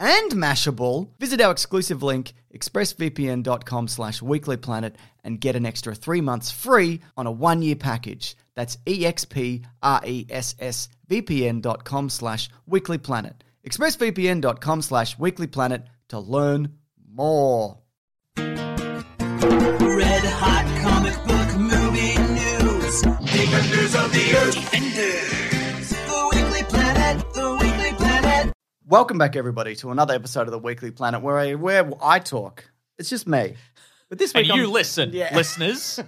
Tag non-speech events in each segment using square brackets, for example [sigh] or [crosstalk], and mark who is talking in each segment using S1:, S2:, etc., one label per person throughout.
S1: and Mashable, visit our exclusive link, expressvpn.com slash weeklyplanet, and get an extra three months free on a one-year package. That's E expressvpn.com slash weeklyplanet. expressvpn.com slash weeklyplanet to learn more.
S2: Red hot comic book movie news. Defenders of the Earth. Defenders. The Weekly Planet. The Weekly Planet.
S1: Welcome back, everybody, to another episode of the Weekly Planet where I, where I talk. It's just me. But this
S3: And
S1: week
S3: you
S1: I'm-
S3: listen,
S1: Yeah. [laughs]
S3: listeners.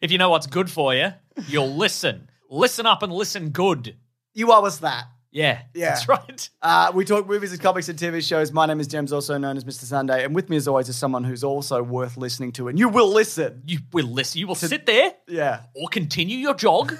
S3: if you know what's good for you, you'll listen. Listen up and listen good.
S1: You owe us that.
S3: Yeah,
S1: Yeah.
S3: that's right.
S1: Uh, we talk movies and comics and TV shows. My name is James, also known as Mr. Sunday, and with me, as always, is someone who's also worth listening to, and you will listen.
S3: You will listen. You will sit there
S1: Yeah,
S3: or continue your jog,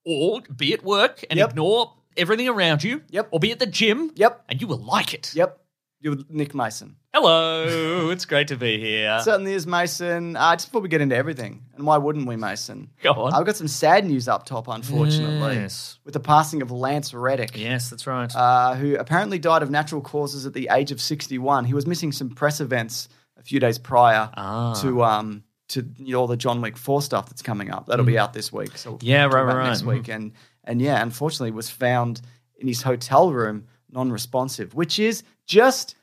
S1: [laughs]
S3: or be at work and
S1: Yep.
S3: ignore everything around you.
S1: Yep.
S3: Or be at the gym.
S1: Yep.
S3: And you will like it.
S1: yep. You're Nick Mason.
S3: Hello. it's great to be here.
S1: Certainly is Mason. Uh, just before we get into everything, and why wouldn't we, Mason?
S3: Go on.
S1: I've got some sad news up top, unfortunately,
S4: Yes.
S1: with the passing of Lance Reddick.
S4: Yes, that's right.
S1: uh, who apparently died of natural causes at the age of 61. He was missing some press events a few days prior
S4: Ah.
S1: to um to you know, all the John Wick 4 stuff that's coming up. That'll be out this week. So we'll
S4: Mm. Yeah,
S1: talk
S4: right,
S1: about
S4: right,
S1: Next
S4: right. Mm-hmm.
S1: week and and yeah, unfortunately was found in his hotel room non-responsive, which is just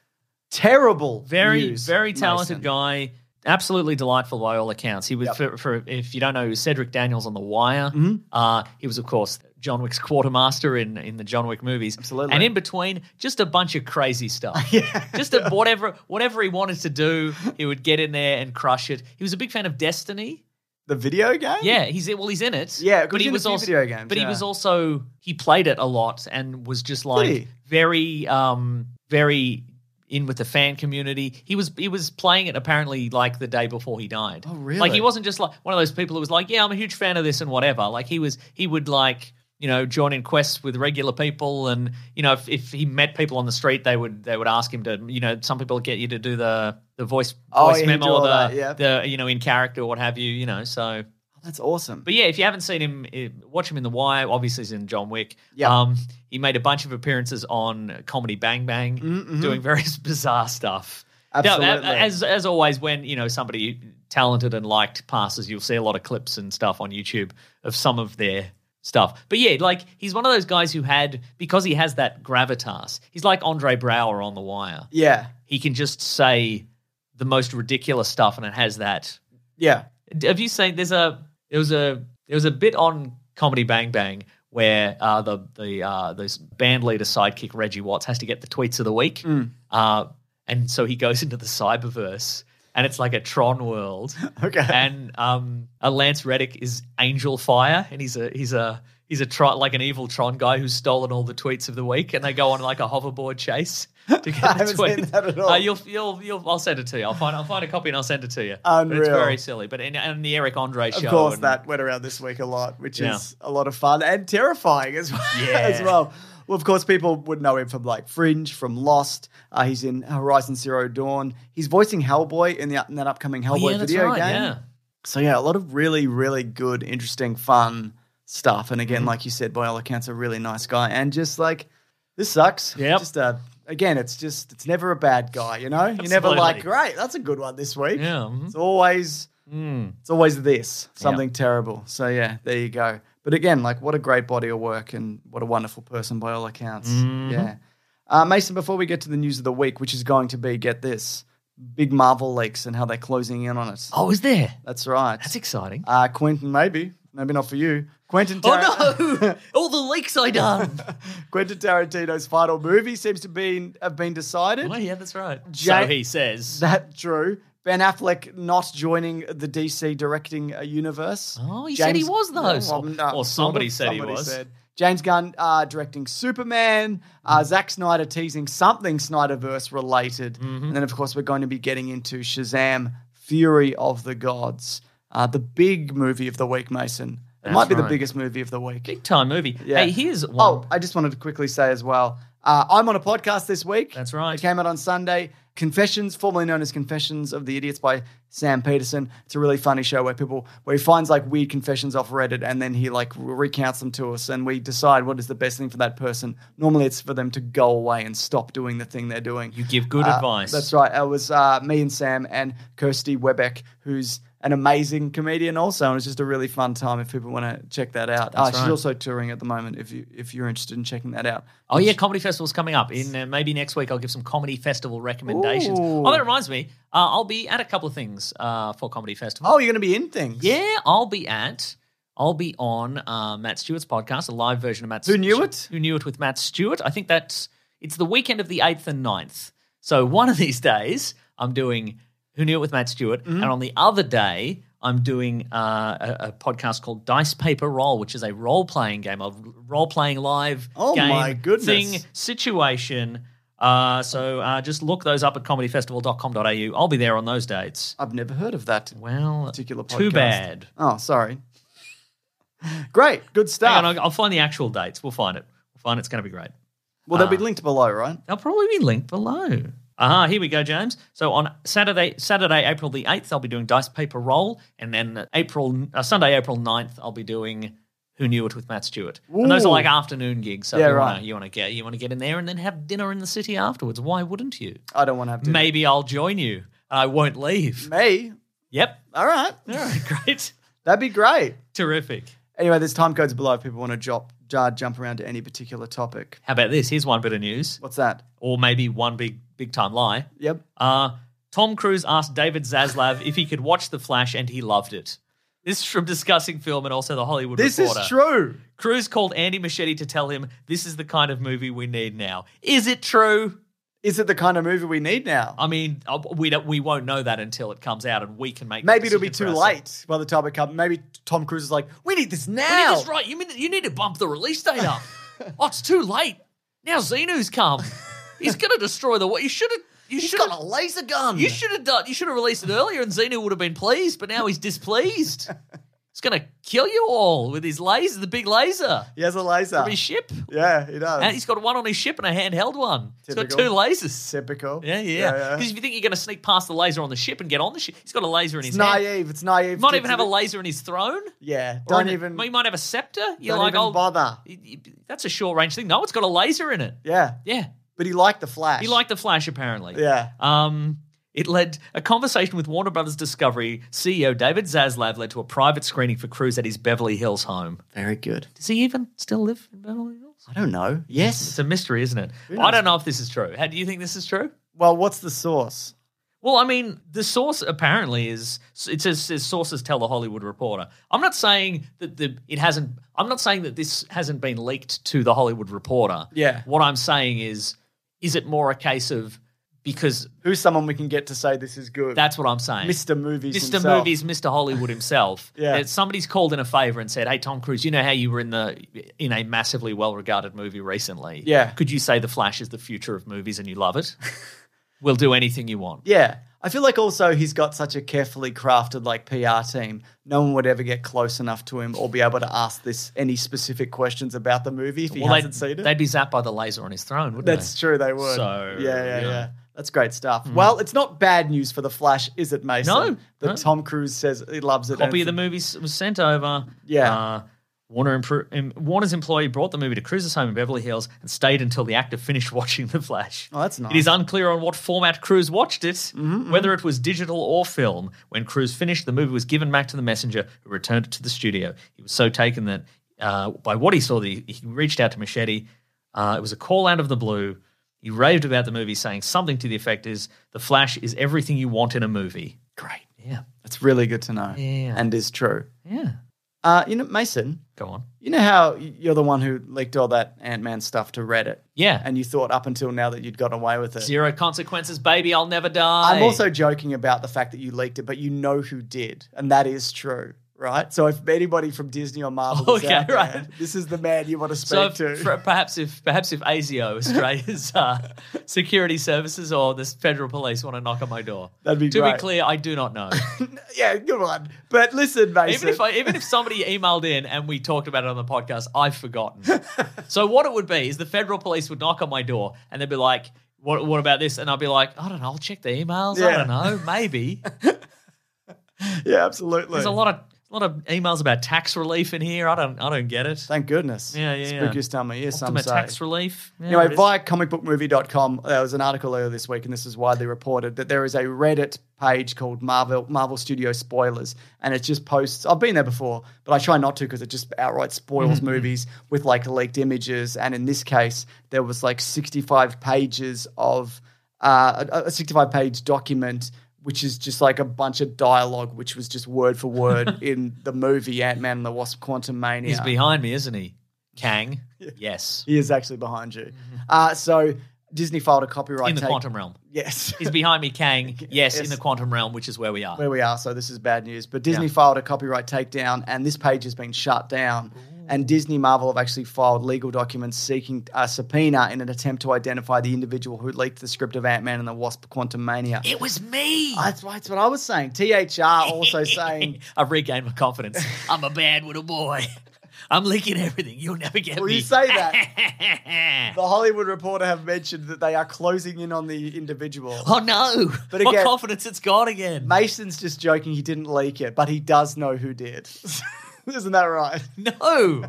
S1: terrible.
S4: very,
S1: news,
S4: very talented
S1: Mason. [laughs]
S4: guy. Absolutely delightful by all accounts. He was, for, for if you don't know, he was Cedric Daniels on The Wire.
S1: Mm-hmm.
S4: Uh, he was, of course, John Wick's quartermaster in in the John Wick movies.
S1: Absolutely.
S4: And in between, just a bunch of crazy
S1: [laughs]
S4: stuff. Just a, whatever whatever he wanted to do, he would get in there and crush it. He was a big fan of Destiny.
S1: The video game?
S4: Yeah, he's well, he's in it.
S1: Yeah, 'cause
S4: but
S1: he's
S4: he
S1: in a
S4: was
S1: few
S4: also
S1: video games,
S4: But
S1: yeah.
S4: he was also he played it a lot and was just like
S1: he?
S4: very um very in with the fan community. He was he was playing it apparently like the day before he died.
S1: Oh, really?
S4: Like he wasn't just like one of those people who was like, yeah, I'm a huge fan of this and whatever. Like he was he would like you know join in quests with regular people and you know if, if he met people on the street they would they would ask him to you know some people get you to do the the voice
S1: Oh,
S4: voice
S1: yeah, he'd do
S4: memo
S1: all
S4: or the,
S1: that, yeah.
S4: the you know in character or what have you you know so
S1: That's awesome.
S4: but yeah, if you haven't seen him, eh, watch him in The Wire. Obviously, he's in John Wick.
S1: Yeah.
S4: Um, he made a bunch of appearances on Comedy Bang Bang, doing [laughs] various bizarre stuff. Now, that-
S1: Mm-hmm. Absolutely.
S4: as as always, when you know somebody talented and liked passes, you'll see a lot of clips and stuff on YouTube of some of their stuff. But yeah, like he's one of those guys who had because he has that gravitas. He's like Andre Brower on The Wire.
S1: yeah.
S4: He can just say the most ridiculous stuff, and it has that
S1: Yeah.
S4: have you seen? There's a there was a there was a bit on Comedy Bang Bang where uh, the the uh, this band leader sidekick [laughs] Reggie Watts has to get the tweets of the week, uh, and so he goes into the cyberverse. and it's like a Tron world.
S1: Okay.
S4: And um, a Lance Reddick is Angel Fire, and he's a he's a he's a Tron like an evil Tron guy who's stolen all the tweets of the week, and they go on like a hoverboard chase
S1: [laughs]
S4: to get
S1: I
S4: the
S1: haven't
S4: tweets.
S1: seen that at all.
S4: Uh, you'll, you'll, you'll, I'll send it to you. I'll find I'll find a copy and I'll send it to you. But it's
S1: Unreal.
S4: very silly. But in, and the Eric Andre
S1: Of
S4: show,
S1: course,
S4: and-
S1: that went around this week a lot, which
S4: Yeah.
S1: is a lot of fun and terrifying as [laughs] well.
S4: Yeah.
S1: as well. Well, of course, people would know him from like Fringe, from Lost. Uh, he's in Horizon Zero Dawn. He's voicing Hellboy in, the, in that upcoming
S4: Oh,
S1: Hellboy
S4: yeah, that's
S1: video
S4: right,
S1: game.
S4: Yeah.
S1: So yeah, a lot of really, really good, interesting, fun stuff. And
S4: Mm-hmm.
S1: again, like you said, by all accounts, a really nice guy. And just like this sucks.
S4: Yep.
S1: Just uh, again, it's just it's never a bad guy. You know, you're never
S4: Absolutely.
S1: like, great, that's a good one this week.
S4: Yeah, mhm.
S1: It's always
S4: Mm.
S1: it's always this something terrible. So yeah, there you go. But again, like what a great body of work and what a wonderful person by all accounts.
S4: Mm-hmm.
S1: Yeah. Uh, Mason, before we get to the news of the week, which is going to be get this big Marvel leaks and how they're closing in on it.
S4: Oh, is there?
S1: That's right.
S4: That's exciting.
S1: Uh, Quentin, maybe. Maybe not for you. Quentin, Tar-
S4: Oh no! [laughs] All the leaks I done.
S1: [laughs] Quentin Tarantino's final movie seems to be have been decided.
S4: oh yeah, that's right.
S1: Ja-
S4: so he says.
S1: That true. Ben Affleck not joining the DC directing uh, universe.
S4: Oh, he said he was, though.
S1: well,
S4: Or
S1: sort of.
S4: somebody said he was.
S1: James Gunn uh, directing Superman. Uh,
S4: Mm-hmm.
S1: Zack Snyder teasing something Snyderverse related,
S4: Mm-hmm.
S1: and then of course we're going to be getting into Shazam: Fury of the Gods, uh, the big movie of the week, Mason. It might be the
S4: right.
S1: biggest movie of the week.
S4: Big time movie.
S1: Yeah.
S4: Hey, here's one.
S1: Oh, I just wanted to quickly say as well. Uh, I'm on a podcast this week.
S4: That's right.
S1: It came out on Sunday. Confessions, formerly known as Confessions of the Idiots by Sam Peterson. It's a really funny show where people where he finds like weird confessions off Reddit and then he like recounts them to us and we decide what is the best thing for that person. Normally it's for them to go away and stop doing the thing they're doing.
S4: you give good
S1: Uh,
S4: advice.
S1: That's right. It was uh, me and Sam and Kirsty Webeck, who's an amazing comedian also, and it's just a really fun time if people want to check that out. Uh, She's
S4: right.
S1: also touring at the moment if you if you're interested in checking that out.
S4: Oh yeah, comedy festival's coming up. In uh, maybe next week, I'll give some comedy festival recommendations.
S1: Ooh.
S4: Oh, that reminds me. Uh, I'll be at a couple of things uh, for comedy festival.
S1: Oh, you're gonna be in things.
S4: Yeah, I'll be at. I'll be on uh, Matt Stewart's podcast, a live version of Matt.
S1: Who Knew It?
S4: Who knew it with Matt Stewart? I think that's it's the weekend of the eighth and 9th. So one of these days, I'm doing Who Knew It with Matt Stewart,
S1: Mm-hmm.
S4: and on the other day, I'm doing uh, a, a podcast called Dice Paper Roll, which is a role playing game, a role playing live
S1: Oh
S4: game
S1: my goodness.
S4: thing situation. Uh, so uh, just look those up at comedyfestival.com.au. I'll be there on those dates.
S1: I've never heard of that.
S4: Well,
S1: Particular
S4: too
S1: podcast.
S4: bad.
S1: Oh, sorry. Great, good
S4: Hang
S1: stuff.
S4: on, I'll, I'll find the actual dates. We'll find it. We'll find it. It's going to be great.
S1: well,
S4: Ah.
S1: they'll be linked below, right?
S4: They'll probably be linked below. Aha, here we go, James. So on Saturday, Saturday, April the 8th, I'll be doing Dice Paper Roll. And then April, uh, Sunday, April 9th, I'll be doing Who Knew It with Matt Stewart. And those
S1: Ooh.
S4: are like afternoon gigs. So
S1: Yeah,
S4: you
S1: right.
S4: want to you wanna get you wanna get in there and then have dinner in the city afterwards. Why wouldn't you?
S1: I don't want to have to.
S4: Maybe I'll join you. I won't leave.
S1: Me.
S4: Yep.
S1: All right.
S4: All right, [laughs] great.
S1: That'd be great.
S4: Terrific.
S1: Anyway, there's time codes below if people want to drop, jar- jump around to any particular topic.
S4: How about this? Here's one bit of news,
S1: What's that?
S4: or maybe one big, big time lie.
S1: Yep.
S4: Uh, Tom Cruise asked David Zaslav if he could watch The Flash, and he loved it. This is from Discussing Film and also The Hollywood
S1: This
S4: Reporter.
S1: is true.
S4: Cruise called Andy Machete to tell him this is the kind of movie we need now. Is it true?
S1: Is it the kind of movie we need now?
S4: I mean, uh, we don't, we won't know that until it comes out, and we can make. that
S1: Maybe it'll be too
S4: decision for ourselves.
S1: late by the time it comes. Maybe Tom Cruise is like, we need this
S4: We
S1: now.
S4: need this right. You mean you need to bump the release
S1: [laughs]
S4: date up? oh, it's too late now. Xenu's come. He's gonna destroy the world. You should have. You
S1: He's
S4: should
S1: got a laser gun.
S4: You should have done. You should have released it earlier, and Xenu would have been pleased. But now he's
S1: [laughs]
S4: displeased. he's gonna kill you all with his laser, the big laser
S1: He has a laser.
S4: from his ship.
S1: Yeah, he does.
S4: And he's got one on his ship and a handheld one. He's got
S1: Typical.
S4: two lasers.
S1: typical.
S4: Yeah, yeah.
S1: yeah.
S4: Because if you think you're gonna sneak past the laser on the ship and get on the ship, he's got a laser in
S1: It's
S4: his hand.
S1: naive. It's naive.
S4: Might
S1: to-
S4: even have a laser in his throne.
S1: Yeah.
S4: Or
S1: Don't
S4: in a-
S1: even.
S4: He might have a scepter. You're
S1: don't
S4: like,
S1: even
S4: oh,
S1: bother.
S4: y- y- that's a short range thing. No, it's got a laser in it.
S1: Yeah.
S4: Yeah.
S1: But he liked the Flash.
S4: He liked the Flash, apparently.
S1: Yeah.
S4: Um, it led a conversation with Warner Brothers Discovery CEO David Zaslav led to a private screening for Cruz at his Beverly Hills home.
S1: Very good.
S4: Does he even still live in Beverly Hills?
S1: I don't know. Yes.
S4: It's a mystery, isn't it? I don't know if this is true. How do you think this is true?
S1: Well, what's the source?
S4: Well, I mean, the source apparently is it says, says sources tell the Hollywood Reporter. I'm not saying that the it hasn't. I'm not saying that this hasn't been leaked to the Hollywood Reporter.
S1: Yeah.
S4: What I'm saying is, is it more a case of because
S1: Who's someone we can get to say this is good?
S4: that's what I'm saying.
S1: Mr. Movies.
S4: Mr.
S1: himself.
S4: Movies, Mr. Hollywood himself.
S1: [laughs] Yeah.
S4: That somebody's called in a favor and said, "Hey, Tom Cruise, you know how you were in the in a massively well-regarded movie recently?
S1: Yeah.
S4: Could you say The Flash is the future of movies and you
S1: [laughs]
S4: love it? we'll do anything you want."
S1: Yeah. I feel like also he's got such a carefully crafted like PR team. No one would ever get close enough to him or be able to ask this any specific questions about the movie if he
S4: Well,
S1: hasn't
S4: they'd,
S1: seen it.
S4: they'd be zapped by the laser on his throne, wouldn't
S1: That's
S4: they?
S1: true, they would.
S4: So,
S1: yeah, yeah,
S4: yeah. Mm.
S1: yeah. That's great stuff. Well, it's not bad news for The Flash, is it, Mason?
S4: No,
S1: That
S4: no.
S1: Tom Cruise says he loves it.
S4: Copy of
S1: and
S4: the movie s- was sent over.
S1: Yeah.
S4: Uh, Warner impro- em- Warner's employee brought the movie to Cruz's home in Beverly Hills and stayed until the actor finished [laughs] watching The Flash.
S1: Oh, that's nice. Mm-hmm,
S4: It is unclear on what format Cruz watched it, whether it was digital or film. When Cruz finished, the movie was given back to the messenger, who returned it to the studio. He was so taken that uh, by what he saw, that he, he reached out to Machete. Uh, it was a call out of the blue. He raved about the movie, saying something to the effect is, "The Flash is everything you want in a movie." Great. Yeah.
S1: It's really good to know.
S4: Yeah.
S1: And is true.
S4: Yeah.
S1: Uh, you know, Mason,
S4: Go on.
S1: you know how you're the one who leaked all that Ant Man stuff to Reddit?
S4: Yeah.
S1: And you thought up until now that you'd got away with it.
S4: Zero consequences, baby. I'll never die.
S1: I'm also joking about the fact that you leaked it, but you know who did, and that is true, right? So if anybody from Disney or Marvel is
S4: Okay,
S1: out there,
S4: right.
S1: this is the man you want to
S4: so
S1: speak
S4: if-
S1: to.
S4: for- perhaps if perhaps if ASIO Australia's uh, security services or the federal police want to knock on my door,
S1: That'd be
S4: to
S1: great.
S4: be clear, I do
S1: [laughs]
S4: not know.
S1: [laughs] yeah, good one. But listen, Mason.
S4: even if I, even if somebody emailed in and we talked about it on the podcast,
S1: [laughs]
S4: I've forgotten. so what it would be is the federal police would knock on my door and they'd be like, "What what about this?" And I'd be like, "I don't know. I'll check the emails.
S1: Yeah.
S4: I don't know.
S1: [laughs]
S4: Maybe."
S1: yeah, absolutely.
S4: There's a lot of a lot of emails about tax relief in here. I don't I don't get it.
S1: Thank goodness.
S4: Yeah, yeah, yeah.
S1: Spookiest time of year, some
S4: Ultimate
S1: say.
S4: tax relief. Yeah, it
S1: Anyway,
S4: is.
S1: via comicbookmovie.com, there was an article earlier this week, and this is widely reported that there is a Reddit page called Marvel Marvel Studio Spoilers, and it just posts. I've been there before, but I try not to because it just outright
S4: [laughs]
S1: spoils movies with like leaked images. And in this case, there was like 65 pages of uh, a, a 65 page document. Which is just like a bunch of dialogue, which was just word for
S4: [laughs]
S1: word in the movie Ant Man and the Wasp: Quantum Mania.
S4: He's behind me, isn't he?
S1: [laughs]
S4: Kang. Yes.
S1: He is actually behind you. Uh, so Disney filed a copyright
S4: Mm-hmm. In the
S1: take-
S4: quantum realm.
S1: Yes. [laughs]
S4: He's behind me, Kang. Yes,
S1: Yes.
S4: in the quantum realm, which is where we are.
S1: Where we are, so this is bad news. But Disney
S4: Yeah.
S1: filed a copyright takedown, and this page has been shut down. And Disney Marvel have actually filed legal documents seeking a subpoena in an attempt to identify the individual who leaked the script of Ant Man and the Wasp: Quantum Mania.
S4: It was me.
S1: That's, that's what I was saying. THR
S4: [laughs]
S1: also saying
S4: I've regained
S1: [laughs]
S4: my confidence. I'm a bad little boy. [laughs] I'm leaking everything. You'll never get
S1: Well,
S4: me.
S1: you say
S4: [laughs]
S1: that. the Hollywood Reporter have mentioned that they are closing in on the individual.
S4: oh no!
S1: But
S4: my
S1: again-
S4: confidence it's gone again.
S1: Mason's just joking. He didn't leak it, but he does know who did. [laughs] Isn't that right?
S4: no.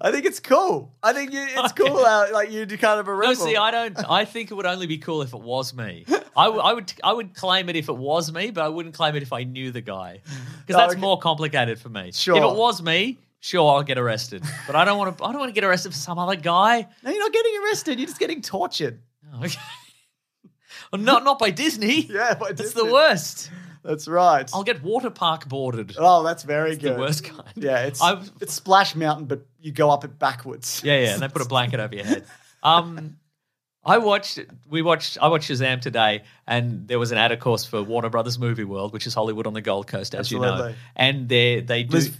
S1: I think it's cool. I think you, it's
S4: [laughs]
S1: cool how like you do kind of a
S4: No,
S1: rebel.
S4: see, I don't. I think it would only be cool if it was me. I, w- I would, I would claim it if it was me, but I wouldn't claim it if I knew the guy, because that's
S1: okay.
S4: more complicated for me.
S1: Sure.
S4: If it was me, sure, I'll get arrested, but I don't want to. I don't want to get arrested for some other guy. [laughs]
S1: no, you're not getting arrested. You're just getting tortured.
S4: Okay. Well, not, not by
S1: [laughs]
S4: Disney.
S1: Yeah, by
S4: that's
S1: Disney.
S4: the worst.
S1: That's right.
S4: I'll get water park boarded.
S1: oh, that's very
S4: the
S1: good.
S4: worst kind.
S1: Yeah, it's
S4: I've-
S1: it's Splash Mountain, but you go up it backwards.
S4: Yeah, yeah. And they put a blanket over your head. Um, I watched. We watched. I watched Shazam today, and there was an ad, of course, for Warner Brothers Movie World, which is Hollywood on the Gold Coast, as you know.
S1: Absolutely.
S4: And they they do.
S1: [laughs] There's,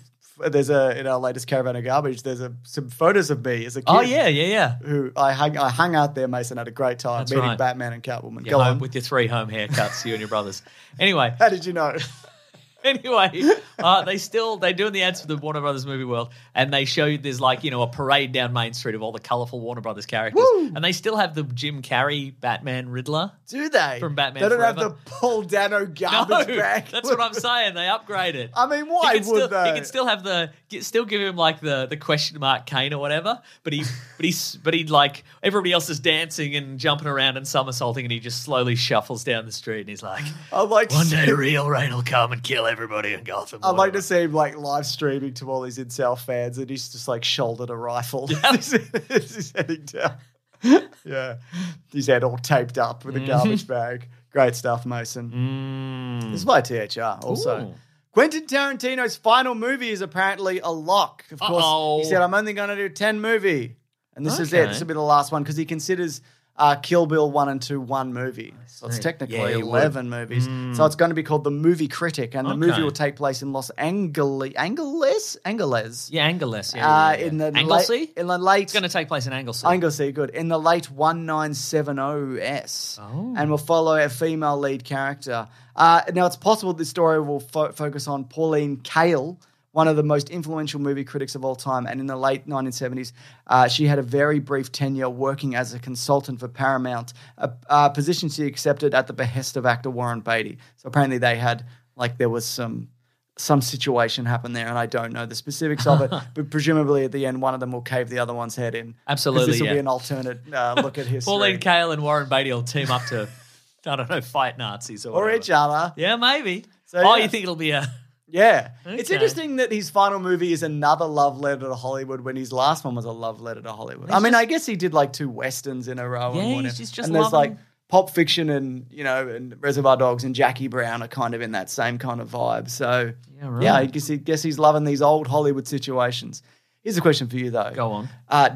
S1: there's a in our latest caravan of garbage. There's a, some photos of me as a kid.
S4: oh yeah, yeah, yeah.
S1: Who I hung I hung out there, Mason. Had a great time
S4: That's
S1: meeting
S4: right.
S1: Batman and Catwoman. go
S4: You're home
S1: on.
S4: with your three home haircuts, you and your brothers.
S1: [laughs]
S4: Anyway,
S1: How did you know?
S4: anyway, uh, they still they doing the ads for the Warner Brothers movie world, and they show you there's like you know a parade down Main Street of all the colorful Warner Brothers characters, and they still have the Jim Carrey Batman Riddler.
S1: Do they?
S4: From Batman
S1: They don't have
S4: Forever.
S1: the Paul Dano
S4: [laughs] No,
S1: garbage bag.
S4: that's
S1: [laughs]
S4: what I'm saying. They upgrade it.
S1: I mean, why
S4: he
S1: would
S4: can still,
S1: they?
S4: He can still have the get- still give him like the the question mark cane or whatever, but he but he's but he like everybody else is dancing and jumping around and somersaulting, and he just slowly shuffles down the street, and he's like.
S1: [laughs] I'd like to
S4: One
S1: see-
S4: day, real rain will come and kill everybody in Gotham.
S1: I'd like
S4: whatever."
S1: to see him like live streaming to all these incel fans, and he's just like shouldered a rifle.
S4: [laughs]
S1: as [laughs] he's heading down. yeah, his head all taped up
S4: Mm.
S1: with a garbage bag. Great stuff, Mason. This is by THR. Also,
S4: Mm. Ooh.
S1: Quentin Tarantino's final movie is apparently a lock. Of course,
S4: Uh-oh.
S1: he said, "I'm only going to do ten movie, and this is it.
S4: Okay.
S1: This will be the last one because he considers." are Kill Bill 1 and 2 one movie. So it's technically
S4: Yeah, you would. Mm.
S1: 11 movies. So it's going to be called The Movie Critic, and the movie
S4: Okay.
S1: will take place in Los Angeles. Angeles? Angeles.
S4: Yeah, Anglesey. Yeah,
S1: Uh,
S4: yeah, yeah.
S1: in the
S4: Anglesey?
S1: late, in the late
S4: It's going to take place in Anglesey.
S1: Anglesey, good. In the late 1970s.
S4: Oh.
S1: And will follow a female lead character. Uh, now, it's possible this story will fo- focus on Pauline Kael, one of the most influential movie critics of all time. And in the late 1970s, uh, she had a very brief tenure working as a consultant for Paramount, a, a position she accepted at the behest of actor Warren Beatty. So apparently, they had, like, there was some some situation happened there, and I don't know the specifics
S4: [laughs]
S1: of it. but presumably, at the end, one of them will cave the other one's head in. 'Cause
S4: Absolutely,
S1: this will be
S4: yeah.
S1: an alternate
S4: [laughs]
S1: uh, look at history.
S4: Pauline Kael and Warren Beatty will team up to, [laughs] I don't know, fight Nazis or,
S1: or
S4: whatever.
S1: each other.
S4: Yeah, maybe.
S1: So,
S4: oh,
S1: yeah.
S4: you think it'll be a.
S1: Yeah, it's
S4: Okay.
S1: interesting that his final movie is another love letter to Hollywood when his last one was a love letter to Hollywood. I mean, I guess he did like two westerns in a row.
S4: Yeah,
S1: and
S4: he's
S1: whatever.
S4: just- just
S1: and there's
S4: loving-
S1: like Pop Fiction and you know and Reservoir Dogs and Jackie Brown are kind of in that same kind of vibe. So yeah,
S4: right.
S1: I guess he, guess he's loving these old Hollywood situations. Here's a question for you though.
S4: Go on.
S1: Uh,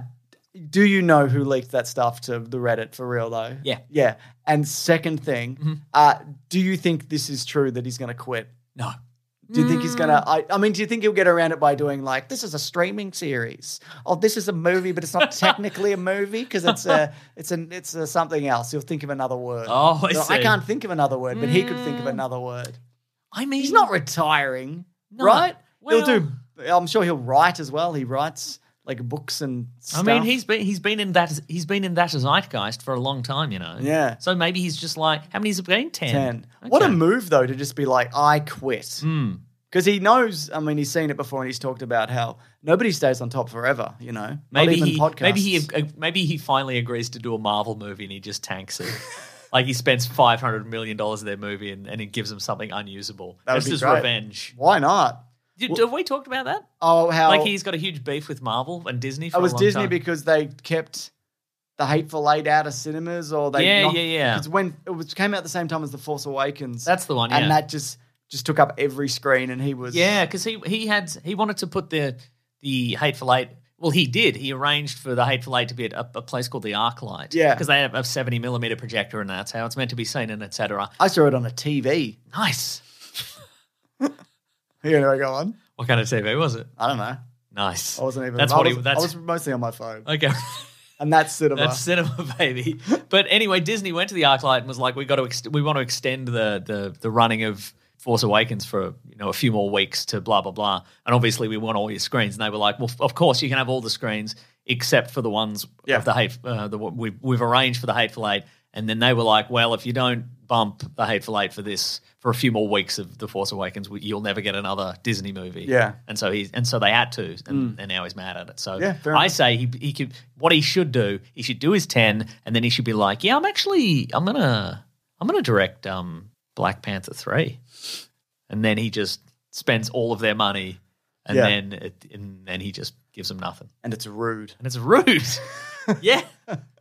S1: do you know who leaked that stuff to the Reddit for real though?
S4: Yeah. Mm-hmm.
S1: yeah. And second thing, uh, do you think this is true that he's going to quit?
S4: No.
S1: Do you think he's gonna?
S4: Mm.
S1: I, I mean, do you think he'll get around it by doing like this is a streaming series? Oh, this is a movie, but it's
S4: [laughs]
S1: not technically a movie because it's a it's an it's a something else. He'll think of another word.
S4: Oh, I
S1: No,
S4: see. Mm.
S1: can't think of another word, but he could think of another word.
S4: I mean,
S1: He's not retiring, right? he'll do. I'm sure he'll write as well. He writes like books and.
S4: I
S1: Stuff.
S4: mean, he's been he's been in that he's been in that zeitgeist for a long time, you know.
S1: Yeah.
S4: So maybe he's just like, how many has it been? Ten.
S1: ten. What a
S4: Okay.
S1: move though to just be like, I quit.
S4: Hmm.
S1: Because he knows, I mean, he's seen it before, and he's talked about how nobody stays on top forever. You know,
S4: Maybe
S1: not even
S4: he
S1: podcasts.
S4: maybe he ag- maybe he finally agrees to do a Marvel movie and he just
S1: [laughs]
S4: tanks it. like he spends five hundred million dollars of their movie and, and it gives him something unusable.
S1: That would
S4: That's
S1: be
S4: his
S1: great.
S4: revenge.
S1: Why not?
S4: Did, have we talked about that?
S1: Oh, how
S4: like he's got a huge beef with Marvel and Disney. For
S1: it was
S4: a long
S1: Disney
S4: time.
S1: because they kept the Hateful Eight out of cinemas, or they
S4: Yeah,
S1: knocked-
S4: yeah, yeah.
S1: Because when it was, came out the same time as the Force Awakens,
S4: that's the one. Yeah,
S1: and that just just took up every screen, and he was
S4: Yeah, because he he had he wanted to put the the Hateful Eight. Well, he did. He arranged for the Hateful Eight to be at a, a place called the ArcLight.
S1: Yeah.
S4: because they have a seventy millimeter projector, and that's how it's meant to be seen, and etc.
S1: I saw it on a TV.
S4: Nice.
S1: You know, go on.
S4: What kind of TV was it?
S1: I don't know.
S4: Nice.
S1: I wasn't even.
S4: That's
S1: I
S4: what
S1: was,
S4: he. That's
S1: I was mostly on my phone,
S4: okay. [laughs]
S1: and that's cinema.
S4: That's cinema, [laughs] baby. But anyway, Disney went to the ArcLight and was like, "We got to, ex- we want to extend the the the running of Force Awakens for you know a few more weeks to blah blah blah." And obviously, we want all your screens. And they were like, "Well, f- of course, you can have all the screens except for the ones
S1: Yeah.
S4: of the hate. Uh, the one- we've we've arranged for the Hateful Eight. And then they were like, "Well, if you don't bump the Hateful Eight for this for a few more weeks of the Force Awakens, we, you'll never get another Disney movie."
S1: Yeah. Mm.
S4: And so he's and so they had to, and, and now he's mad at it. So
S1: Yeah, fair
S4: I
S1: enough.
S4: say he he could what he should do, he should do his ten, and then he should be like, Yeah, I'm actually I'm gonna I'm gonna direct um Black Panther three. And then he just spends all of their money and
S1: Yeah.
S4: then it, and then he just gives them nothing.
S1: and it's rude.
S4: And
S1: [laughs]
S4: it's rude. yeah.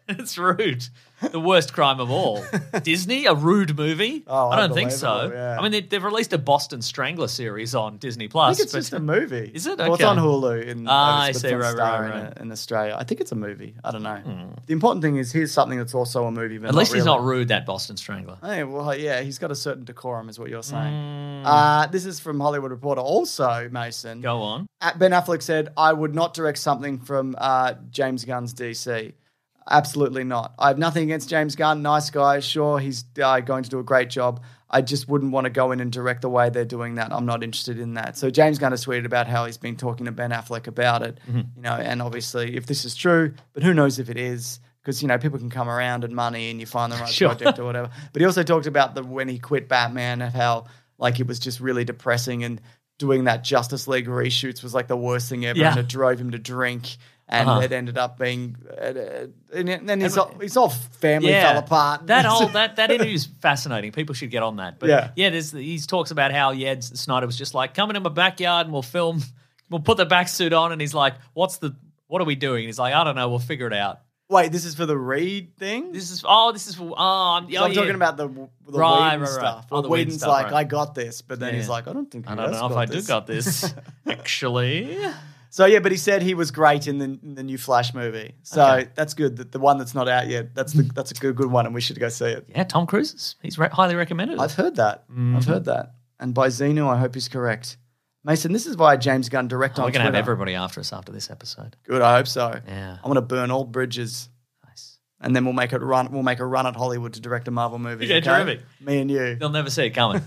S4: It's rude. The worst crime of
S1: [laughs]
S4: all. Disney, a rude movie?
S1: Oh,
S4: I don't think so.
S1: unbelievable, yeah.
S4: I mean, they, they've released a Boston Strangler series on Disney
S1: I
S4: Plus.
S1: think it's
S4: but-
S1: just a movie.
S4: Is it?
S1: Well, it's
S4: Okay.
S1: on Hulu in,
S4: Ah, I
S1: it's
S4: see,
S1: on
S4: right,
S1: Star
S4: right,
S1: in- uh,
S4: right. Hmm.
S1: In, Australia. I think it's a movie. I don't know. The important thing is here's something that's also a movie. But
S4: At least he's
S1: really.
S4: not rude, that Boston Strangler.
S1: Hey, well, yeah, he's got a certain decorum, is what you're saying.
S4: Hmm.
S1: Uh, this is from Hollywood Reporter, also Mason.
S4: Go on.
S1: Uh, Ben Affleck said, "I would not direct something from uh, James Gunn's DC. Absolutely not. I have nothing against James Gunn. Nice guy. Sure, he's uh, going to do a great job. I just wouldn't want to go in and direct the way they're doing that. I'm not interested in that. So James Gunn has tweeted about how he's been talking to Ben Affleck about it. You know, and obviously, if this is true, but who knows if it is." Because you know people can come around and money, and you find the right
S4: Sure.
S1: project or whatever. But he also talked about the when he quit Batman and how like it was just really depressing and doing that Justice League reshoots was like the worst thing ever,
S4: Yeah.
S1: and it drove him to drink. And
S4: Uh-huh.
S1: it ended up being, uh, uh, and then his, whole- his whole family fell apart. [laughs]
S4: That whole that that interview's fascinating. People should get on that. But
S1: Yeah.
S4: yeah, there's he talks about how yeah S- Snyder was just like come into my backyard and we'll film, we'll put the back suit on, and he's like, what's the what are we doing? And he's like, I don't know, we'll figure it out.
S1: Wait, this is for the Reed thing.
S4: This is oh this is for- oh I'm, oh,
S1: 'Cause I'm
S4: yeah.
S1: talking about the the
S4: Right,
S1: Whedon
S4: right, right.
S1: stuff.
S4: Oh, the Whedon
S1: Whedon's
S4: stuff,
S1: like,
S4: right.
S1: I got this, but then
S4: Yeah,
S1: he's
S4: yeah.
S1: [laughs] like, I don't think
S4: I don't know if I do got this actually.
S1: So yeah, but he said he was great in the, in the new Flash movie. So that's good. The, the one that's not out yet. That's the, that's a good good one, and we should go see it.
S4: Yeah, Tom Cruise. is- He's re- highly recommended.
S1: I've heard that.
S4: Mm.
S1: I've heard that. And by Zeno, I hope he's correct. Mason, this is via James Gunn direct
S4: Oh,
S1: on
S4: we're going to have
S1: Twitter.
S4: everybody after us after this episode.
S1: Good, I hope so.
S4: Yeah.
S1: I want to burn all bridges.
S4: Nice.
S1: And then we'll make it run. We'll make a run at Hollywood to direct a Marvel movie.
S4: Yeah,
S1: okay?
S4: terrific.
S1: Me and you.
S4: They'll never see it coming.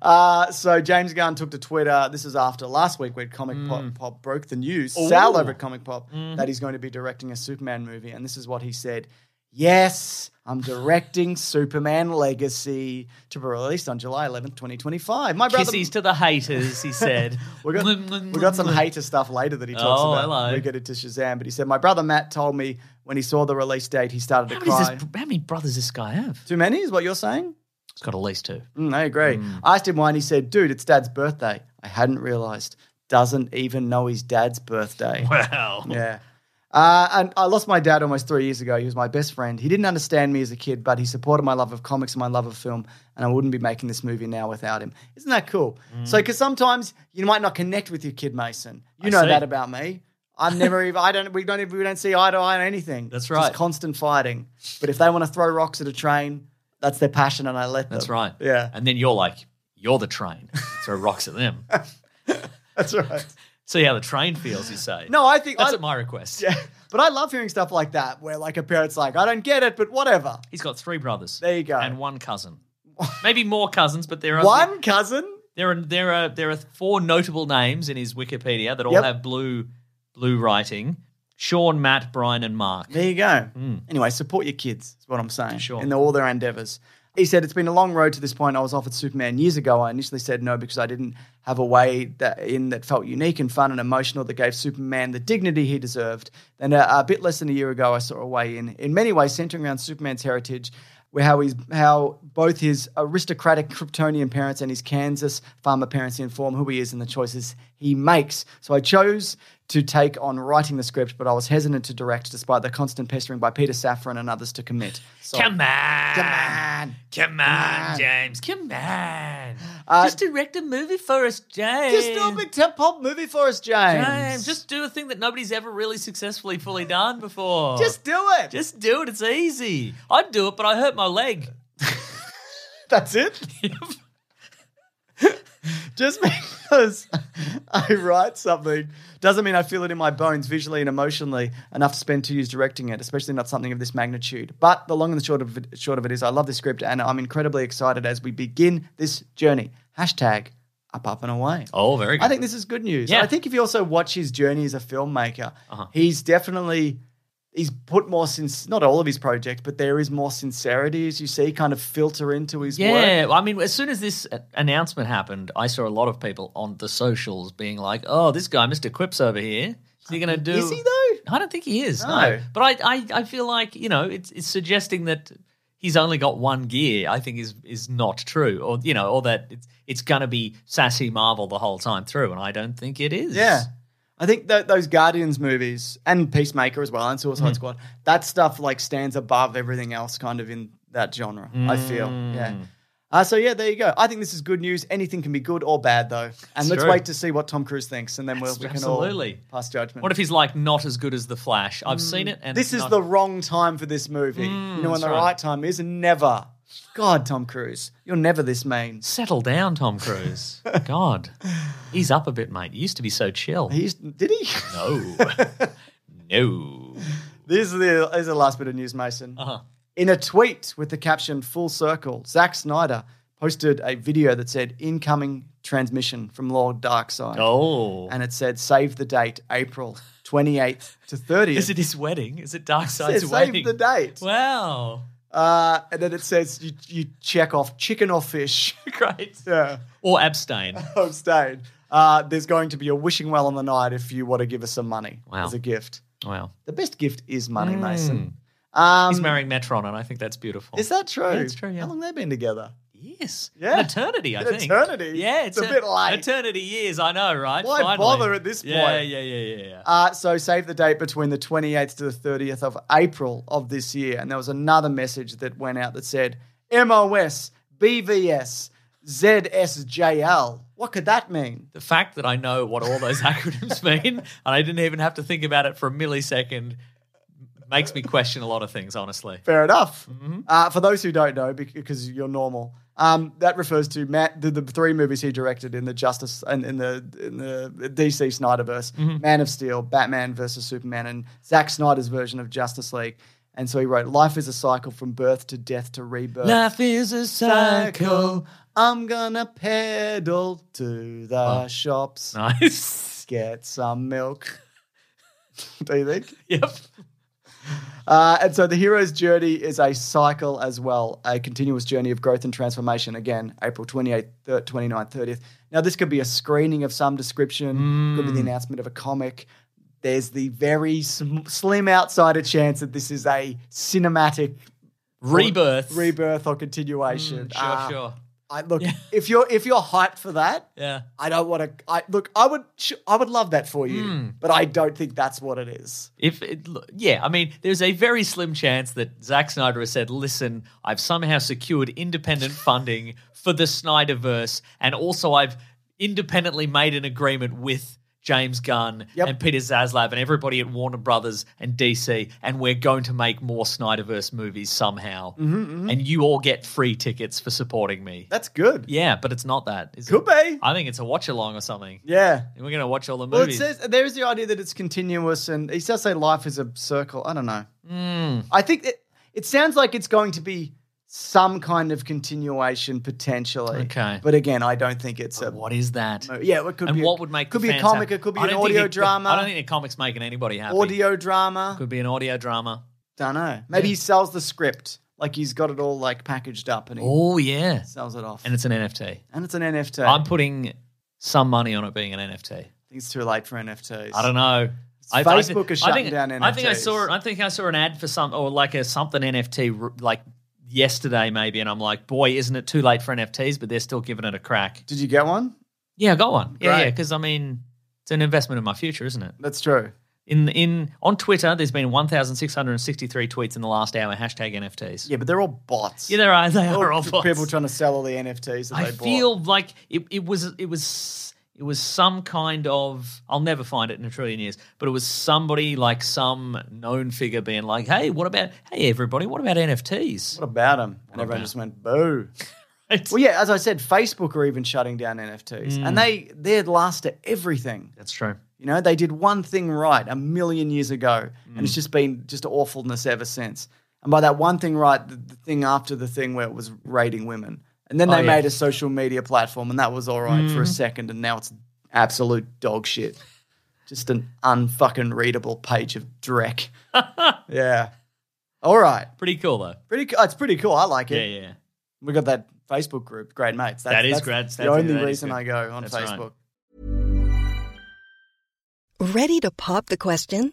S1: Uh, so James Gunn took to Twitter. This is after last week when Comic
S4: Hmm.
S1: Pop, Pop broke the news, Sal over at Comic Pop, that he's going to be directing a Superman movie. And this is what he said. Yes, I'm directing [laughs] Superman Legacy to be released on July 11th, 2025. My [laughs] brother,
S4: Kisses to the haters, he said.
S1: [laughs] we got, we got some hater stuff later that he talks
S4: Oh,
S1: about.
S4: hello.
S1: We get into Shazam, but he said, My brother Matt told me when he saw the release date, he started
S4: How
S1: to
S4: many, does
S1: cry.
S4: this, how many brothers does this guy have?
S1: Too many is what you're saying?
S4: He's got at least two.
S1: Mm, I agree. I asked him why, and he said, Dude, it's dad's birthday. I hadn't realized. Doesn't even know his dad's birthday.
S4: Wow.
S1: Yeah. Uh, and I lost my dad almost three years ago. He was my best friend. He didn't understand me as a kid, but he supported my love of comics and my love of film, and I wouldn't be making this movie now without him. Isn't that cool? So, because sometimes you might not connect with your kid, Mason. You
S4: Mm. I
S1: know
S4: see.
S1: that about me. I'm never even. I don't. We don't. even- We don't see eye to eye on anything.
S4: That's
S1: It's
S4: right.
S1: Just constant fighting. But if they want to throw rocks at a train, that's their passion, and I let them.
S4: That's right.
S1: Yeah.
S4: And then you're like, you're the train. Throw rocks
S1: [laughs]
S4: at them.
S1: That's right.
S4: See how the train feels, you say.
S1: [laughs] No, I think
S4: That's
S1: I,
S4: at my request.
S1: Yeah. [laughs] But I love hearing stuff like that, where like a parent's like, "I don't get it, but whatever."
S4: He's got three brothers.
S1: There you go.
S4: And
S1: [laughs]
S4: one cousin. Maybe more cousins, but there are
S1: One cousin.
S4: There are there are there are four notable names in his Wikipedia that all
S1: Yep.
S4: have blue blue writing: Sean, Matt, Brian, and Mark.
S1: There you go. Anyway, support your kids, is what I'm saying.
S4: Hmm. Sure.
S1: In all their endeavors. He said, It's been a long road to this point. I was offered Superman years ago. I initially said no because I didn't have a way that, in that felt unique and fun and emotional that gave Superman the dignity he deserved. Then a, a bit less than a year ago, I saw a way in, in many ways centering around Superman's heritage, where how he's how both his aristocratic Kryptonian parents and his Kansas farmer parents inform who he is and the choices he makes. So I chose to take on writing the script, but I was hesitant to direct despite the constant pestering by Peter Safran and others to commit. So,
S4: Come on,
S1: Come on.
S4: come on, James, come on.
S1: Uh,
S4: just direct a movie for us, James.
S1: Just do a big temp pop movie for us, James.
S4: James, just do a thing that nobody's ever really successfully fully done before.
S1: Just do it.
S4: just do it. It's easy. I'd do it, but I hurt my leg.
S1: That's
S4: [laughs]
S1: it. just because I write something doesn't mean I feel it in my bones visually and emotionally enough to spend two years directing it, especially not something of this magnitude. But the long and the short of it, short of it is, I love this script and I'm incredibly excited as we begin this journey. Hashtag up, up and away.
S4: Oh, very
S1: I think this is good news.
S4: Yeah. Uh-huh.
S1: I think if you also watch his journey as a filmmaker, he's definitely he's put more since not all of his projects, but there is more sincerity as you see kind of filter into his work.
S4: Yeah, well, I mean, as soon as this uh, announcement happened, I saw a lot of people on the socials being like, "Oh, this guy, Mister Quips over here, is he going to do?"
S1: Is he though?
S4: I don't think he is. No,
S1: No.
S4: but I, I, I feel like you know, it's, it's suggesting that he's only got one gear. I think is is not true, or you know, or that it's it's going to be sassy Marvel the whole time through, and I don't think it is.
S1: Yeah. I think that those Guardians movies and Peacemaker as well and Suicide
S4: Mm-hmm.
S1: Squad, that stuff like stands above everything else kind of in that genre, I feel.
S4: Mm.
S1: Yeah. Uh, so yeah, there you go. I think this is good news. Anything can be good or bad though. And let's
S4: true.
S1: wait to see what Tom Cruise thinks and then we'll,
S4: That's-
S1: we can
S4: absolutely.
S1: all pass judgment.
S4: What if he's like not as good as the Flash? I've seen it, and
S1: Mm. this
S4: it's
S1: is
S4: not-
S1: the wrong time for this movie. you know when
S4: Mm, that's
S1: the
S4: right.
S1: right. time is? Never. God, Tom Cruise, you're never this mean.
S4: settle down,
S1: [laughs]
S4: Tom Cruise. God, he's up a bit, mate. He used to be so chill.
S1: He's, did he?
S4: No. no.
S1: [laughs] This is the, this is the last bit of news, Mason.
S4: Uh-huh.
S1: In a tweet with the caption "Full Circle," Zack Snyder posted a video that said "Incoming transmission from Lord Darkseid,"
S4: Oh.
S1: and it said "Save the date, April 28th to 30th."
S4: Is it his wedding? Is it
S1: It
S4: Darkseid's
S1: says, Save
S4: wedding?
S1: the date.
S4: Wow.
S1: Uh, and then it says you, you check off chicken or fish. [laughs]
S4: Great.
S1: yeah.
S4: Or abstain.
S1: I've stayed. Uh, there's going to be a wishing well on the night if you want to give us some money
S4: Wow.
S1: as a gift.
S4: Wow.
S1: The best gift is money,
S4: Hmm.
S1: Mason. Um,
S4: He's marrying Metron, and I think that's beautiful.
S1: Is that true?
S4: Yeah, it's true, yeah.
S1: How long have they been together?
S4: Yes.
S1: Yeah.
S4: An eternity, I
S1: An
S4: think.
S1: eternity?
S4: Yeah.
S1: It's a bit late.
S4: Eternity years, I know, right?
S1: Why
S4: Finally.
S1: bother at this
S4: Yeah,
S1: point?
S4: yeah, yeah, yeah, yeah.
S1: Uh, so save the date between the 28th to the 30th of April of this year. And there was another message that went out that said MOS, BVS, ZSJL. What could that mean?
S4: The fact that I know what all those [laughs] acronyms mean and I didn't even have to think about it for a millisecond makes me question a lot of things, honestly.
S1: Fair enough. Uh, for those who don't know, bec- because you're normal, um, that refers to Matt, the, the three movies he directed in the Justice and in, the in the DC Snyderverse: Man of Steel, Batman versus Superman, and Zack Snyder's version of Justice League. And so he wrote, "Life is a cycle from birth to death to rebirth.
S4: Life is a cycle.
S1: cycle. I'm gonna pedal to the shops,
S4: Nice. [laughs]
S1: get some milk." [laughs] Do you think?
S4: Yep.
S1: Uh, and so the hero's journey is a cycle as well, a continuous journey of growth and transformation. Again, April 28th, thir- 29th, 30th. Now, this could be a screening of some description, could
S4: Mm.
S1: be the announcement of a comic. There's the very sm- slim outsider chance that this is a cinematic
S4: Rebirth.
S1: rebirth or continuation.
S4: Mm, Sure,
S1: Uh,
S4: sure.
S1: I, look, if you're if you're hyped for that,
S4: Yeah.
S1: I don't want to. I look, I would sh- I would love that for you,
S4: Mm.
S1: but I don't think that's what it is.
S4: If it, yeah, I mean, there's a very slim chance that Zack Snyder has said, "Listen, I've somehow secured
S1: [laughs]
S4: independent funding for the Snyderverse, and also I've independently made an agreement with James Gunn
S1: Yep.
S4: and Peter Zaslav and everybody at Warner Brothers and DC, and we're going to make more Snyderverse movies somehow,
S1: Mm-hmm,
S4: and you all get free tickets for supporting me."
S1: That's good.
S4: Yeah, but it's not that. Is
S1: Could
S4: it?
S1: be.
S4: I think it's a watch along or something.
S1: Yeah.
S4: And we're going to watch all the
S1: Well, it
S4: movies.
S1: says there is the idea that it's continuous, and he does say life is a circle. I don't know.
S4: Hmm.
S1: I think it, it sounds like it's going to be some kind of continuation potentially.
S4: Okay.
S1: but again, I don't think it's a.
S4: what is that?
S1: Yeah, it could
S4: and
S1: be.
S4: what
S1: a,
S4: would make
S1: could be
S4: the
S1: a
S4: fans
S1: comic?
S4: happy?
S1: It could be
S4: I
S1: an
S4: don't think
S1: audio
S4: it-
S1: drama.
S4: I don't think a comic's making anybody happy.
S1: audio drama.
S4: could be an audio drama.
S1: Don't know. Maybe he sells the script like he's got it all like packaged up and he
S4: Oh yeah,
S1: sells it off.
S4: and it's an NFT.
S1: And it's an NFT.
S4: I'm putting some money on it being an NFT.
S1: I think it's too late for NFTs.
S4: I don't know. I,
S1: Facebook
S4: thi-
S1: is
S4: I
S1: shutting
S4: think,
S1: down
S4: I think I
S1: NFTs.
S4: saw. I think I saw an ad for some or like a something NFT r- like yesterday maybe, and I'm like, boy, isn't it too late for NFTs? But they're still giving it a crack.
S1: Did you get one?
S4: Yeah, I got one. Yeah,
S1: Great.
S4: yeah. Because I mean, it's an investment in my future, isn't it?
S1: That's true.
S4: In in on Twitter, there's been 1,663 tweets in the last hour. Hashtag NFTs.
S1: Yeah, but they're all bots.
S4: Yeah, there are. They
S1: All
S4: are all
S1: the
S4: bots.
S1: Oh, People trying to sell all the NFTs that
S4: I
S1: they bought.
S4: feel like it, it was it was it was some kind of I'll never find it in a trillion years, but it was somebody like some known figure being like, "Hey, what about hey everybody? What about NFTs?"
S1: What about them? And everyone just went boo.
S4: [laughs] It's-
S1: Well, yeah, as I said, Facebook are even shutting down NFTs,
S4: Hmm.
S1: and they they're last to everything.
S4: That's true.
S1: You know, they did one thing right a million years ago, and
S4: Mm.
S1: it's just been just awfulness ever since. And by that one thing right, the, the thing after the thing where it was raiding women, and then they
S4: Oh, yeah. Mm.
S1: made a social media platform, and that was all right for a second, and now it's absolute dog shit. Just an unfucking readable page of
S4: [laughs]
S1: dreck. yeah. All right.
S4: Pretty cool though.
S1: Pretty. co- It's pretty cool. I like it.
S4: Yeah, yeah.
S1: We got that Facebook group, Grad Mates. That's,
S4: That is
S1: that's
S4: grad-
S1: The
S4: that's-
S1: only
S4: that is
S1: reason
S4: good.
S1: I go on
S4: That's right.
S1: Facebook.
S5: Ready to pop the question?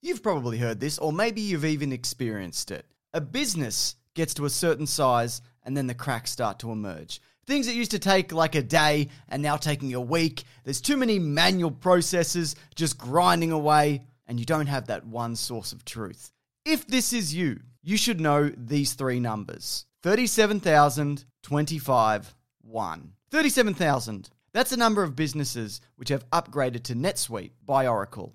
S6: You've probably heard this, or maybe you've even experienced it. A business gets to a certain size, and then the cracks start to emerge. Things that used to take like a day are now taking a week. There's too many manual processes just grinding away, and you don't have that one source of truth. If this is you, you should know these three numbers 37,025, 1. 37,000. That's the number of businesses which have upgraded to NetSuite by Oracle.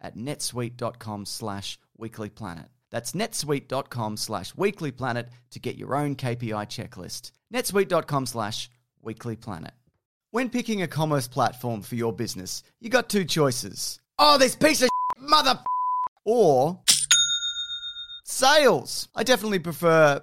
S1: at netsuite.com slash weeklyplanet. That's netsuite.com slash weeklyplanet to get your own KPI checklist. netsuite.com slash weeklyplanet. When picking a commerce platform for your business, you got two choices. Oh, this piece of mother f- or sales. I definitely prefer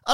S1: I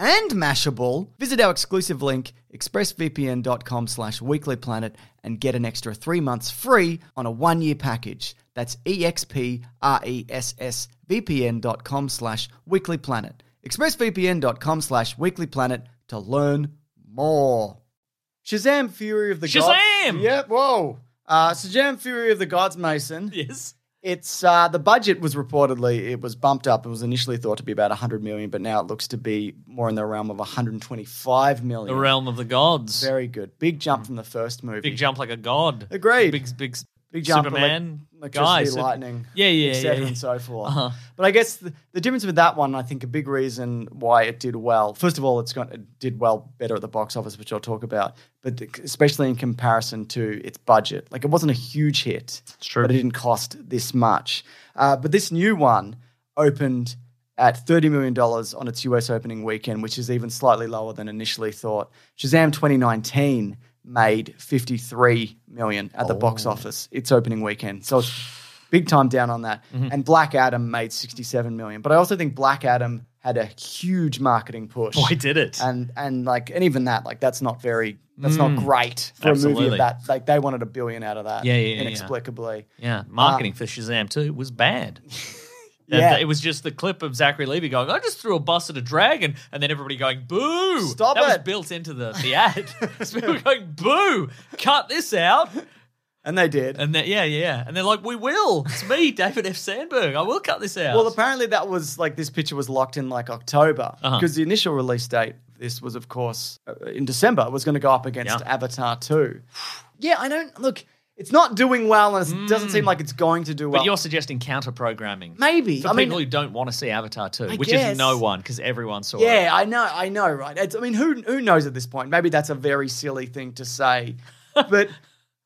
S1: and Mashable, visit our exclusive link, expressvpn.com slash weeklyplanet, and get an extra three months free on a one-year package. That's E expressvpn.com slash weeklyplanet. expressvpn.com slash weeklyplanet to learn more.
S7: Shazam Fury of the Gods.
S4: Shazam!
S7: Yep, whoa. Uh, Shazam Fury of the Gods, Mason.
S4: Yes.
S7: It's uh, the budget was reportedly it was bumped up. It was initially thought to be about 100 million, but now it looks to be more in the realm of 125 million.
S4: [laughs] The realm of the gods.
S7: Very good, big jump from the first movie.
S4: Mm. Big jump like a god.
S7: Agreed.
S4: Big big
S7: Big jump,
S4: Superman
S7: elec-
S4: guy.
S7: electricity,
S4: So-
S7: lightning,
S4: Yeah, yeah,
S7: et
S4: yeah,
S7: cetera
S4: yeah. Uh-huh.
S7: and so forth. But I guess the, the difference with that one, I think, a big reason why it did well. First of all, it's got it did well better at the box office, which I'll talk about, but the, especially in comparison to its budget, like it wasn't a huge hit. It's
S4: true.
S7: but it didn't cost this much. Uh, but this new one opened at $30 million on its US opening weekend, which is even slightly lower than initially thought. Shazam 2019 made 53 million at the box
S4: Oh.
S7: office its opening weekend. So
S4: Mm-hmm.
S7: it's big time down on that. And Black Adam made 67 million. But I also think Black Adam
S1: had a huge marketing push.
S4: [laughs] Boy, did Oh, it.
S1: and and like and even that like that's not very that's
S4: Mm.
S1: not great for a movie
S4: Absolutely.
S1: of that like they wanted a billion out of that
S4: Yeah, yeah, yeah, yeah.
S1: inexplicably
S4: yeah, marketing for Shazam 2 was bad. That-
S1: [laughs] Yeah.
S4: that- it was just the clip of Zachary Levy going, I just threw a bus at a dragon, and then everybody going, boo.
S1: Stop
S4: that was
S1: it.
S4: built into the,
S1: [laughs]
S4: the ad. [laughs] so people were going, boo, cut this out.
S1: and they did
S4: And then, yeah, yeah, yeah. And they're like, we will. It's me, [laughs] David F. Sandberg. I will cut this out.
S1: well apparently that was like this picture was locked in like October because
S4: Uh-huh.
S1: the initial release date of this was of course uh, in December It was going to go up against
S4: Yeah.
S1: Avatar 2 yeah I don't look it's not doing well and it doesn't seem like it's going to do
S4: Mm. but
S1: well
S4: you're suggesting counter programming.
S1: maybe
S4: For
S1: I mean
S4: people who don't want to see Avatar 2,
S1: I
S4: which
S1: guess.
S4: is no one because everyone saw it.
S1: Yeah, I know, I know, right? It's, I mean, who who knows at this point? Maybe that's a very silly thing to
S4: [laughs]
S1: say, but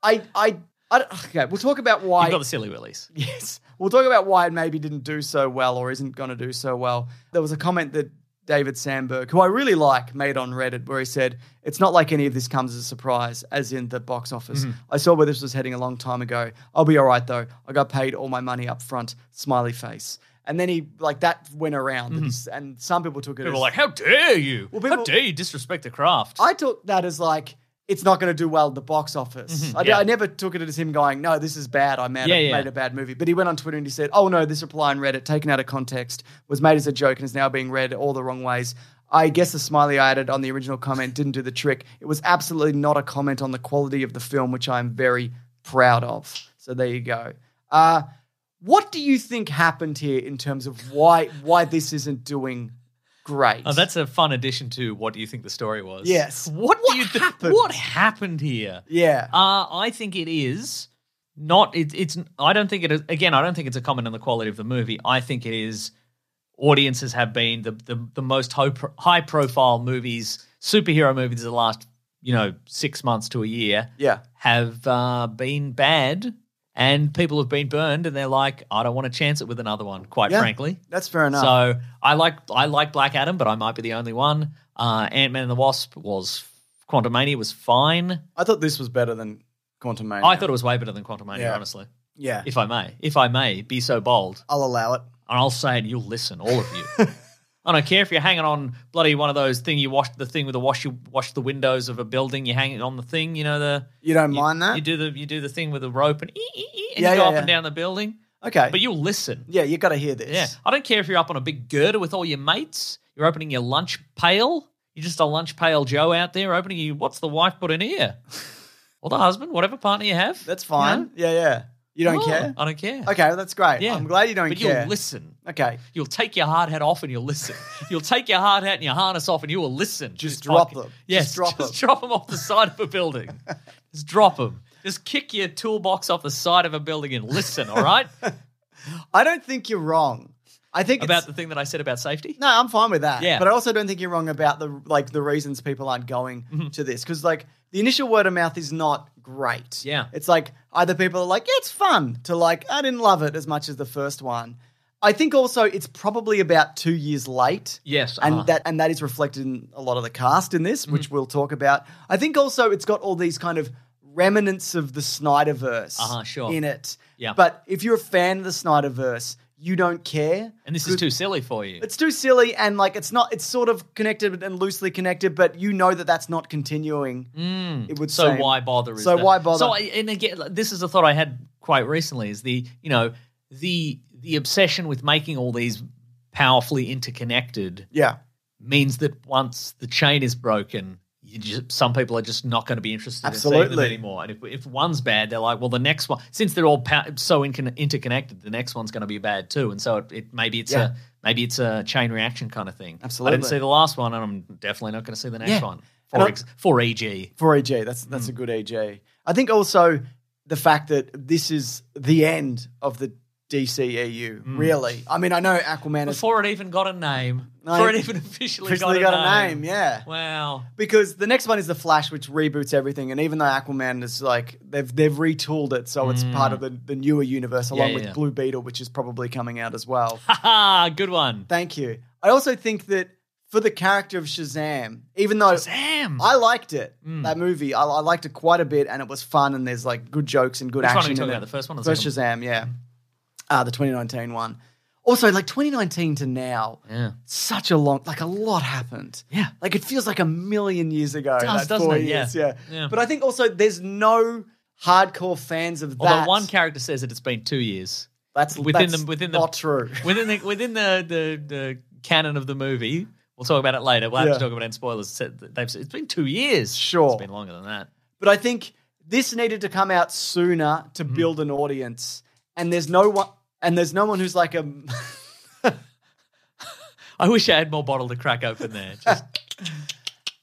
S1: I, I, I don't- okay, we'll talk about why.
S4: You've got the Silly Willies.
S1: [laughs] yes, we'll talk about why it maybe didn't do so well or isn't going to do so well. There was a comment that David Sandberg, who I really like, made on Reddit where he said, "It's not like any of this comes as a surprise, as in the box office.
S4: Mm-hmm.
S1: I saw where this was heading a long time ago. I'll be all right though. I got paid all my money up front. Smiley face." And then he like that went around, and s- and some people took it.
S4: Mm-hmm.
S1: as,
S4: People were like, how dare you?
S1: Well,
S4: how
S1: people-
S4: dare you disrespect the craft?
S1: I took that as like it's not going to do well at the box office. I,
S4: Mm-hmm. yeah.
S1: I never took it as him going, "No, this is bad. I made,
S4: Yeah,
S1: a,
S4: yeah.
S1: made a bad movie." But he went on Twitter and he said, "Oh no, this reply on Reddit, taken out of context, was made as a joke and is now being read all the wrong ways." I guess the smiley I added on the original comment didn't do the trick. It was absolutely not a comment on the quality of the film, which I am very proud of. So there you go. Uh, what do you think happened here in terms of why why this isn't doing great?
S4: Oh, that's a fun addition to what do you think the story was?
S1: Yes.
S4: What, do you think?
S1: happened?
S4: What happened here?
S1: yeah.
S4: Uh, I think it is not. It, it's. I don't think it is. Again, I don't think it's a comment on the quality of the movie. I think it is. Audiences have been the the, the most high, high profile movies, superhero movies of the last you know six months to a year
S1: yeah.
S4: have uh, been bad, and people have been burned, and they're like, I don't want to chance it with another one. Quite
S1: Yeah.
S4: frankly,
S1: That's fair enough.
S4: so I like I like Black Adam, but I might be the only one. Uh, Ant Man and the Wasp was Quantumania was fine.
S1: I thought this was better than Quantum Mania.
S4: I thought it was way better than Quantumania,
S1: Yeah.
S4: honestly.
S1: yeah,
S4: If I may, if I may be so bold,
S1: I'll allow it.
S4: and I'll say it, you'll listen, all of
S1: [laughs]
S4: you. I don't care if you're hanging on bloody one of those thing you wash the thing with the wash you wash the windows of a building. You hang it on the thing, you know the
S1: You don't
S4: you,
S1: mind that?
S4: you do the you do the thing with the rope and, ee, ee, ee, and
S1: Yeah,
S4: you go
S1: yeah,
S4: up
S1: yeah.
S4: and down the building.
S1: okay,
S4: But you'll listen.
S1: yeah, you got to hear this.
S4: Yeah. I don't care if you're up on a big girder with all your mates, you're opening your lunch pail. You're just a lunch pail Joe out there opening you what's the wife put
S1: [laughs]
S4: in here? or the husband, whatever partner you have.
S1: that's fine.
S4: You
S1: Yeah, yeah. You don't
S4: know?
S1: care?
S4: I don't care.
S1: Okay, that's great.
S4: Oh. Yeah.
S1: I'm glad you don't
S4: But
S1: care.
S4: you'll listen.
S1: Okay,
S4: You'll take your hard hat off and you'll listen. you'll take your hard hat and your harness off and you will listen.
S1: Just
S4: It's
S1: drop
S4: fucking-
S1: them. Just
S4: Yes,
S1: drop
S4: just
S1: them.
S4: drop them off the side of
S1: [laughs]
S4: a building. just drop them. Just kick your toolbox off the side of a building and listen,
S1: [laughs]
S4: all right?
S1: I don't think you're wrong. I think
S4: About
S1: it's,
S4: the thing that I said about [laughs] safety?
S1: no, I'm fine with that.
S4: Yeah.
S1: but I also don't think you're wrong about the like the reasons people aren't going
S4: Mm-hmm.
S1: to this because like the initial word of mouth is not great.
S4: Yeah.
S1: it's like either people are like, yeah, it's fun, to like, I didn't love it as much as the first one. I think also it's probably about two years late.
S4: Yes.
S1: and
S4: uh-huh. Mm-hmm.
S1: that and that is reflected in a lot of the cast in this, which we'll talk about. I think also it's got all these kind of remnants of the Snyderverse
S4: Uh-huh, sure.
S1: in it.
S4: Yeah.
S1: But if you're a fan of the Snyderverse, you don't care.
S4: and this is too silly for you.
S1: It's too silly and like it's not. It's sort of connected and loosely connected, but you know that that's not continuing. It would
S4: Mm. So
S1: seem.
S4: why bother? Is
S1: So
S4: the-
S1: why bother?
S4: So I, and again, like, this is a thought I had quite recently: is the you know the the obsession with making all these powerfully interconnected
S1: yeah.
S4: means that once the chain is broken, you just, some people are just not going to be interested in seeing
S1: Absolutely.
S4: them anymore. And if if one's bad, they're like, well, the next one, since they're all pa- so incon interconnected, the next one's going to be bad too. And so it, it maybe it's
S1: Yeah.
S4: a maybe it's a chain reaction kind of thing. I
S1: Absolutely.
S4: didn't see the last one, and I'm definitely not going to see the next
S1: Yeah.
S4: one.
S1: And
S4: For,
S1: I-
S4: ex- for E EG,
S1: For AJ, that's
S4: Mm.
S1: that's a good AJ. I think also the fact that this is the end of the DCEU,
S4: Mm.
S1: really. I mean, I know Aquaman is
S4: before it even got a name,
S1: No,
S4: before
S1: it-
S4: it even officially,
S1: officially
S4: got, a
S1: name, yeah.
S4: [laughs] Wow.
S1: Because the next one is the Flash, which reboots everything, and even though Aquaman is like they've they've retooled it, so it's part of the, the newer universe, along
S4: Mm. yeah,
S1: with
S4: yeah.
S1: Blue Beetle, which is probably coming out as well.
S4: Haha, good one.
S1: Thank you. I also think that for the character of Shazam, even though
S4: Sam.
S1: I liked it,
S4: Hmm.
S1: that movie, I, I liked it quite a bit, and it was fun, and there's like good jokes and good
S4: Which one are
S1: action.
S4: we talking
S1: in it.
S4: about? The first one or the
S1: First
S4: second
S1: Shazam, yeah, uh, the 2019 one. Also, like 2019 to now,
S4: Yeah.
S1: such a long, like a lot happened.
S4: Yeah.
S1: Like it feels like a million years ago. that
S4: does, doesn't
S1: four
S4: it? Yeah.
S1: years, Yeah.
S4: Yeah.
S1: But I think also there's no hardcore fans of that.
S4: Although one character says that it's been two years.
S1: that's
S4: within
S1: that's
S4: the- within the-
S1: not true.
S4: within the within the, the the canon of the movie. We'll talk about it later. We'll have
S1: Yeah.
S4: to talk about it in spoilers. Said that they've- It's been two years.
S1: Sure.
S4: it's been longer than that.
S1: But I think this needed to come out sooner to
S4: Mm-hmm.
S1: build an audience. And there's no one, and there's no one who's like a. [laughs]
S4: I wish I had more bottle to crack
S1: [laughs]
S4: open there. Just,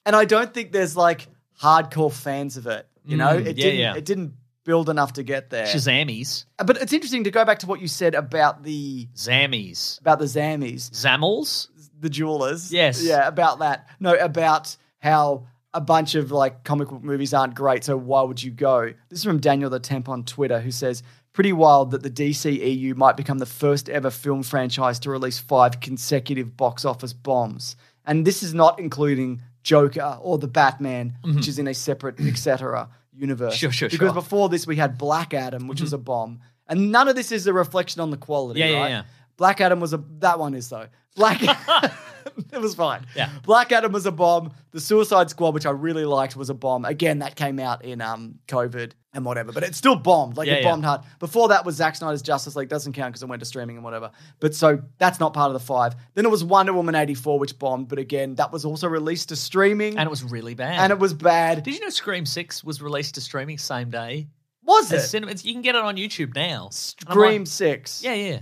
S1: and I don't think there's like hardcore fans of it. You know,
S4: Mm,
S1: it
S4: yeah,
S1: didn't
S4: yeah.
S1: it didn't build enough to get there.
S4: Shazammies,
S1: But it's interesting to go back to what you said about the
S4: Zammies,
S1: about the Zammies,
S4: Zammels.
S1: the jewelers.
S4: Yes.
S1: yeah, about that. No, about how a bunch of like comic book movies aren't great. So why would you go? This is from Daniel the Temp on Twitter, who says. Pretty wild that the DCEU might become the first ever film franchise to release five consecutive box office bombs. And this is not including Joker or the Batman, which is in a separate, etc. universe.
S4: Mm-hmm. Sure, sure,
S1: Because
S4: sure. Mm-hmm.
S1: before this, we had Black Adam, which was a bomb. And none of this is a reflection on the quality,
S4: Yeah, yeah,
S1: right?
S4: yeah.
S1: Black Adam was a that one is though.
S4: [laughs]
S1: Black [laughs] it was fine.
S4: Yeah.
S1: Black Adam was a bomb. The Suicide Squad, which I really liked, was a bomb. Again, that came out in um COVID and whatever, but it still bombed. Like
S4: Yeah,
S1: it
S4: yeah.
S1: bombed hard. Before that was Zack Snyder's Justice League. Doesn't count because it went to streaming and whatever. But so that's not part of the five. Then it was Wonder Woman eighty four, which bombed. But again, that was also released to streaming
S4: and it was really bad.
S1: and it was bad.
S4: Did you know Scream Six was released to streaming same day?
S1: was
S4: As
S1: it?
S4: cinema, it's- you can get it on YouTube now. And I'm like,
S1: Scream Six.
S4: yeah, yeah,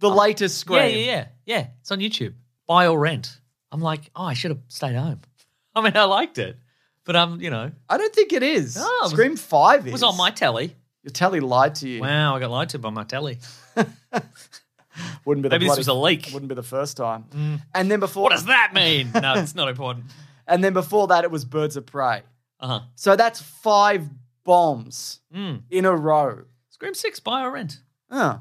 S1: The latest Scream.
S4: yeah, yeah, yeah, yeah. It's on YouTube. Buy or rent. I'm like, oh, I should have stayed home. [laughs] I mean, I liked it, but um, you know,
S1: I don't think it is.
S4: No, it was-
S1: Scream Five
S4: it
S1: is.
S4: was on my telly.
S1: Your telly lied to you.
S4: Wow, I got lied to by my telly.
S1: Wouldn't be the
S4: Maybe this
S1: bloody-
S4: was a leak.
S1: Wouldn't be the first time. And then before
S4: What does that mean? [laughs] no, it's not important.
S1: and then before that, it was Birds of Prey.
S4: Uh huh.
S1: So that's five bombs
S4: Mm.
S1: in a row.
S4: Scream Six, buy or rent.
S1: Huh.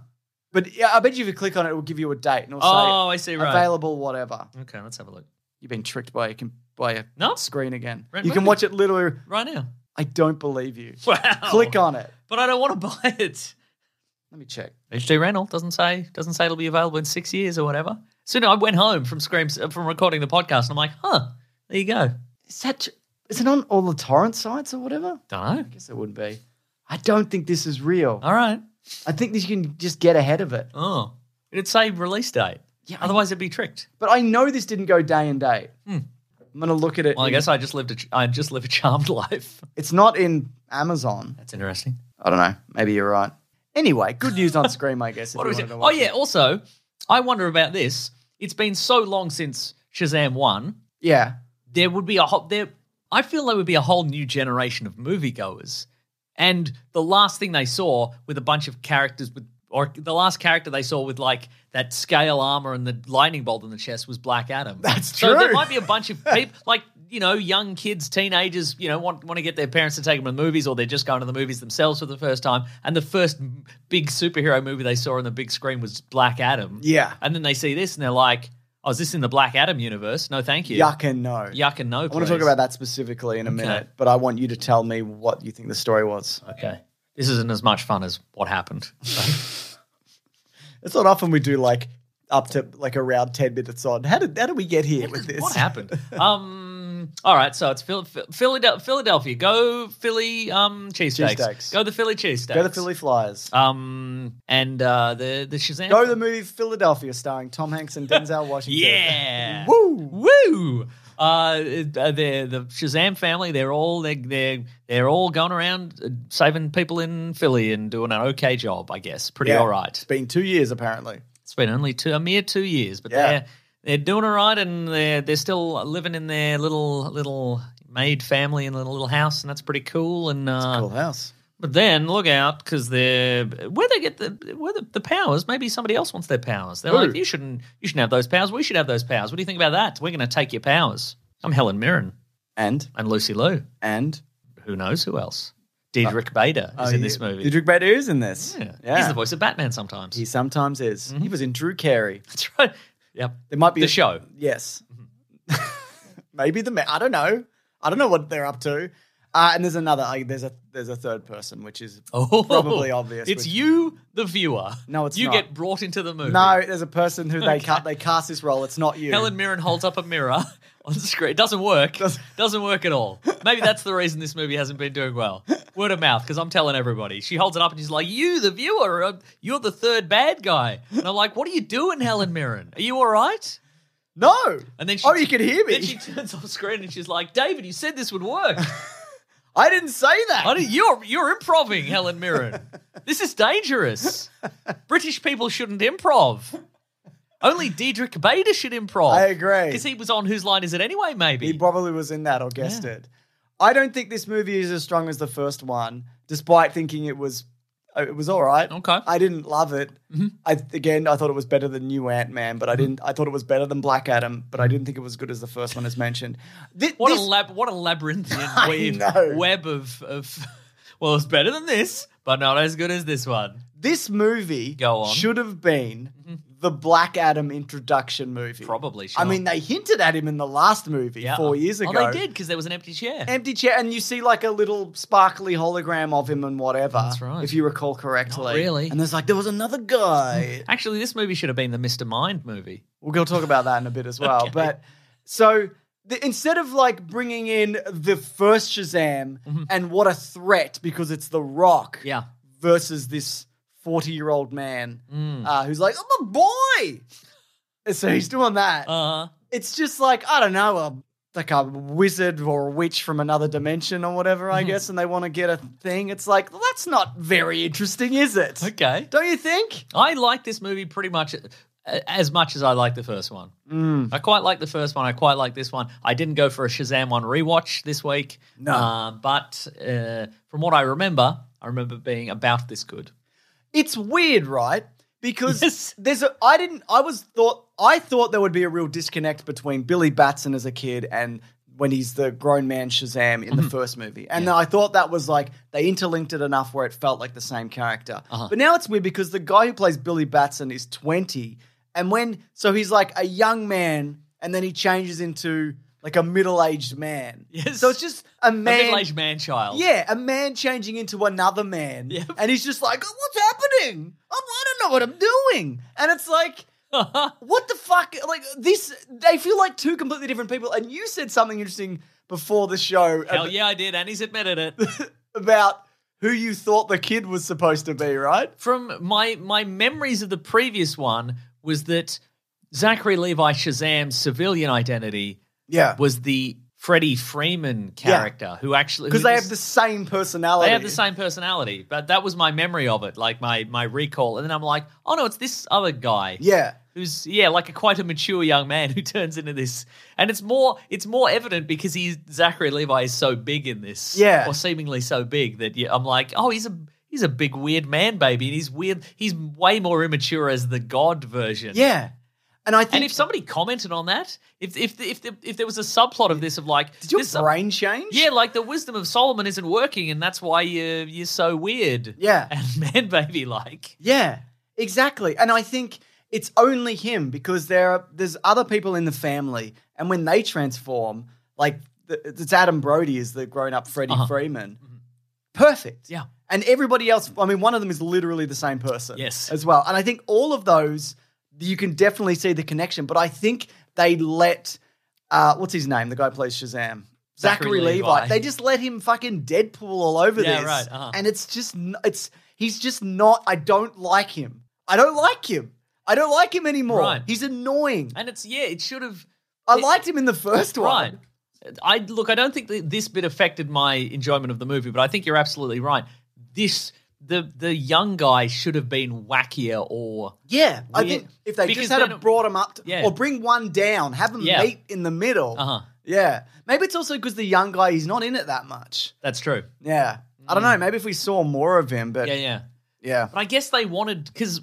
S1: But yeah, I bet you if you click on it, it will give you a date and it'll
S4: Oh,
S1: say
S4: I see. Right.
S1: available, whatever.
S4: Okay, let's have a look
S1: You've been tricked by a com- by a
S4: No.
S1: screen again.
S4: Right,
S1: you can
S4: right.
S1: watch it literally.
S4: right now.
S1: I don't believe you.
S4: Wow.
S1: Click on it.
S4: But I don't want to [laughs] buy it.
S1: Let me check.
S4: HD rental doesn't say doesn't say it'll be available in six years or whatever. So no, I went home from Scream uh, from recording the podcast, and I'm like, huh, there you go.
S1: Is that is it on all the torrent sites or whatever?
S4: Don't know.
S1: I guess it would be. I don't think this is real.
S4: All right.
S1: I think that you can just get ahead of it.
S4: Oh, it'd say release date.
S1: Yeah, I-
S4: Otherwise, it'd be tricked.
S1: But I know this didn't go day and date. I'm gonna look at it.
S4: Hmm. Well, I
S1: in-
S4: guess I just lived a ch- I just live a charmed [laughs] life.
S1: it's not in Amazon.
S4: That's interesting.
S1: I don't know. Maybe you're right. Anyway, good news on Scream, I guess. if
S4: What
S1: you
S4: was
S1: wanted
S4: it?
S1: to
S4: Oh
S1: watch
S4: yeah.
S1: it.
S4: Also, I wonder about this. It's been so long since Shazam one.
S1: yeah.
S4: There would be a whole there. I feel there would be a whole new generation of moviegoers, and the last thing they saw with a bunch of characters with, or the last character they saw with like that scale armor and the lightning bolt in the chest was Black Adam.
S1: That's
S4: So there
S1: true.
S4: might be a
S1: [laughs]
S4: bunch of people like you know young kids, teenagers, you know want want to get their parents to take them to the movies, or they're just going to the movies themselves for the first time. And the first m- big superhero movie they saw on the big screen was Black Adam.
S1: Yeah.
S4: And then they see this and they're like, "Oh, is this in the Black Adam universe? No, thank you.
S1: Yuck and no.
S4: yuck, and no."
S1: I want to talk about that specifically in a minute, but I want you to tell me what you think the story was.
S4: Okay, this isn't as much fun as
S1: [laughs]
S4: what happened.
S1: It's not often we do like up to like around ten minutes on. How did how did we get here with this?
S4: What happened? um. All right, so it's Phil- Phil- Philadelphia. Philadelphia. Go Philly. Um, cheesesteaks.
S1: Cheesesteaks.
S4: Go the Philly cheesesteaks.
S1: Go to Philly Flyers.
S4: Um, and uh, the the Shazam.
S1: Go to the movie Philadelphia, starring Tom Hanks and
S4: [laughs]
S1: Denzel Washington.
S4: Yeah.
S1: Woo.
S4: Woo. Uh, the the Shazam family. They're all they're they're, they're all going around uh, saving people in Philly and doing an okay job, I guess. Pretty
S1: Yeah.
S4: all right.
S1: It's been two years apparently.
S4: It's been only two, a mere two years, but
S1: Yeah.
S4: they're they're doing all right, and they're they're still living in their little little maid family in a little house, and that's pretty cool. And uh,
S1: Cool house.
S4: but then look out because they're where they get the where the, the powers. Maybe somebody else wants their powers. They're
S1: Who?
S4: like, you shouldn't you shouldn't have those powers. We should have those powers. What do you think about that? We're going to take your powers. I'm Helen Mirren
S1: And
S4: and Lucy Liu.
S1: and
S4: Who knows who else?
S1: Uh,
S4: Diedrich Bader
S1: oh,
S4: is in this movie.
S1: Didrik Bader is in this.
S4: yeah. he's the voice of Batman sometimes.
S1: He sometimes is. He was in Drew Carey.
S4: [laughs] That's right. Yep,
S1: There might be
S4: the
S1: a-
S4: show. Mm-hmm.
S1: [laughs] Yes. Maybe the ma- I don't know. I don't know what they're up to. Uh, and there's another. Like, there's a there's a third person, which is
S4: Oh,
S1: probably obvious.
S4: It's
S1: which-
S4: you, the viewer.
S1: No, it's
S4: you
S1: not.
S4: get brought into the movie.
S1: No, there's a person who they cut. They cast this role. It's not you.
S4: Helen Mirren holds up a mirror [laughs] on the screen. It doesn't work. Doesn't, work at all. Maybe that's the reason this movie hasn't been doing well. Word of mouth, because I'm telling everybody. She holds it up and she's like, You, the viewer, uh, you're the third bad guy. And I'm like, What are you doing, Helen Mirren? Are you all right?
S1: No.
S4: And then she,
S1: oh, you can hear me.
S4: Then she turns off screen and she's like, David, you said this would work.
S1: [laughs] I didn't say that.
S4: I don't- you're, you're improving,
S1: [laughs]
S4: Helen Mirren. This is dangerous. British people shouldn't improv. Only Diedrich Bader should improv.
S1: I agree.
S4: Because he was on Whose Line Is It Anyway, maybe.
S1: He probably was in that or guessed it. I don't think this movie is as strong as the first one, despite thinking it was uh, it was all right.
S4: Okay. Mm-hmm.
S1: I didn't love it. I again, I thought it was better than New Ant Man, but I didn't. I thought it was better than Black Adam, but I didn't think it was as good as the first one, as mentioned. Thi-
S4: What
S1: this-
S4: a lab, what
S1: [laughs]
S4: a labyrinthian
S1: I
S4: weave,
S1: know.
S4: web of, of. Well, it's better than this, but not as good as this one.
S1: this movie
S4: Go on. Mm-hmm.
S1: should have been the Black Adam introduction movie.
S4: Probably should.
S1: I mean, they hinted at him in the last movie
S4: Yeah.
S1: four years ago.
S4: Oh, they did because there was an empty chair.
S1: empty chair, and you see like a little sparkly hologram of him and whatever. That's
S4: right.
S1: If you recall correctly.
S4: Not really.
S1: And there's like, there was another
S4: [laughs]
S1: guy.
S4: Actually, this movie should have been the Mr. Mind movie.
S1: we'll go talk about that in a bit as well. But so the, instead of like bringing in the first Shazam and what a threat because it's The Rock
S4: Mm-hmm. Yeah.
S1: versus this 40 year old man
S4: Mm.
S1: uh, who's like, I'm a boy. [laughs] And so he's doing that.
S4: Uh,
S1: it's just like I don't know, a, like a wizard or a witch from another dimension or whatever, I guess, and they want to get a thing. It's like well, that's not very interesting, is it?
S4: okay.
S1: Don't you think?
S4: I like this movie pretty much a- as much as I like the first one.
S1: Mm.
S4: I quite like the first one. I quite like this one. I didn't go for a Shazam one rewatch this week.
S1: No.
S4: Uh, but uh, from what I remember, I remember being about this good.
S1: It's weird, right? Because
S4: Yes.
S1: there's a I didn't I was thought I thought there would be a real disconnect between Billy Batson as a kid and when he's the grown man Shazam in the
S4: Mm-hmm.
S1: first movie. And I thought that was like they interlinked it enough where it felt like the same character.
S4: Uh-huh.
S1: But now it's weird because the guy who plays Billy Batson is 20 and when so he's like a young man and then he changes into like a middle-aged man.
S4: Yes.
S1: So it's just a
S4: A
S1: man
S4: middle-aged man child.
S1: yeah, a man changing into another man.
S4: Yep.
S1: And he's just like, what's happening? I'm, I don't know what I'm doing. And it's
S4: [laughs]
S1: like, what the fuck? Like, this, they feel like two completely different people. And you said something interesting before the show
S4: Hell
S1: ab-
S4: yeah, I did, and he's
S1: [laughs]
S4: admitted it.
S1: about who you thought the kid was supposed to be, right?
S4: From my my memories of the previous one was that Zachary Levi Shazam's civilian identity
S1: Yeah.
S4: was the Freddie Freeman character who actually
S1: Because
S4: who
S1: they
S4: is-
S1: have the same personality.
S4: They have the same personality, but that was my memory of it, like my my recall. And then I'm like, oh no, it's this other guy
S1: Yeah.
S4: who's yeah, like a quite a mature young man who [laughs] turns into this. And it's more it's more evident because he's Zachary Levi is so big in this,
S1: Yeah.
S4: or seemingly so big that yeah, I'm like, oh, he's a he's a big weird man, baby, and he's weird. He's way more immature as the God version,
S1: Yeah. And I think.
S4: And if somebody commented on that, if if if if there was a subplot of this of like,
S1: did your
S4: this,
S1: brain change?
S4: yeah, like the wisdom of Solomon isn't working, and that's why you you're so weird.
S1: Yeah.
S4: [laughs] and man, baby, like
S1: Yeah, exactly. And I think it's only him because there are there's other people in the family, and when they transform, like the, it's Adam Brody is the grown up Freddie Freeman, perfect.
S4: Uh-huh. Mm-hmm. Yeah.
S1: and everybody else. I mean, one of them is literally the same person.
S4: Yes.
S1: as well. And I think all of those you can definitely see the connection. But I think they let uh, what's his name, the guy who plays Shazam. Zachary,
S4: Zachary
S1: Levi.
S4: Levi.
S1: They just let him fucking Deadpool all over
S4: Yeah,
S1: this,
S4: right, uh-huh.
S1: and it's just n- it's he's just not. I don't like him. I don't like him. I don't like him anymore.
S4: Right.
S1: He's annoying.
S4: and it's yeah, it should have
S1: I
S4: it-
S1: liked him in the first one.
S4: right. I look, I don't think that this bit affected my enjoyment of the movie, but I think you're absolutely right. This the the young guy should have been wackier or
S1: Yeah, I
S4: Weird.
S1: think if they
S4: Because
S1: just had
S4: then
S1: a
S4: it-
S1: brought him up, to,
S4: Yeah.
S1: or bring one down, have them
S4: Yeah.
S1: meet in the middle.
S4: Uh-huh.
S1: Yeah, maybe it's also because the young guy he's not in it that much.
S4: that's true.
S1: Yeah, I don't know. Maybe if we saw more of him, but
S4: Mm. Yeah, yeah.
S1: yeah.
S4: But I guess they wanted because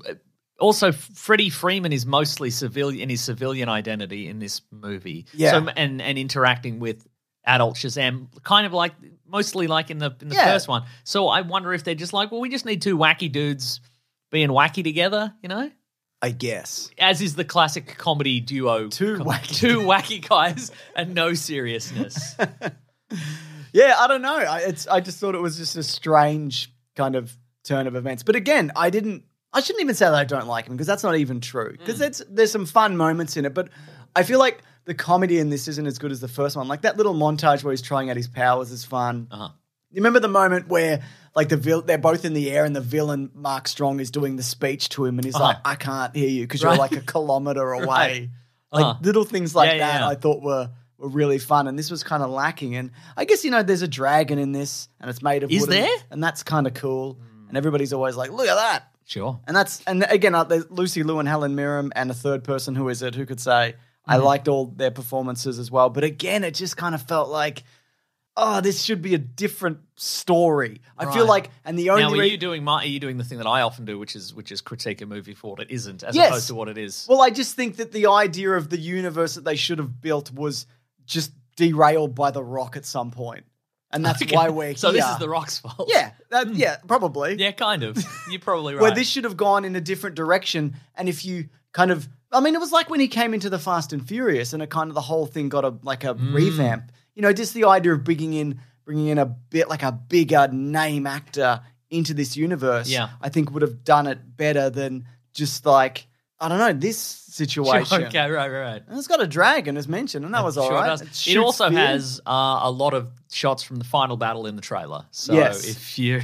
S4: also Freddie Freeman is mostly civilian in his civilian identity in this movie.
S1: Yeah.
S4: So and and interacting with adult Shazam, kind of like mostly like in the in the
S1: Yeah.
S4: first one. So I wonder if they're just like, well, we just need two wacky dudes being wacky together, you know.
S1: I guess.
S4: As is the classic comedy duo,
S1: Two
S4: [laughs] com-
S1: wacky- [laughs]
S4: two wacky guys and no seriousness.
S1: yeah, I don't know. I, it's I just thought it was just a strange kind of turn of events. But again, I didn't. I shouldn't even say that I don't like him because that's not even true. Because that's there's some fun moments in it, but I feel like the comedy in this isn't as good as the first one. Like that little montage where he's trying out his powers is fun. Uh-huh. You remember the moment where like the vil- they're both in the air and the villain Mark Strong is doing the speech to him and he's like, "I can't hear you because you're like a kilometer away." Like little things like
S4: Yeah, yeah,
S1: that,
S4: yeah.
S1: I thought were were really fun, and this was kind of lacking. And I guess you know, there's a dragon in this, and it's made of
S4: Is
S1: wooden,
S4: there?
S1: and that's kind of cool. And everybody's always like, "Look at that!"
S4: Sure.
S1: And that's and again, uh, there's Lucy Liu and Helen Mirren, and a third person who is it who could say
S4: Mm-hmm.
S1: I liked all their performances as well. But again, it just kind of felt like, oh, this should be a different story. I feel
S4: Right.
S1: like, and the only
S4: Now, are
S1: rea-
S4: you doing my? Are you doing the thing that I often do, which is which is critique a movie for what it isn't, as
S1: Yes.
S4: opposed to what it is?
S1: well, I just think that the idea of the universe that they should have built was just derailed by the Rock at some point, and that's
S4: Okay.
S1: why we're
S4: so
S1: here.
S4: this is the Rock's fault.
S1: yeah, that, yeah, probably
S4: [laughs] yeah, kind of. You're
S1: [laughs]
S4: probably right.
S1: where this should have gone in a different direction. And if you kind of, I mean, it was like when he came into the Fast and Furious, and it kind of the whole thing got a like a
S4: Hmm.
S1: revamp. You know, just the idea of bringing in bringing in a bit like a bigger name actor into this universe.
S4: Yeah.
S1: I think would have done it better than just like I don't know this
S4: Sure,
S1: situation.
S4: okay, right, right, right.
S1: And it's got a dragon as mentioned, and that was all
S4: Sure
S1: right.
S4: does.
S1: It
S4: It,
S1: shoots
S4: also
S1: spears.
S4: has uh, a lot of shots from the final battle in the trailer. So
S1: Yes.
S4: if you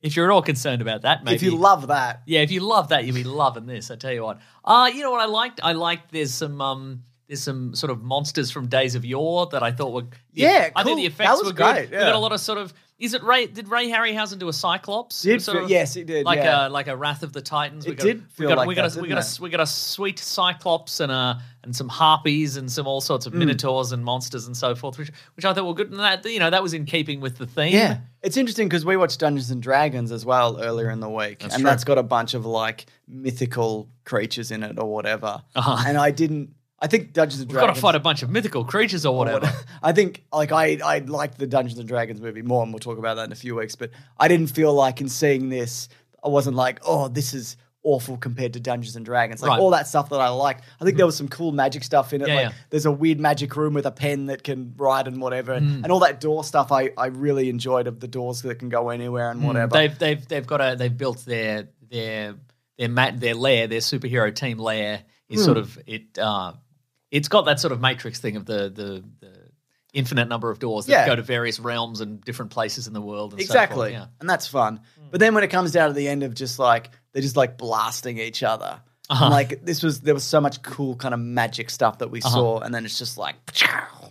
S4: if you're at all concerned about that, maybe
S1: If you love that,
S4: yeah, if you love that, you'll be loving this. I tell you what. Uh, you know what I liked? I liked there's some um there's some sort of monsters from Days of Yore that I thought were
S1: Yeah,
S4: I
S1: cool.
S4: think the
S1: That
S4: effects
S1: was
S4: were good.
S1: great,
S4: We
S1: yeah.
S4: got a lot of sort of is it Ray did Ray Harryhausen do a Cyclops?
S1: Did
S4: It was sort
S1: fe-
S4: of
S1: yes, he did,
S4: Like
S1: yeah.
S4: a like a Wrath of the Titans.
S1: It did feel
S4: we got,
S1: like
S4: we got
S1: that,
S4: a, we
S1: didn't
S4: got
S1: it?
S4: a, we got a sweet Cyclops and a and some harpies and some all sorts of
S1: Mm.
S4: minotaurs and monsters and so forth, which which I thought were good. And that you know that was in keeping with the theme.
S1: Yeah. It's interesting because we watched Dungeons and Dragons as well earlier in the week, and
S4: true.
S1: that's got a bunch of like mythical creatures in it or whatever.
S4: Uh-huh.
S1: And I didn't. I think Dungeons and
S4: We've got
S1: Dragons.
S4: to fight a bunch of mythical creatures or whatever.
S1: I think like I I liked the Dungeons and Dragons movie more, and we'll talk about that in a few weeks. But I didn't feel like in seeing this, I wasn't like, oh, this is awful compared to Dungeons and Dragons. Like
S4: Right. Mm-hmm.
S1: all that stuff that I liked. I think there was some cool magic stuff in it.
S4: Yeah,
S1: like
S4: yeah.
S1: there's a weird magic room with a pen that can write and whatever,
S4: Mm.
S1: and, and all that door stuff. I I really enjoyed of the doors that can go anywhere
S4: Mm.
S1: and whatever.
S4: They've they've they've got a they've built their their their mat their lair their superhero team lair is
S1: Hmm.
S4: sort of it uh it's got that sort of matrix thing of the the, the infinite number of doors that
S1: Yeah.
S4: go to various realms and different places in the world and so forth,
S1: Exactly.
S4: yeah.
S1: And that's fun. But then when it comes down to the end of just like they're just like blasting each other. And,
S4: Uh-huh.
S1: like this was there was so much cool kind of magic stuff that we
S4: Uh-huh.
S1: saw and then it's just like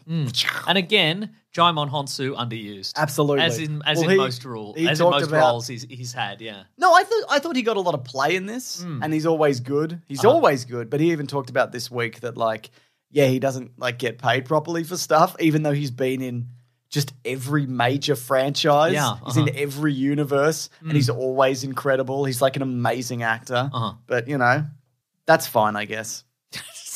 S4: Mm. And again, Jaimon Honsu underused.
S1: Absolutely.
S4: As in as
S1: Well,
S4: in
S1: he-
S4: most rule
S1: he
S4: as in
S1: talked
S4: most
S1: about-
S4: roles he's he's had, yeah.
S1: No, I thought I thought he got a lot of play in this
S4: Hmm.
S1: and he's always good. He's
S4: Uh-huh.
S1: always good, but he even talked about this week that like yeah, he doesn't like get paid properly for stuff even though he's been in just every major franchise.
S4: Yeah, uh-huh. Hmm.
S1: He's in every universe and he's always incredible. He's like an amazing actor.
S4: Uh-huh.
S1: But, you know, that's fine, I
S4: [laughs]
S1: guess.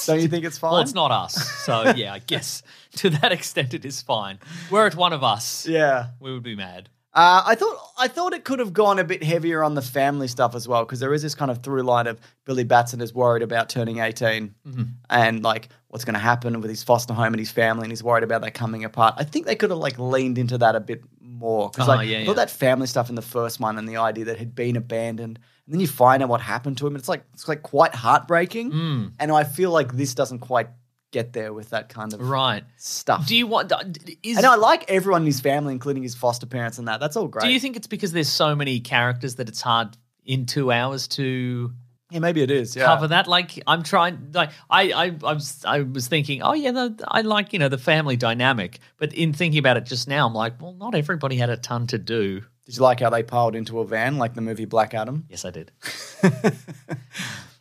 S1: Don't you think it's fine?
S4: Well, it's not us.
S1: [laughs]
S4: So yeah, I guess [laughs] to that extent it is fine. Were it one of us,
S1: Yeah.
S4: we would be mad.
S1: Uh, I thought I thought it could have gone a bit heavier on the family stuff as well because there is this kind of through line of Billy Batson is worried about turning 18
S4: Mm-hmm.
S1: and like what's going to happen with his foster home and his family and he's worried about that coming apart. I think they could have like leaned into that a bit more because
S4: Oh,
S1: like
S4: yeah,
S1: I
S4: yeah.
S1: thought that family stuff in the first one and the idea that had been abandoned and then you find out what happened to him. It's like it's like quite heartbreaking
S4: Mm.
S1: and I feel like this doesn't quite get there with that kind of
S4: Right.
S1: stuff.
S4: Do you want is
S1: and I like everyone in his family, including his foster parents and that. That's all great.
S4: Do you think it's because there's so many characters that it's hard in two hours to
S1: Yeah, maybe it is. Yeah.
S4: cover that? Like I'm trying, like I, I, I was, I was thinking, oh yeah, the, I like you know the family dynamic, but in thinking about it just now, I'm like, well, not everybody had a ton to do.
S1: Did you like how they piled into a van, like the movie Black Adam?
S4: Yes,
S1: [laughs]
S4: I did.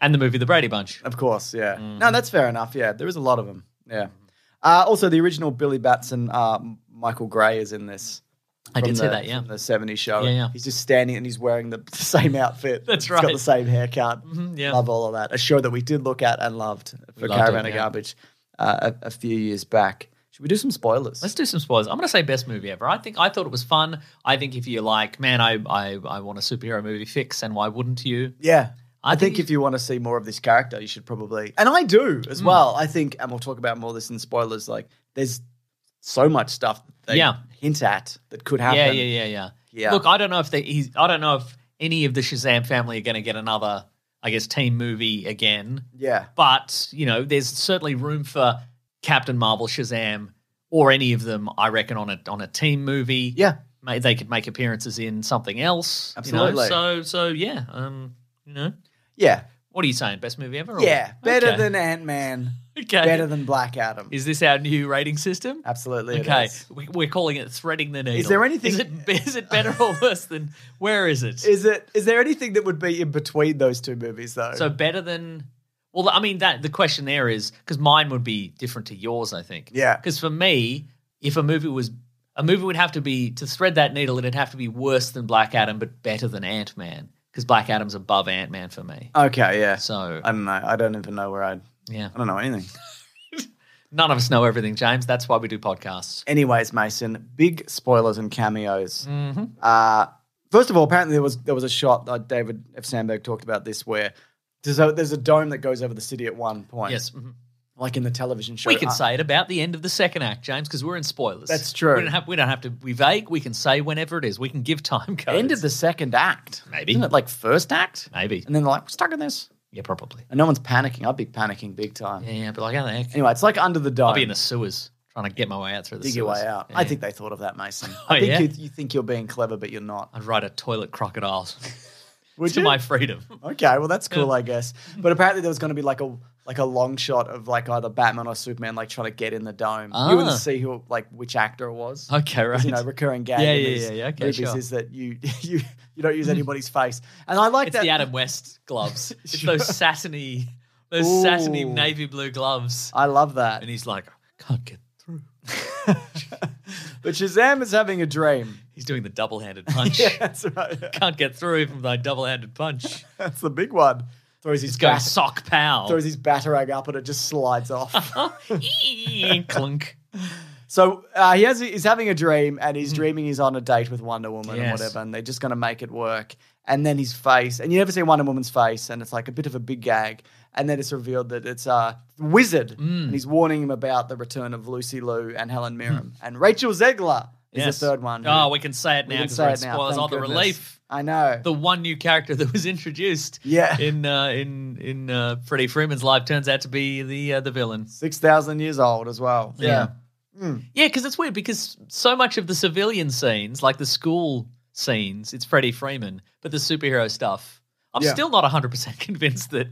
S4: and the movie The Brady Bunch.
S1: Of course, yeah.
S4: Mm.
S1: No, that's fair enough. Yeah, there is a lot of them. Yeah.
S4: Mm-hmm.
S1: Uh, also, the original Billy Batson, uh, Michael Gray is in this.
S4: I
S1: from
S4: did see
S1: the-
S4: that. Yeah.
S1: from the '70s show.
S4: Yeah, yeah.
S1: He's just standing and he's wearing the [laughs] same outfit.
S4: That's
S1: He's got
S4: right. Mm-hmm,
S1: the same haircut.
S4: yeah.
S1: Love all of that. A show that we did look at and loved for
S4: loved
S1: Caravan
S4: it,
S1: of
S4: yeah.
S1: Garbage uh, a, a few years back. Should we do some spoilers?
S4: Let's do some spoilers. I'm going to say best movie ever. I think I thought it was fun. I think if you're like, man, I, I, I want a superhero movie fix, and why wouldn't you?
S1: Yeah. I,
S4: I
S1: think,
S4: think
S1: if you want to see more of this character, you
S4: Hmm.
S1: should probably, and I do as well. I think, and we'll talk about more of this in spoilers. Like, there's so much stuff they
S4: Yeah.
S1: hint at that could happen.
S4: Yeah, yeah, yeah, yeah,
S1: Yeah.
S4: Look, I don't know if they. He's, I don't know if any of the Shazam family are going to get another, I guess, team movie again.
S1: Yeah.
S4: But you know, there's certainly room for Captain Marvel, Shazam, or any of them. I reckon on a on a team movie.
S1: Yeah.
S4: May, they could make appearances in something else. you know?
S1: Absolutely.
S4: So so yeah. Um. You know.
S1: Yeah.
S4: What are you saying? Best movie ever? or-
S1: Yeah. Better
S4: Oh, Okay.
S1: than Ant Man.
S4: [laughs] okay.
S1: Better than Black Adam.
S4: Is this our new rating system?
S1: Absolutely. it
S4: Okay,
S1: is.
S4: we- we're calling it threading the needle.
S1: there anything-
S4: Is it, [laughs] is it better or worse than? Where is it?
S1: Is it? Is there anything that would be in between those two movies though?
S4: so better than? Well, I mean that the question there is because mine would be different to yours, I think.
S1: Yeah.
S4: Because for me, if a movie was a movie would have to be to thread that needle, it'd have to be worse than Black Adam, but better than Ant Man because Black Adam's above Ant Man for me.
S1: okay. Yeah.
S4: So
S1: I don't know. I don't even know where I'd.
S4: yeah,
S1: I don't know anything.
S4: none of us know everything, James. That's why we do podcasts.
S1: Anyways, Mason, big spoilers and cameos.
S4: Mm-hmm.
S1: Uh, first of all, apparently there was there was a shot that David F. Sandberg talked about this where there's a, there's a dome that goes over the city at one point.
S4: Yes. mhm.
S1: like in the television show.
S4: We can
S1: Uh,
S4: say it about the end of the second act, James, because we're in spoilers.
S1: That's true.
S4: We don't have we don't have to be vague. We can say whenever it is. We can give time codes.
S1: end of the second act.
S4: Maybe.
S1: isn't it like first act?
S4: maybe.
S1: And then they're like we're stuck in this,
S4: Yeah, probably.
S1: and no one's panicking. I'd be panicking big time.
S4: Yeah, yeah, but like how the heck?
S1: Anyway, it's like under the dome.
S4: I'll be in the sewers trying to get my way out through the
S1: dig
S4: sewers.
S1: your way out.
S4: Yeah.
S1: I think they thought of that, Mason. I
S4: [laughs] Oh,
S1: think
S4: yeah?
S1: you, you think you're being clever, but you're not.
S4: I'd ride a toilet crocodile [laughs]
S1: Would
S4: to
S1: you?
S4: my freedom.
S1: Okay, well that's cool, I guess. But apparently there was going to be like a like a long shot of like either Batman or Superman like trying to get in the dome. You
S4: Ah.
S1: wouldn't see who like which actor it was.
S4: Okay,
S1: 'Cause,
S4: right.
S1: You know, recurring gag.
S4: Yeah,
S1: in
S4: yeah,
S1: these
S4: yeah, yeah, okay,
S1: movies
S4: sure.
S1: is that you [laughs] you you don't use anybody's face, and I like
S4: it's
S1: that.
S4: the Adam West
S1: [laughs]
S4: gloves. It's
S1: Sure.
S4: those satiny, those
S1: Ooh.
S4: satiny navy blue gloves.
S1: I love that.
S4: And he's like, I can't get through.
S1: But Shazam is having a
S4: [laughs]
S1: dream. [laughs]
S4: He's doing the double-handed punch.
S1: Yeah, that's right.
S4: Can't get through even with my
S1: [laughs]
S4: double-handed punch.
S1: That's the big one. Throws his
S4: It's going
S1: bat-
S4: sock pow.
S1: throws his batarang up and it just slides
S4: [laughs]
S1: off.
S4: Eee, clunk.
S1: So uh, he has he's having a dream, and he's dreaming he's on a date with Wonder Woman and
S4: Mm. Yes.
S1: whatever, and they're just going to make it work. And then his face, and you never see Wonder Woman's face, and it's like a bit of a big gag. And then it's revealed that it's a uh, wizard,
S4: Mm.
S1: and he's warning him about the return of Lucy Liu and Helen Mirren, and Rachel Zegler [laughs] is
S4: Hmm. Yes.
S1: the third one. who-
S4: Oh, we can say it
S1: we
S4: now
S1: can
S4: because
S1: say
S4: we're
S1: it now,
S4: spoilers.
S1: thank
S4: Oh, the
S1: goodness.
S4: relief.
S1: I know.
S4: The one new character that was introduced
S1: Yeah.
S4: in uh, in in uh, Freddie Freeman's life turns out to be the uh, the villain.
S1: Six thousand years old as well.
S4: Yeah. Yeah, because it's weird because so much of the civilian scenes, like the school scenes, it's Freddie Freeman, but the superhero stuff, I'm
S1: Yeah.
S4: still not 100% [laughs] convinced that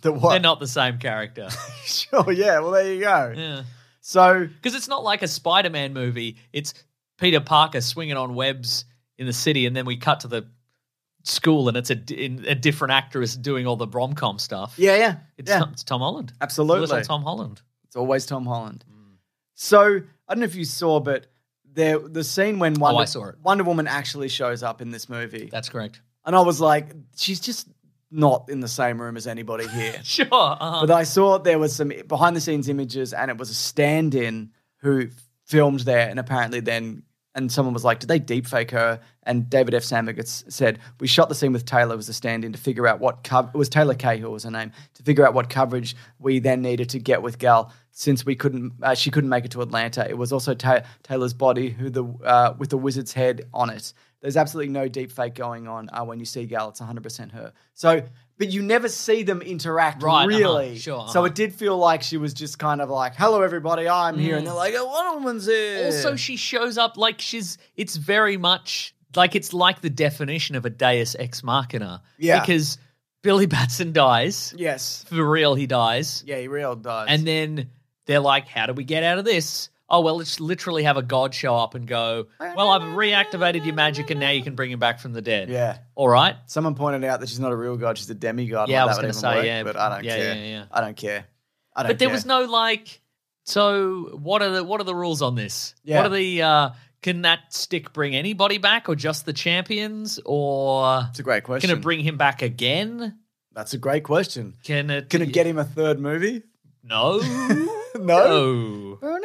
S1: The what?
S4: they're not the same character.
S1: [laughs] sure. Yeah. Well, there you go.
S4: yeah.
S1: So
S4: Because it's not like a Spider Man movie. It's Peter Parker swinging on webs in the city, and then we cut to the school, and it's a, di- in, a different actress doing all the rom com stuff.
S1: yeah, yeah,
S4: It's,
S1: yeah.
S4: Tom, it's Tom Holland.
S1: Absolutely.
S4: Little Tom Holland.
S1: It's always Tom Holland. So I don't know if you saw, but there the scene when Wonder,
S4: Oh, I saw it.
S1: Wonder Woman actually shows up in this movie,
S4: That's correct.
S1: and I was like, she's just not in the same room as anybody
S4: [laughs]
S1: here.
S4: Sure. Uh-huh.
S1: but I saw there was some behind the scenes images, and it was a stand-in who filmed there, and apparently then. And someone was like, "Did they deepfake her?" And David F. Sandberg had s- said, "We shot the scene with Taylor as a stand-in to figure out what cov- it was Taylor Cahill was her name to figure out what coverage we then needed to get with Gal since we couldn't uh, she couldn't make it to Atlanta. It was also Ta- Taylor's body who the uh, with the wizard's head on it. There's absolutely no deepfake going on uh, when you see Gal. It's 100% her. So, but you never see them interact
S4: Right, uh-huh,
S1: really.
S4: sure,
S1: So
S4: uh-huh.
S1: it did feel like she was just kind of like, "Hello, everybody, I'm here," and they're like, "Oh, Wonder Woman's here."
S4: Mm. Also, she shows up like she's. It's very much like it's like the definition of a Deus ex machina.
S1: Yeah.
S4: Because Billy Batson dies.
S1: yes,
S4: For real, he dies.
S1: yeah, he real does.
S4: And then they're like, how do we get out of this? Oh, well, let's literally have a god show up and go, well, I've reactivated your magic and now you can bring him back from the dead.
S1: yeah,
S4: All right.
S1: someone pointed out that she's not a real god; she's a demigod.
S4: Yeah, I
S1: Like,
S4: was
S1: that
S4: gonna
S1: would even work,
S4: say, yeah,
S1: but I don't
S4: yeah,
S1: care.
S4: yeah, yeah.
S1: I don't care. I don't
S4: But there
S1: care.
S4: was no like, so what are the what are the rules on this?
S1: Yeah.
S4: What are the uh can that stick bring anybody back or just the champions? Or
S1: It's a great question.
S4: can it bring him back again?
S1: That's a great question.
S4: Can it
S1: Can it get him a third movie? [laughs]
S4: No.
S1: No.
S4: no.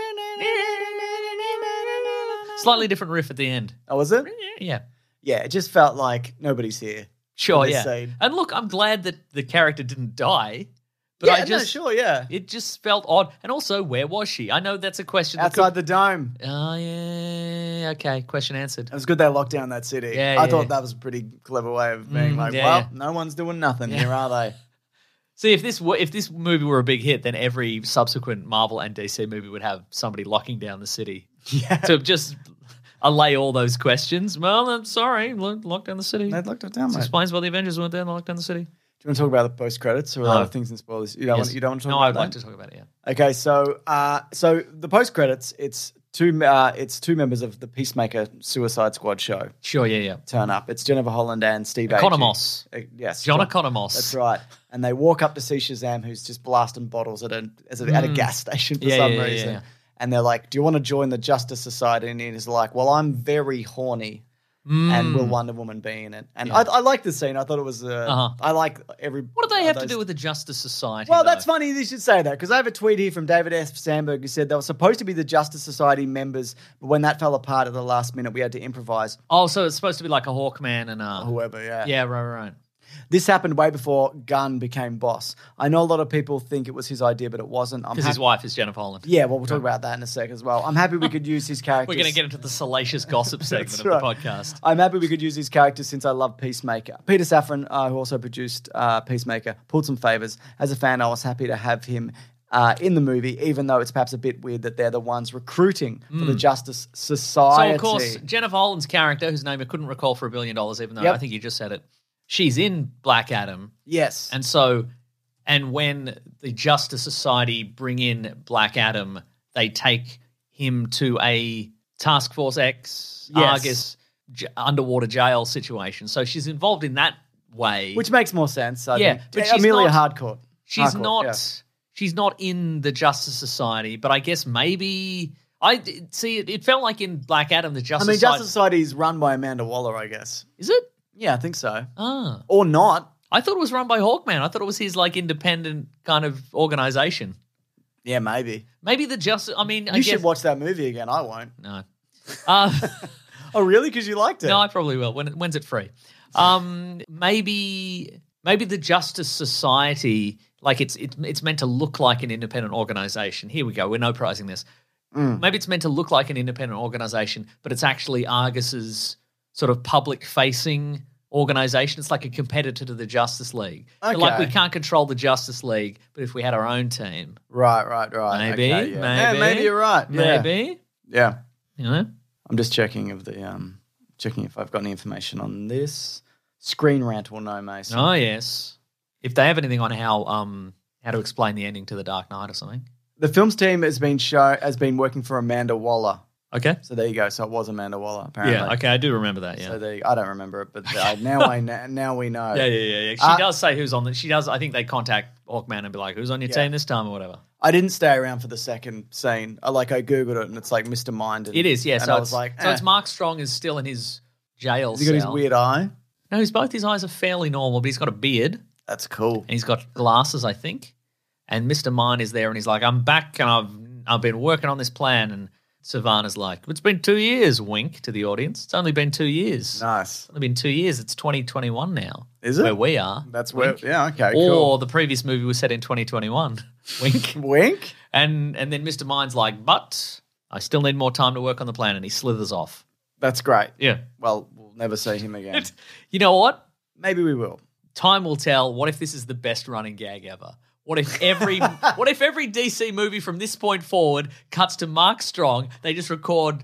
S4: Slightly different riff at the end.
S1: Oh, was it?
S4: Yeah.
S1: Yeah, it just felt like nobody's here.
S4: Sure,
S1: this
S4: yeah.
S1: scene.
S4: And look, I'm glad that the character didn't die But
S1: yeah,
S4: I just
S1: no, sure, yeah.
S4: it just felt odd. And also, where was she? I know that's a question. That
S1: Outside the dome.
S4: could, oh yeah, okay. Question answered.
S1: It was good they locked down that city.
S4: Yeah,
S1: I
S4: yeah. Mm,
S1: thought that was a pretty clever way of being like,
S4: yeah,
S1: well,
S4: yeah.
S1: no one's doing nothing here, are
S4: [laughs]
S1: they?
S4: See, if this were, if this movie were a big hit, then every subsequent Marvel and DC movie would have somebody locking down the city
S1: [laughs] Yeah.
S4: to just allay all those questions. Well, I'm sorry, lo- lock down the city.
S1: They'd locked it down,
S4: This
S1: mate.
S4: explains why the Avengers weren't there and locked down the city.
S1: Do you want to talk about the post credits or
S4: No.
S1: other things in spoilers? You don't,
S4: Yes.
S1: want, you don't want to talk
S4: no,
S1: about
S4: I'd like
S1: that?
S4: to talk about it. Yeah.
S1: Okay, so uh, so the post credits, it's two uh, it's two members of the Peacemaker Suicide Squad show
S4: Sure. Yeah. Yeah.
S1: turn up. It's Jenniver Holland and Steve
S4: Economos.
S1: Agee. Uh, yes,
S4: John
S1: John-
S4: Economos.
S1: That's right. And they walk up to see Shazam, who's just blasting bottles at a, as a, at a gas station for
S4: Mm. Yeah,
S1: some
S4: yeah, yeah,
S1: reason.
S4: yeah.
S1: And they're like, "Do you want to join the Justice Society?" And he's like, "Well, I'm very horny."
S4: Mm.
S1: And will Wonder Woman be in it? And I, I like this scene. I thought it was. Uh,
S4: Uh-huh.
S1: I like every.
S4: What do they have to
S1: those-
S4: do with the Justice Society?
S1: well,
S4: though?
S1: that's funny that you should say that because I have a tweet here from David F. Sandberg who said they were supposed to be the Justice Society members, but when that fell apart at the last minute, we had to improvise.
S4: Oh, so it's supposed to be like a Hawkman and a.
S1: Whoever, yeah.
S4: Oh, Yeah, right, right, right.
S1: This happened way before Gunn became boss. I know a lot of people think it was his idea, but it wasn't. I'm
S4: Because his
S1: hap-
S4: wife is Jennifer Holland.
S1: Yeah, well, we'll talk about that in a sec as well. I'm happy we could use
S4: [laughs]
S1: his character.
S4: We're going to get into the salacious gossip
S1: [laughs]
S4: segment
S1: That's
S4: of
S1: right.
S4: the podcast.
S1: I'm happy we could use these characters since I love Peacemaker. Peter Safran, uh, who also produced uh, Peacemaker, pulled some favors. As a fan, I was happy to have him uh, in the movie, even though it's perhaps a bit weird that they're the ones recruiting for the Justice
S4: Mm. So,
S1: Society.
S4: of course, Jennifer Holland's character, whose name I couldn't recall for a billion dollars, even though
S1: Yep.
S4: I think you just said it, she's in Black Adam.
S1: yes,
S4: And so, and when the Justice Society bring in Black Adam, they take him to a Task Force X,
S1: Yes.
S4: Argus, j- underwater jail situation. So she's involved in that way.
S1: which makes more sense. I
S4: Yeah,
S1: think.
S4: but
S1: Yeah,
S4: she's
S1: Amelia
S4: not-
S1: Hardcourt.
S4: She's
S1: Hardcourt,
S4: not.
S1: yeah.
S4: She's not in the Justice Society, but I guess maybe I d- see. It, it felt like in Black Adam, the
S1: I
S4: Justice.
S1: mean, Justice
S4: Society,
S1: Society is run by Amanda Waller, I guess.
S4: is it?
S1: Yeah, I think so.
S4: Ah,
S1: Or not.
S4: I thought it was run by Hawkman. I thought it was his like independent kind of organization.
S1: Yeah, maybe.
S4: Maybe the Justice. I mean, I
S1: you
S4: guess,
S1: should watch that movie again. I won't.
S4: No. Uh,
S1: [laughs] Oh, really? Because you liked it.
S4: no, I probably will. When when's it free? Um, maybe maybe the Justice Society, like it's it's it's meant to look like an independent organization. Here we go. We're no prizing this.
S1: Mm.
S4: Maybe it's meant to look like an independent organization, but it's actually Argus's sort of public facing organization. It's like a competitor to the Justice League. So, Like we
S1: Okay.
S4: can't control the Justice League, but if we had our own team,
S1: Right, right, right.
S4: maybe,
S1: Okay,
S4: maybe,
S1: yeah. Yeah, maybe you're right. Yeah.
S4: Maybe,
S1: Yeah.
S4: you know.
S1: I'm just checking of the um checking if I've got any information on this. Screen rant will know, Mason.
S4: Oh yes. If they have anything on how um how to explain the ending to the Dark Knight or something.
S1: The film's team has been show has been working for Amanda Waller.
S4: Okay.
S1: So there you go. So it was Amanda Waller, apparently.
S4: Yeah. Okay, I do remember that. Yeah.
S1: So there you- I don't remember it, but
S4: [laughs]
S1: I, now I kn- now we know.
S4: yeah, yeah, yeah, yeah. She
S1: Uh,
S4: does say who's on the. She does. I think they contact Hawkman and be like, "Who's on your team this time?" or whatever.
S1: I didn't stay around for the second scene. I like I googled it and it's like Mr. Mind. And,
S4: It is. Yeah.
S1: And
S4: so
S1: I
S4: it's,
S1: was like,
S4: so it's
S1: eh.
S4: Mark Strong is still in his jail
S1: Has he got his
S4: cell.
S1: weird eye?
S4: No, he's both his eyes are fairly normal, but he's got a beard and
S1: That's cool.
S4: he's got glasses, I think. And Mister Mine is there, and he's like, "I'm back, and I've I've been working on this plan." And Savannah's like, "It's been two years." Wink to the audience. It's only been two years.
S1: Nice.
S4: It's been two years. It's 2021 now.
S1: Is it?
S4: Where we are.
S1: That's where. Yeah. Okay.
S4: or
S1: Cool.
S4: the previous movie was set in 2021. [laughs] Wink.
S1: Wink.
S4: and and then Mr. Mind's like, but I still need more time to work on the plan, and he slithers off.
S1: That's great.
S4: Yeah.
S1: Well, we'll never see him
S4: [laughs]
S1: again.
S4: You know what?
S1: Maybe we will.
S4: Time will tell. What if this is the best running gag ever? What if
S1: [laughs]
S4: every what if every DC movie from this point forward cuts to Mark Strong? They just record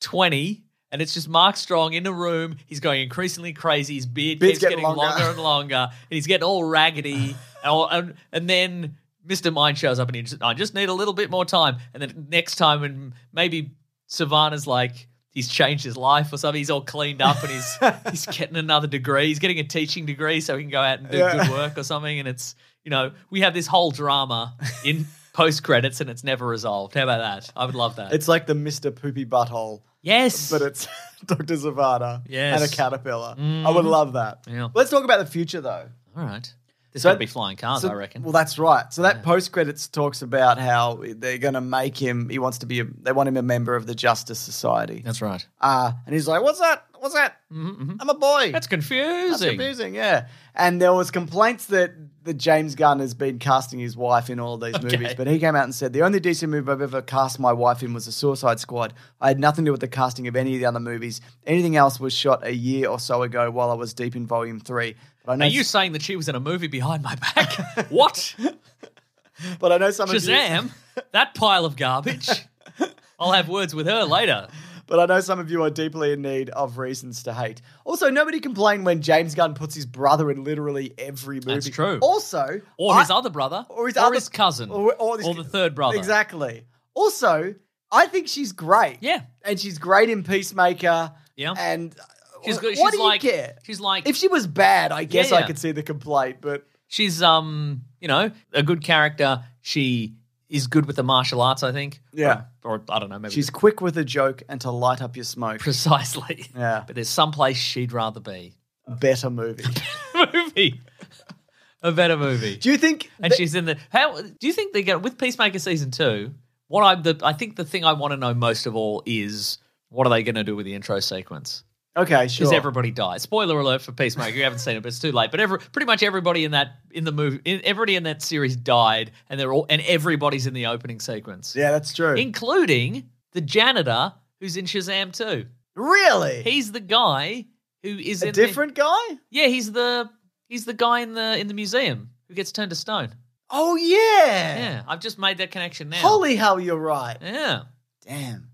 S4: 20 and it's just Mark Strong in a room. He's going increasingly crazy. His beard
S1: Beard's
S4: keeps
S1: getting
S4: getting,
S1: longer.
S4: longer. and longer, and he's getting all raggedy. and, all- and, and then Mister Mind shows up, and he just, I just need a little bit more time. And then next time, and maybe Savannah's like he's changed his life or something. He's all cleaned up,
S1: [laughs]
S4: and he's he's getting another degree. He's getting a teaching degree, so he can go out and do
S1: Yeah.
S4: good work or something. And it's you know we have this whole drama in
S1: [laughs]
S4: post credits, and it's never resolved. How about that? I would love that.
S1: It's like the Mr. Poopy Butthole,
S4: yes,
S1: but it's [laughs] Dr. Zavada
S4: Yes. Mm-hmm.
S1: and a caterpillar. I would love that.
S4: Yeah.
S1: Let's talk about the future, though.
S4: all right. There's
S1: So-
S4: going to be flying cars,
S1: So-
S4: I reckon.
S1: Well, that's right. So that post credits talks about how they're going to make him. He wants to be. A, they want him a member of the Justice Society.
S4: that's right.
S1: Uh, and he's like, "What's that? What's that? I'm a boy.
S4: Mm-hmm, That's
S1: That's
S4: confusing.
S1: confusing." Yeah. And there was complaints that that James Gunn has been casting his wife in all
S4: [laughs]
S1: of these movies, but he came out and said the only DC movie I've ever cast my wife in was The Suicide Squad. I had nothing to do with the casting of any of the other movies. Anything else was shot a year or so ago while I was deep in Volume Three. But I know
S4: Are you saying that she was in a movie behind my
S1: [laughs]
S4: back? what?
S1: But I know some of you. [laughs]
S4: Shazam? that pile of garbage? I'll have words with her later.
S1: but I know some of you are deeply in need of reasons to hate. Also, nobody complained when James Gunn puts his brother in literally every movie.
S4: That's true.
S1: Also,
S4: Or
S1: I-
S4: his other brother.
S1: or his other
S4: cousin.
S1: or,
S4: Or,
S1: or his-
S4: the third brother.
S1: Exactly. Also, I think she's great.
S4: Yeah.
S1: and she's great in Peacemaker.
S4: Yeah.
S1: and uh,
S4: She's good-
S1: what
S4: she's
S1: do
S4: like-
S1: you care?
S4: she's like-
S1: if she was bad, I guess I
S4: yeah.
S1: could see the complaint, but.
S4: She's um, you know, a good character. She is good with the martial arts, I think.
S1: Yeah.
S4: Or, or I don't know, maybe
S1: She's quick with a joke and to light up your smoke.
S4: [laughs] precisely.
S1: Yeah.
S4: But there's some place she'd rather be. [laughs]
S1: Better movie.
S4: movie. A better movie.
S1: Do you think
S4: and she's in the how do you think they get with peacemaker season two what i'm the i think the thing i want to know most of all is what are they going to do with the intro sequence
S1: Okay,
S4: because
S1: sure.
S4: everybody dies spoiler alert for peacemaker you haven't seen it but it's too late but every, pretty much everybody in that in the movie in, everybody in that series died and they're all and everybody's in the opening sequence
S1: yeah, that's true.
S4: including the janitor who's in shazam 2
S1: really?
S4: he's the guy who is
S1: a
S4: in the-
S1: different guy?
S4: yeah he's the he's the guy in the in the museum who gets turned to stone
S1: Oh yeah.
S4: yeah i've just made that connection now
S1: Holy hell, you're right.
S4: Yeah. Hmm.
S1: Damn.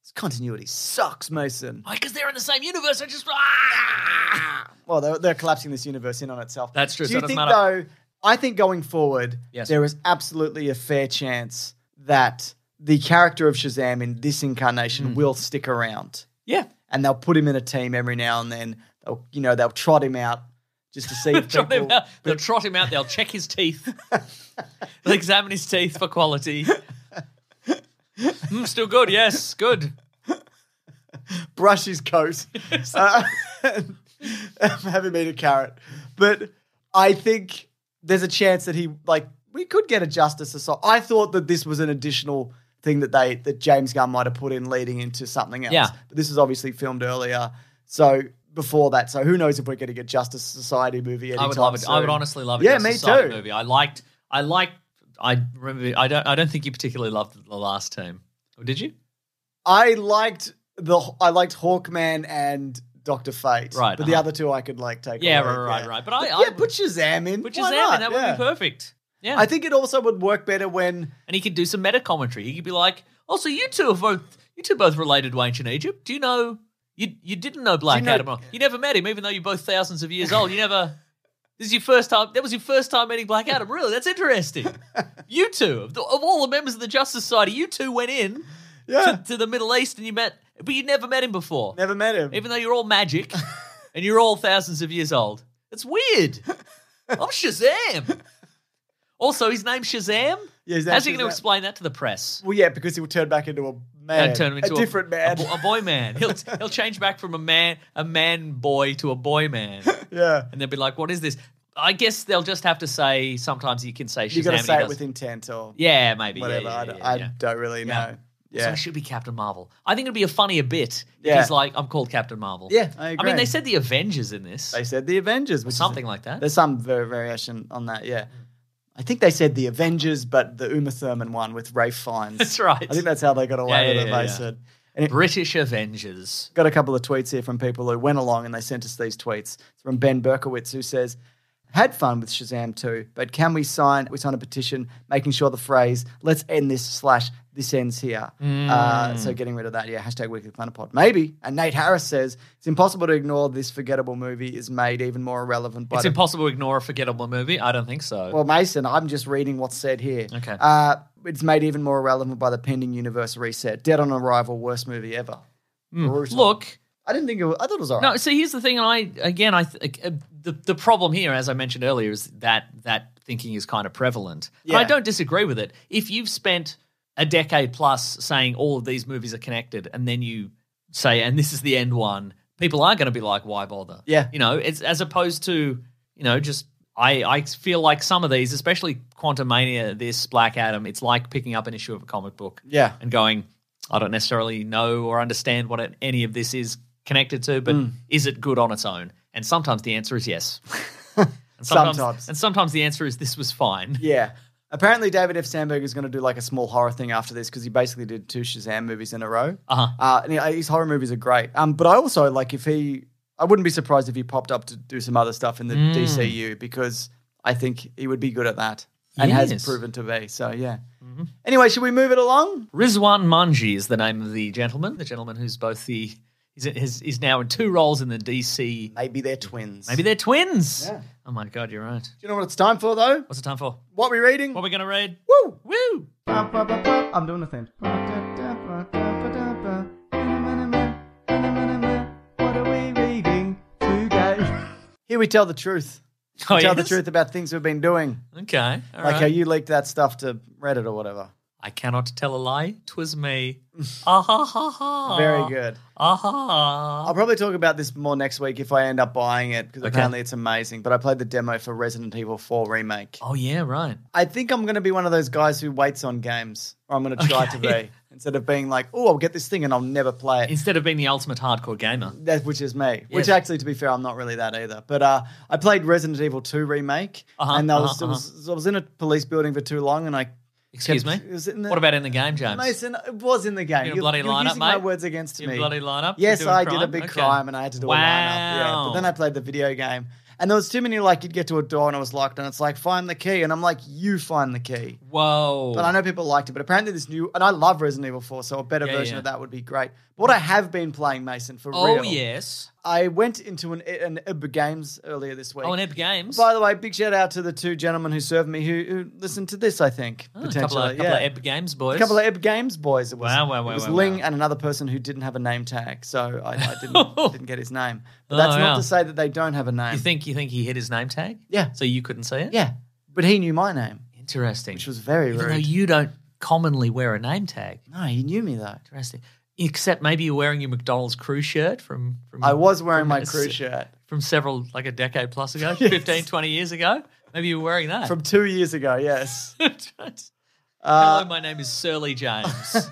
S1: This continuity sucks, Mason.
S4: Because they're in the same universe. I just. Ah!
S1: Well, they're, they're collapsing this universe in on itself.
S4: That's true,
S1: Do
S4: so
S1: you
S4: it doesn't
S1: think,
S4: matter.
S1: though, I think going forward,
S4: Yes.
S1: there is absolutely a fair chance that the character of Shazam in this
S4: Hmm.
S1: incarnation will stick around.
S4: [laughs] Yeah.
S1: And they'll put him in a team every now and then. They'll, you know, they'll trot him out just to see if
S4: [laughs] Trot
S1: people...
S4: him out. They'll trot him out. They'll check
S1: [laughs]
S4: his teeth. They'll examine his teeth for quality. Mm, still good. Yes, good.
S1: brush his
S4: [laughs]
S1: coat, uh, [laughs] and have him eat a carrot. But I think there's a chance that he like we could get a justice assault. I thought that this was an additional thing that they that James Gunn might have put in leading into something else.
S4: Yeah.
S1: But this was obviously filmed earlier, so before that. So who knows if we're going to get Justice Society movie?
S4: I would love it. I would honestly love it.
S1: Yeah,
S4: Yes,
S1: me
S4: it's a solid
S1: too.
S4: Movie. I liked. I liked. I remember. I don't. I don't think you particularly loved the last team. Or did you?
S1: I liked the I liked Hawkman and. Doctor Fate,
S4: Right,
S1: But the
S4: uh-huh.
S1: other two I could like take.
S4: Yeah,
S1: away,
S4: right, right, right. But I-
S1: yeah,
S4: I would-
S1: put Shazam in.
S4: Which
S1: Why
S4: is
S1: not?
S4: and that
S1: Yeah.
S4: would be perfect. Yeah.
S1: I think it also would work better when
S4: and he could do some meta commentary. He could be like, "Oh, so you two are both you two both related to ancient Egypt. Do you know you you didn't know Black
S1: you know-
S4: Adam? You never met him, even though you're both thousands of years old. You never. [laughs] This is your first time. That was your first time meeting Black Adam. Really,
S1: [laughs]
S4: that's interesting. you two of, the, of all the members of the Justice Society, you two went in to, to the Middle East and you met, but you never met him before.
S1: never met him.
S4: Even though you're
S1: [laughs]
S4: all magic and you're all thousands of years old. It's weird. I'm Shazam. Also, his name's Shazam.
S1: Yeah, his name's
S4: How's he going
S1: Shazam.
S4: to explain that to the press?
S1: well, yeah, because he will turn back into a man,
S4: And turn him into
S1: a different man.
S4: bo- a, boy man. He'll he'll change back from a man, a man boy to a boy man,
S1: [laughs] yeah,
S4: and they'll be like, "What is this?" I guess they'll just have to say. Sometimes you can say Shazam.
S1: you got to
S4: and he
S1: say it
S4: does-
S1: with intent or
S4: Yeah, maybe.
S1: whatever.
S4: Yeah, yeah,
S1: I,
S4: yeah,
S1: don't- I
S4: yeah.
S1: don't really know.
S4: So
S1: Yeah,
S4: it should be Captain Marvel. I think it'd be a funnier bit if
S1: Yeah.
S4: he's like, "I'm called Captain Marvel."
S1: Yeah, I
S4: I
S1: agree.
S4: mean, they said the Avengers in this.
S1: they said the Avengers, which is-
S4: Something like that.
S1: There's some var- variation on that.
S4: Mm.
S1: Yeah, I think they said the Avengers, but the Uma Thurman one with Rafe Fiennes.
S4: That's right.
S1: I think that's how they got away
S4: Yeah,
S1: with
S4: yeah,
S1: it.
S4: yeah,
S1: they
S4: yeah.
S1: said. And it-
S4: British Avengers.
S1: got a couple of tweets here from people who went along and they sent us these tweets. It's from Ben Berkowitz who says, had fun with Shazam 2, but can we sign we sign a petition making sure the phrase let's end this slash this ends here.
S4: Mm.
S1: Uh, so getting rid of that, yeah, hashtag weekly planet pod. Maybe. And Nate Harris says, it's impossible to ignore this forgettable movie is made even more irrelevant by
S4: It's
S1: the
S4: impossible to ignore a forgettable movie. I don't think so.
S1: well, Mason, I'm just reading what's said here.
S4: Okay.
S1: Uh, it's made even more irrelevant by the pending universe reset. Dead on Arrival, worst movie ever. Brutal.
S4: Hmm. Look,
S1: I didn't think it was, I thought it was alright.
S4: No, so here's the thing, and I again, I th- uh, the the problem here, as I mentioned earlier, is that that thinking is kind of prevalent. And I
S1: Yeah.
S4: don't disagree with it. If you've spent a decade plus saying all of these movies are connected, and then you say, "And this is the end one," people are going to be like, "Why bother?"
S1: Yeah.
S4: you know, it's as opposed to you know just I, I feel like some of these, especially Quantumania, this Black Adam, it's like picking up an issue of a comic book
S1: Yeah.
S4: and going, I don't necessarily know or understand what it, any of this is connected to, but
S1: Mm.
S4: is it good on its own? And sometimes the answer
S1: [laughs]
S4: is yes. and
S1: Sometimes.
S4: And sometimes the answer is this was fine.
S1: Yeah. Apparently, David F. Sandberg is going to do like a small horror thing after this because he basically did two Shazam movies in a row.
S4: Uh-huh.
S1: Uh, and he- his horror movies are great. Um, but I also like if he, I wouldn't be surprised if he popped up to do some other stuff in the
S4: Hmm.
S1: DCU because I think he would be good at that and has
S4: Yes.
S1: proven to be. So yeah.
S4: Mm-hmm.
S1: Anyway, should we move it along?
S4: Rizwan Manji is the name of the gentleman, the gentleman who's both the, he's, he's, he's now in two roles in the DC.
S1: Maybe they're twins.
S4: Maybe they're twins.
S1: Yeah.
S4: Oh my God, you're right.
S1: Do you know what it's time for though?
S4: What's the time for?
S1: What we're reading?
S4: What are we going to read?
S1: Woo!
S4: Woo!
S1: I'm doing the same. What are we reading today? Here we tell the truth.
S4: [laughs] Oh,
S1: We tell the
S4: yes?
S1: truth about things we've been doing,
S4: Okay. all
S1: like
S4: right.
S1: how you leaked that stuff to Reddit or whatever.
S4: I cannot tell a lie. 'Twas
S1: [laughs]
S4: me. ah ha ha ha.
S1: Very good.
S4: Ah ha.
S1: I'll probably talk about this more next week if I end up buying it because apparently it's amazing. But I played the demo for Resident Evil 4 remake.
S4: Oh yeah, right.
S1: I think I'm going to be one of those guys who waits on games, or I'm going to try to
S4: [laughs]
S1: be instead of being like, "Oh, I'll get this thing and I'll never play it."
S4: Instead of being the ultimate hardcore gamer.
S1: That which is me. Which
S4: Yes.
S1: actually, to be fair, I'm not really that either. But uh, I played Resident Evil 2 remake,
S4: Uh-huh,
S1: and I was,
S4: uh-huh,
S1: it was I was in a police building for too long, and I
S4: Excuse
S1: kept-
S4: me.
S1: it was in the-
S4: What about in the game, James?
S1: Mason? It was in the game.
S4: You
S1: You
S4: a bloody
S1: you're
S4: lineup,
S1: using my
S4: mate?
S1: words against
S4: You
S1: me.
S4: bloody lineup? You're
S1: Yes,
S4: doing
S1: I did a
S4: crime?
S1: big
S4: Okay.
S1: crime, and I had to do a lineup. Yeah, but
S4: Wow.
S1: then I played the video game. And there was too many like you'd get to a door and it was locked and it's like find the key and I'm like you find the key.
S4: Whoa.
S1: But I know people liked it. But apparently, this new and I love Resident Evil Four, so a better
S4: Yeah,
S1: version
S4: yeah.
S1: of that would be great. But what I have been playing, Mason, for
S4: Oh
S1: real,
S4: yes.
S1: I went into an an IB Games earlier this week.
S4: Oh, and Ebb Games.
S1: By the way, big shout out to the two gentlemen who served me who, who listened to this. I think
S4: Oh, a
S1: potentially,
S4: couple of, couple
S1: yeah.
S4: of Ebb Games boys.
S1: a couple of Ebb Games boys. It was,
S4: Wow, wow, wow,
S1: it was
S4: wow,
S1: Ling
S4: wow.
S1: and another person who didn't have a name tag, so I, I
S4: [laughs]
S1: didn't didn't get his name. But that's
S4: Oh,
S1: not
S4: yeah.
S1: to say that they don't have a name.
S4: you think you think he hit his name tag?
S1: Yeah.
S4: So you couldn't see it?
S1: yeah, but he knew my name,
S4: Interesting.
S1: which was very
S4: Even though
S1: rude.
S4: you don't commonly wear a name tag.
S1: no, he knew me though.
S4: Interesting. Except maybe you're wearing your McDonald's crew shirt from. from
S1: I was wearing my
S4: from-
S1: crew shirt.
S4: from several like a decade plus
S1: [laughs]
S4: ago, fifteen, twenty 15 20 years ago maybe you were wearing that
S1: from two years ago. Yes.
S4: [laughs]
S1: Uh,
S4: hello my name is
S1: [laughs]
S4: surly james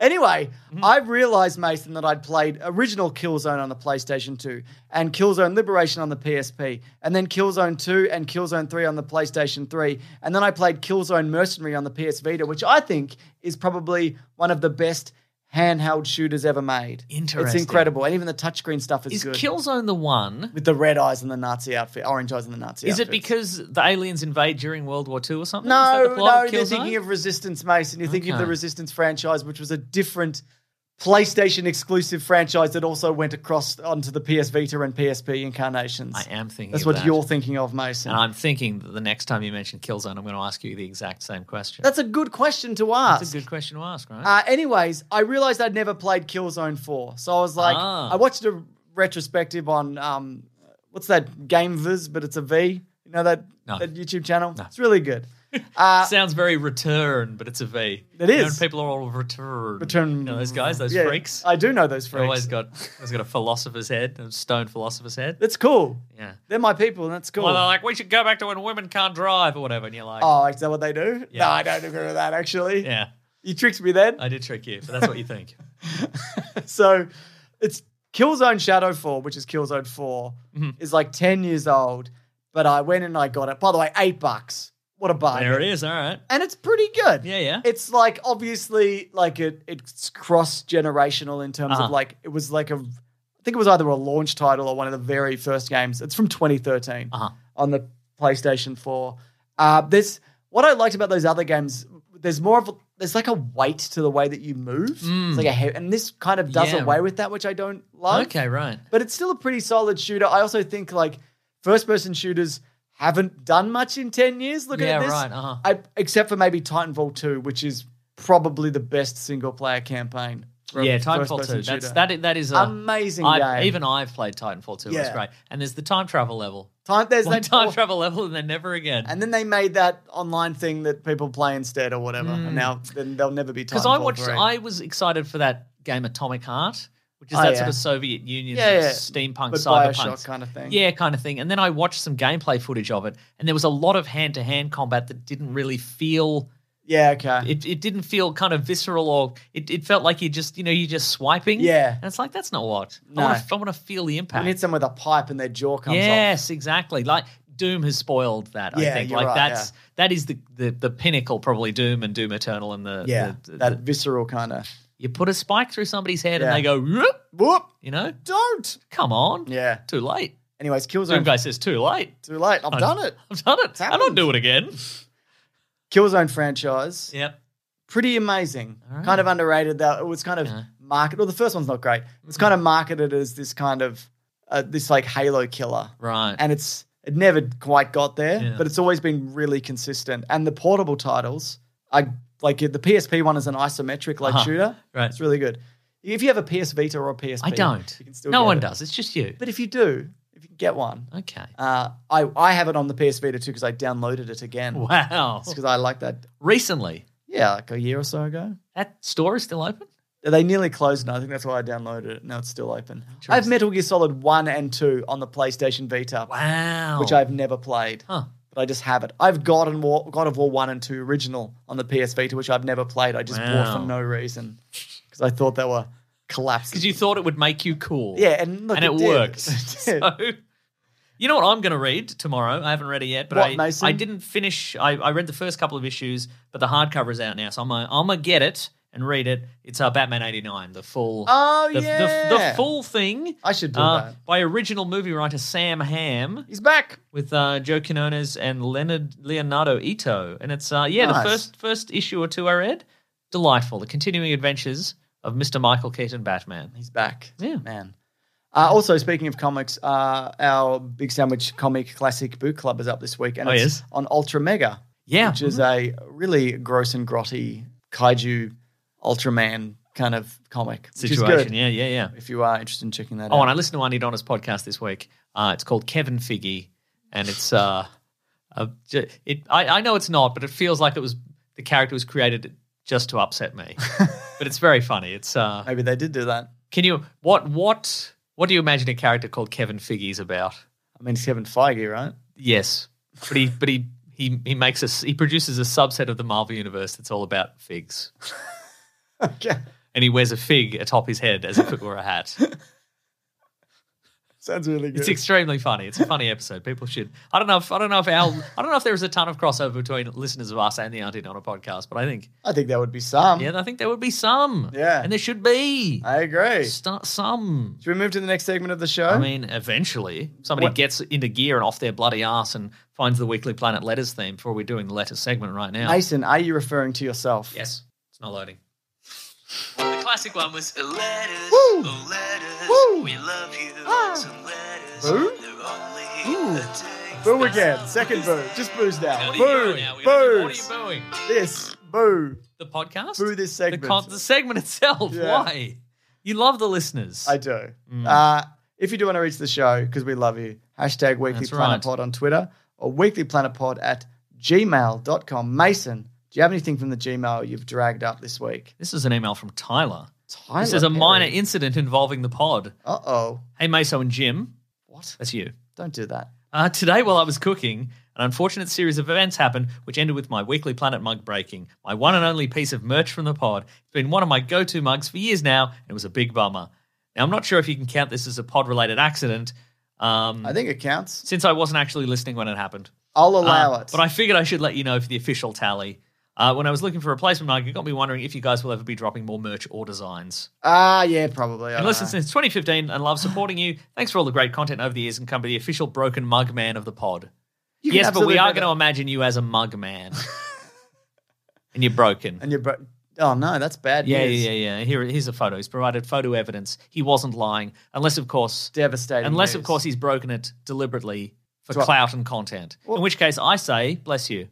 S1: Anyway,
S4: Mm-hmm.
S1: I realized Mason that I'd played original Killzone on the PlayStation 2 and Killzone Liberation on the PSP, and then Killzone 2 and Killzone 3 on the PlayStation 3, and then I played Killzone Mercenary on the PS Vita, which I think is probably one of the best handheld shooters ever made. It's
S4: Interesting.
S1: incredible, and even the touchscreen stuff is,
S4: is
S1: good.
S4: killzone the one
S1: with the red eyes and the Nazi outfit, orange eyes and the Nazi
S4: is it
S1: outfits.
S4: because the aliens invade during world war ii or something Is that
S1: No,
S4: the plot
S1: no,
S4: of
S1: you're
S4: Killzone?
S1: thinking of Resistance, Mason. You're thinking of the
S4: Okay.
S1: Resistance franchise, which was a different PlayStation exclusive franchise that also went across onto the PS Vita and PSP incarnations.
S4: i am thinking
S1: That's
S4: of
S1: what
S4: that.
S1: you're thinking of, Mason.
S4: and i'm thinking that the next time you mention killzone i'm going to ask you the exact same question
S1: That's a good question to ask.
S4: That's a good question to ask right
S1: Uh, anyways, I realized I'd never played Killzone 4. So I was like,
S4: Ah.
S1: I watched a retrospective on, um, what's that, GameViz, but it's a V. You know that,
S4: No.
S1: that YouTube channel? It's really good. Uh,
S4: sounds very return but it's a v
S1: It
S4: You know,
S1: is.
S4: people are all return
S1: Return-
S4: you know those guys those
S1: yeah,
S4: freaks
S1: I do know those
S4: They've
S1: freaks.
S4: always got always got a philosopher's head a stone philosopher's head
S1: That's cool.
S4: yeah
S1: They're my people, and that's cool.
S4: Well, they're like, we should go back to when women can't drive or whatever. And you're like,
S1: oh, is that what they do?
S4: Yeah.
S1: No, I don't agree with that, actually.
S4: yeah,
S1: You tricked me then.
S4: I did trick you, but that's what
S1: [laughs]
S4: you think.
S1: so it's Killzone Shadow 4, which is Killzone 4,
S4: Mm-hmm.
S1: is like 10 years old, but I went and I got it. By the way, eight bucks. What a buy.
S4: there it is. All right.
S1: And it's pretty good.
S4: Yeah, yeah.
S1: It's like obviously like it, it's cross generational in terms of
S4: Uh-huh.
S1: like it was like a I think it was either a launch title or one of the very first games. It's from 2013
S4: Uh-huh.
S1: on the PlayStation 4. Uh, there's what I liked about those other games. There's more of a- there's like a weight to the way that you move. It's like a he- and this kind of does
S4: Mm. Yeah.
S1: away with that, which I don't love.
S4: Okay, right.
S1: but it's still a pretty solid shooter. I also think like first person shooters haven't done much in 10 years. Looking
S4: Yeah,
S1: at this,
S4: right, uh-huh.
S1: I, except for maybe Titanfall 2, which is probably the best single player campaign. for a
S4: Yeah, Titanfall
S1: first-person
S4: Two. That's
S1: shooter.
S4: that. i- That is a,
S1: Amazing
S4: I've-
S1: game.
S4: Even I've played Titanfall Two. It's
S1: Yeah.
S4: great. And there's the time travel level.
S1: Time, there's
S4: [laughs] One
S1: that
S4: time travel level, and then never again.
S1: And then they made that online thing that people play instead or whatever. And now then they'll never be
S4: Mm. Because
S1: Titanfall
S4: I watched,
S1: 3.
S4: I was excited for that game Atomic Heart, which is
S1: Oh,
S4: that
S1: yeah.
S4: sort of Soviet Union
S1: Yeah,
S4: sort of
S1: yeah.
S4: steampunk
S1: But
S4: cyberpunk
S1: Bioshock kind of thing.
S4: Yeah, kind of thing. And then I watched some gameplay footage of it, and there was a lot of hand to hand combat that didn't really feel
S1: Yeah, okay.
S4: it, it didn't feel kind of visceral or it, it felt like you just you know you're just swiping
S1: Yeah.
S4: and it's like that's not what
S1: No.
S4: I want to feel the
S1: You
S4: impact
S1: hit someone with a pipe and their jaw comes
S4: yes exactly like Doom has spoiled that
S1: Yeah,
S4: I think
S1: you're
S4: like
S1: right,
S4: that's that is the, the the pinnacle probably Doom and Doom Eternal and the
S1: off. Yeah,
S4: the- the-
S1: that
S4: the-
S1: visceral kind of
S4: you put a spike through somebody's head
S1: Yeah.
S4: and they go "Whoop,"
S1: whoop.
S4: you know
S1: Don't.
S4: come on
S1: Yeah.
S4: too late
S1: Anyways,
S4: Doom
S1: Killzone.
S4: guy says too late
S1: Too late. I've done it.
S4: I've done it I don't
S1: happened.
S4: do it again
S1: Killzone franchise.
S4: yep
S1: pretty amazing.
S4: All right.
S1: Kind of underrated. That it was kind of
S4: Yeah.
S1: marketed. Well, the first one's not great. It's kind of marketed as this kind of uh, this like Halo killer,
S4: right
S1: and it's it never quite got there,
S4: Yeah.
S1: but it's always been really consistent. And the portable titles are like the PSP one is an isometric like
S4: Uh-huh.
S1: shooter.
S4: Right.
S1: it's really good. If you have a PS Vita or a PSP,
S4: I don't
S1: You can still
S4: no
S1: get
S4: one
S1: it.
S4: does it's
S1: [laughs]
S4: just you
S1: But if you do, if you can get one,
S4: okay
S1: uh, I I have it on the PS Vita too because I downloaded it again.
S4: wow
S1: because I like that.
S4: recently.
S1: Yeah, like a year or so ago.
S4: That store is still open?
S1: They nearly closed now. I think that's why I downloaded it. Now it's still open. I have
S4: Interesting.
S1: Metal Gear Solid 1 and 2 on the PlayStation Vita,
S4: Wow.
S1: which I've never played,
S4: Huh.
S1: but I just have it. I've God, and War, God of War 1 and 2 original on the PS Vita, which I've never played. I just bought for
S4: Wow.
S1: no reason because I thought they were collapsing.
S4: Because you thought it would make you cool.
S1: yeah, and look,
S4: and it,
S1: did. [laughs]
S4: worked. [laughs]
S1: did.
S4: so, you know what I'm going to read tomorrow? I haven't read it yet, but
S1: What,
S4: I,
S1: Mason?
S4: I didn't finish. I, I read the first couple of issues, but the hardcover is out now. So I'm going I'm to get it and read it. It's uh, Batman 89, the full.
S1: Oh,
S4: the,
S1: yeah.
S4: The, the full thing.
S1: I should do
S4: Uh,
S1: that.
S4: by original movie writer Sam Hamm.
S1: He's back.
S4: with uh, Joe Quinones and Leonard Leonardo Ito, and it's uh, yeah
S1: Nice.
S4: the first first issue or two I read, delightful. The continuing adventures of Mister Michael Keaton Batman.
S1: He's back.
S4: Yeah.
S1: Man. Uh, also, speaking of comics, uh, our Big Sandwich Comic Classic Book Club is up this week, and
S4: Oh,
S1: it's
S4: yes.
S1: on Ultra Mega.
S4: Yeah,
S1: which is a really gross and grotty kaiju Ultraman kind of comic which is good,
S4: situation. Yeah, yeah, yeah.
S1: If you are interested in checking that
S4: Oh,
S1: out,
S4: and I listened to Arnie Donna's podcast this week. Uh, it's called Kevin Figgy, and it's uh, [laughs] uh ju- it. I, I know it's not, but it feels like it was the character was created just to
S1: [laughs]
S4: upset me. but it's very funny. It's uh,
S1: maybe they did do that.
S4: can you what what what do you imagine a character called Kevin Figgy is about?
S1: I mean, it's Kevin Feige, [laughs] right?
S4: Yes, but he but he he he makes us he produces a subset of the Marvel universe that's all about figs,
S1: Okay,
S4: and he wears a fig atop his head as if it were
S1: [laughs]
S4: a hat.
S1: sounds really good.
S4: It's extremely funny. It's a funny episode. People should. I don't know. If, I don't know if our. I don't know if there is a ton of crossover between listeners of us and the Auntie Donna podcast, but I think
S1: I think that would be some.
S4: yeah, I think there would be some.
S1: Yeah.
S4: and there should be.
S1: I agree.
S4: Start some.
S1: Should we move to the next segment of the show?
S4: I mean, eventually somebody
S1: What-
S4: gets into gear and off their bloody ass and finds the Weekly Planet letters theme before we're doing the letters segment right now.
S1: Mason, are you referring to yourself?
S4: Yes, it's not loading.
S2: The classic one was letters,
S1: Woo!
S2: oh letters,
S1: Woo!
S2: we love you.
S1: Ah!
S2: Some letters,
S1: Boo?
S2: they're
S1: Ooh.
S2: only a text.
S1: Boo again. Second boo. Just boos now.
S4: What are you
S1: Boo.
S4: doing now? We gotta do-
S1: Boo.
S4: What are you booing?
S1: This. Boo.
S4: The podcast?
S1: Boo this
S4: the,
S1: segment.
S4: con- the segment itself.
S1: Yeah.
S4: Why? You love the listeners.
S1: I do.
S4: Mm.
S1: Uh, if you do want to reach the show, because we love you, hashtag Weekly
S4: That's
S1: Planet
S4: right.
S1: Pod on Twitter or weeklyplanetpod at gmail.com. Mason, do you have anything from the Gmail you've dragged up this week?
S4: this is an email from Tyler.
S1: Tyler
S4: this is a
S1: Perry.
S4: minor incident involving the pod.
S1: Uh oh.
S4: Hey, Meso and Jim.
S1: What?
S4: That's you.
S1: Don't do that.
S4: Uh, today, while I was cooking, an unfortunate series of events happened, which ended with my weekly Planet mug breaking, my one and only piece of merch from the pod. It's been one of my go to mugs for years now, and it was a big bummer. Now, I'm not sure if you can count this as a pod related accident, um,
S1: I think it counts.
S4: since I wasn't actually listening when it happened.
S1: I'll allow
S4: Uh,
S1: it.
S4: But I figured I should let you know for the official tally. Uh, when I was looking for a replacement mug, it got me wondering if you guys will ever be dropping more merch or designs.
S1: Ah, yeah, probably. I
S4: Been
S1: don't
S4: listening
S1: know.
S4: since 2015 and love supporting you. Thanks for all the great content over the years and come to the official broken mug man of the pod.
S1: You can
S4: yes, but
S1: absolutely
S4: we are
S1: do that.
S4: going to imagine you as a
S1: [laughs]
S4: mug man. and you're broken.
S1: And you're. Bro- oh, no, that's bad
S4: Yeah,
S1: news.
S4: yeah, yeah, yeah. Here, here's a photo. He's provided photo evidence. He wasn't lying, unless of course,
S1: Devastating.
S4: unless
S1: news.
S4: of course he's broken it deliberately for
S1: Right.
S4: clout and content. In which case, I say, bless you,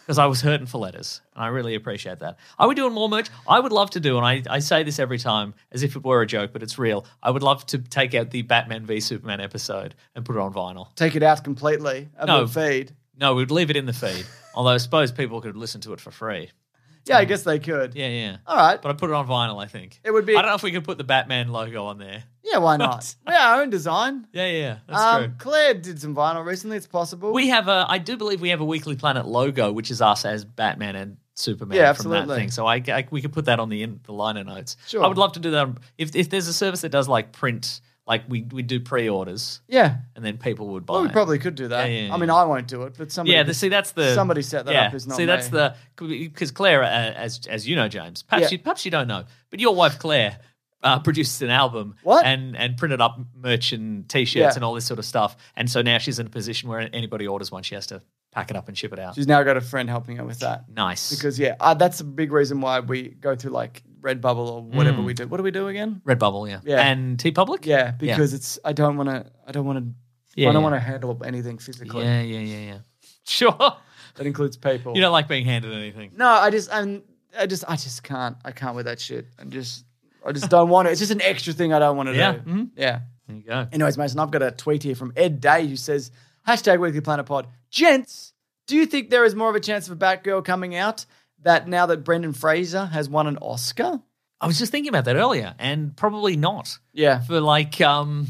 S4: because I was hurting for letters, and I really appreciate that. Are we doing more merch? I would love to do, and I, I say this every time as if it were a joke, but it's real. I would love to take out the Batman v Superman episode and put it on vinyl.
S1: Take it out completely of
S4: No.
S1: the feed.
S4: [laughs] No, we'd leave it in the feed. Although I suppose people could listen to it for free.
S1: Yeah, I guess they could.
S4: Yeah, yeah.
S1: All right.
S4: But I put it on vinyl, I think.
S1: Oh. It would be-
S4: I don't know if we could put the Batman logo on there.
S1: Yeah, why
S4: [laughs]
S1: not? yeah, our own design.
S4: Yeah, yeah. That's true.
S1: Um, Claire did some vinyl recently. It's possible.
S4: We have a, I do believe we have a Weekly Planet logo, which is us as Batman and Superman
S1: Yeah,
S4: from
S1: absolutely.
S4: that thing. So I, I- we could put that on the in, the liner notes.
S1: Sure.
S4: I would love to do that. If if there's a service that does like print, like we we do pre-orders
S1: yeah.
S4: and then people would buy.
S1: Well, Oh, we
S4: it.
S1: probably could do that.
S4: Yeah, yeah,
S1: I mean,
S4: yeah.
S1: I won't do it, but somebody.
S4: yeah,
S1: could-
S4: the, see that's the
S1: somebody set that
S4: yeah,
S1: up. Is not
S4: see that's
S1: me.
S4: the because Claire, uh, as as you know, James, perhaps
S1: Yeah.
S4: you perhaps you don't know, but your wife Claire uh, produced an album
S1: What?
S4: and and printed up merch and t-shirts
S1: Yeah.
S4: and all this sort of stuff, and so now she's in a position where anybody orders one, she has to pack it up and ship it out.
S1: She's now got a friend helping her with that.
S4: nice
S1: Because yeah, uh, that's a big reason why we go through like Redbubble or
S4: Hmm.
S1: whatever we do. What do we do again?
S4: Redbubble, yeah,
S1: Yeah.
S4: and T Public,
S1: Yeah, because it's I don't want to. I don't want to.
S4: Yeah,
S1: I don't
S4: yeah.
S1: want to handle anything physically.
S4: yeah, yeah, yeah, yeah. Sure,
S1: That includes people.
S4: you don't like being handed anything.
S1: No, I just I'm I just I just can't I can't with that shit. I'm just I just don't want it. It's just an extra thing I don't want to
S4: Yeah,
S1: do.
S4: mhm.
S1: Yeah.
S4: There you go.
S1: Anyways, Mason, I've got a tweet here from Ed Day who says, hashtag Weekly Planet Pod. Gents, do you think there is more of a chance of a Batgirl coming out that now that Brendan Fraser has won an Oscar?
S4: I was just thinking about that earlier, and probably not.
S1: Yeah.
S4: for like um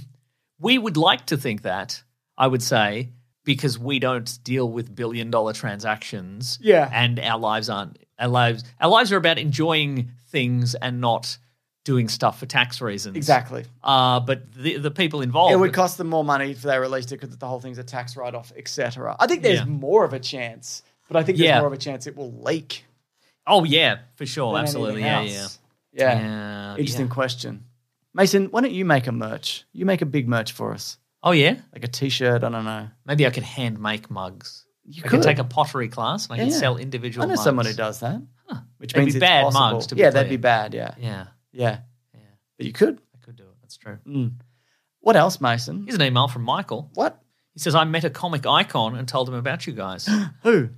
S4: we would like to think that i would say because we don't deal with billion dollar transactions
S1: Yeah.
S4: and our lives aren't our lives our lives are about enjoying things and not doing stuff for tax reasons
S1: Exactly.
S4: uh but the, the people involved
S1: It would cost them more money if they released it because the whole thing's a tax write off, etc. I think there's
S4: Yeah.
S1: more of a chance, but I think there's
S4: Yeah.
S1: more of a chance it will leak.
S4: oh yeah for sure
S1: than
S4: absolutely yeah,
S1: anything
S4: yeah
S1: else. yeah.
S4: yeah
S1: Interesting
S4: yeah.
S1: question. Mason, why don't you make a merch? You make a big merch for us,
S4: oh yeah
S1: like a T-shirt. I don't know.
S4: maybe i could hand make mugs
S1: You
S4: I could take a pottery class and I could
S1: Yeah.
S4: sell individual
S1: I know
S4: mugs.
S1: someone who does that, which
S4: They'd
S1: means
S4: be
S1: it's
S4: bad
S1: possible.
S4: mugs, to be
S1: yeah, that'd be
S4: clear.
S1: bad. Yeah, yeah,
S4: Yeah,
S1: yeah.
S4: Yeah.
S1: But you could.
S4: I could do it. That's true.
S1: Mm. What else, Mason?
S4: Here's an email from Michael.
S1: What?
S4: He says, I met a comic icon and told him about you guys.
S1: [gasps] Who?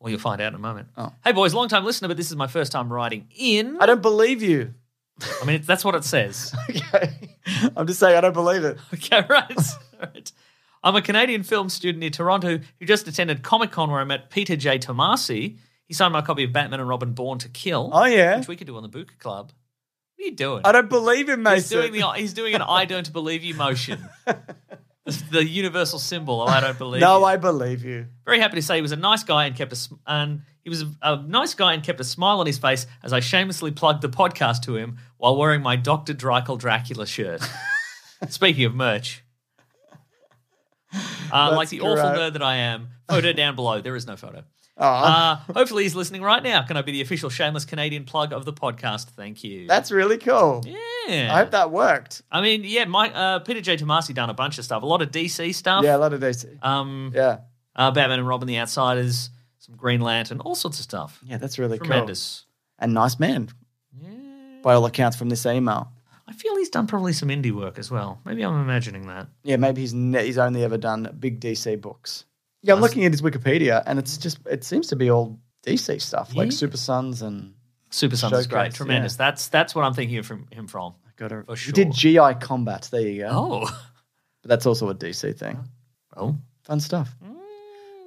S4: well, you'll find out in a moment.
S1: Oh.
S4: Hey, boys, long time listener, but this is my first time writing in.
S1: I don't believe you. [laughs]
S4: I mean, it, that's what it says. [laughs]
S1: Okay, I'm just saying I don't believe it.
S4: okay, right. [laughs] All right. I'm a Canadian film student near Toronto who just attended Comic Con where I met Peter J. Tomasi. He signed my copy of Batman and Robin Born to Kill.
S1: Oh, yeah.
S4: Which we could do on the Book Club. What are you doing?
S1: I don't believe him,
S4: He's
S1: Mason.
S4: doing, the, he's doing an I don't believe
S1: [laughs]
S4: you motion. It's the universal symbol of I don't believe you.
S1: no, I believe you.
S4: Very happy to say he was a nice guy and kept a sm- and he was a, a nice guy and kept a smile on his face as I shamelessly plugged the podcast to him while wearing my Doctor Dreichel
S1: [laughs]
S4: Dracula shirt. Speaking of merch, uh, like the awful
S1: great.
S4: nerd that I am,
S1: [laughs]
S4: photo down below. There is no photo.
S1: Oh,
S4: Uh, hopefully he's listening right now. Can I be the official shameless Canadian plug of the podcast? Thank you.
S1: that's really cool.
S4: yeah.
S1: I hope that worked.
S4: I mean, yeah, my, uh, Peter J. Tomasi done a bunch of stuff, a lot of DC stuff.
S1: Yeah, a lot of these.
S4: Um,
S1: yeah,
S4: uh, Batman and Robin, The Outsiders, some Green Lantern, all sorts of stuff.
S1: yeah, that's really
S4: Tremendous.
S1: cool. And nice man, by all accounts from this email.
S4: I feel he's done probably some indie work as well. Maybe I'm imagining that.
S1: Yeah, maybe he's ne- he's only ever done big DC books. Yeah, I'm looking at his Wikipedia, and it's just it seems to be all DC stuff, like
S4: Yeah.
S1: Super Sons and
S4: Super Sons is great,
S1: Showcase,
S4: tremendous.
S1: yeah.
S4: That's that's what I'm thinking of from him from.
S1: I got to.
S4: For
S1: He did GI Combat. There you go.
S4: Oh, [laughs]
S1: But that's also a DC thing.
S4: oh,
S1: Fun stuff.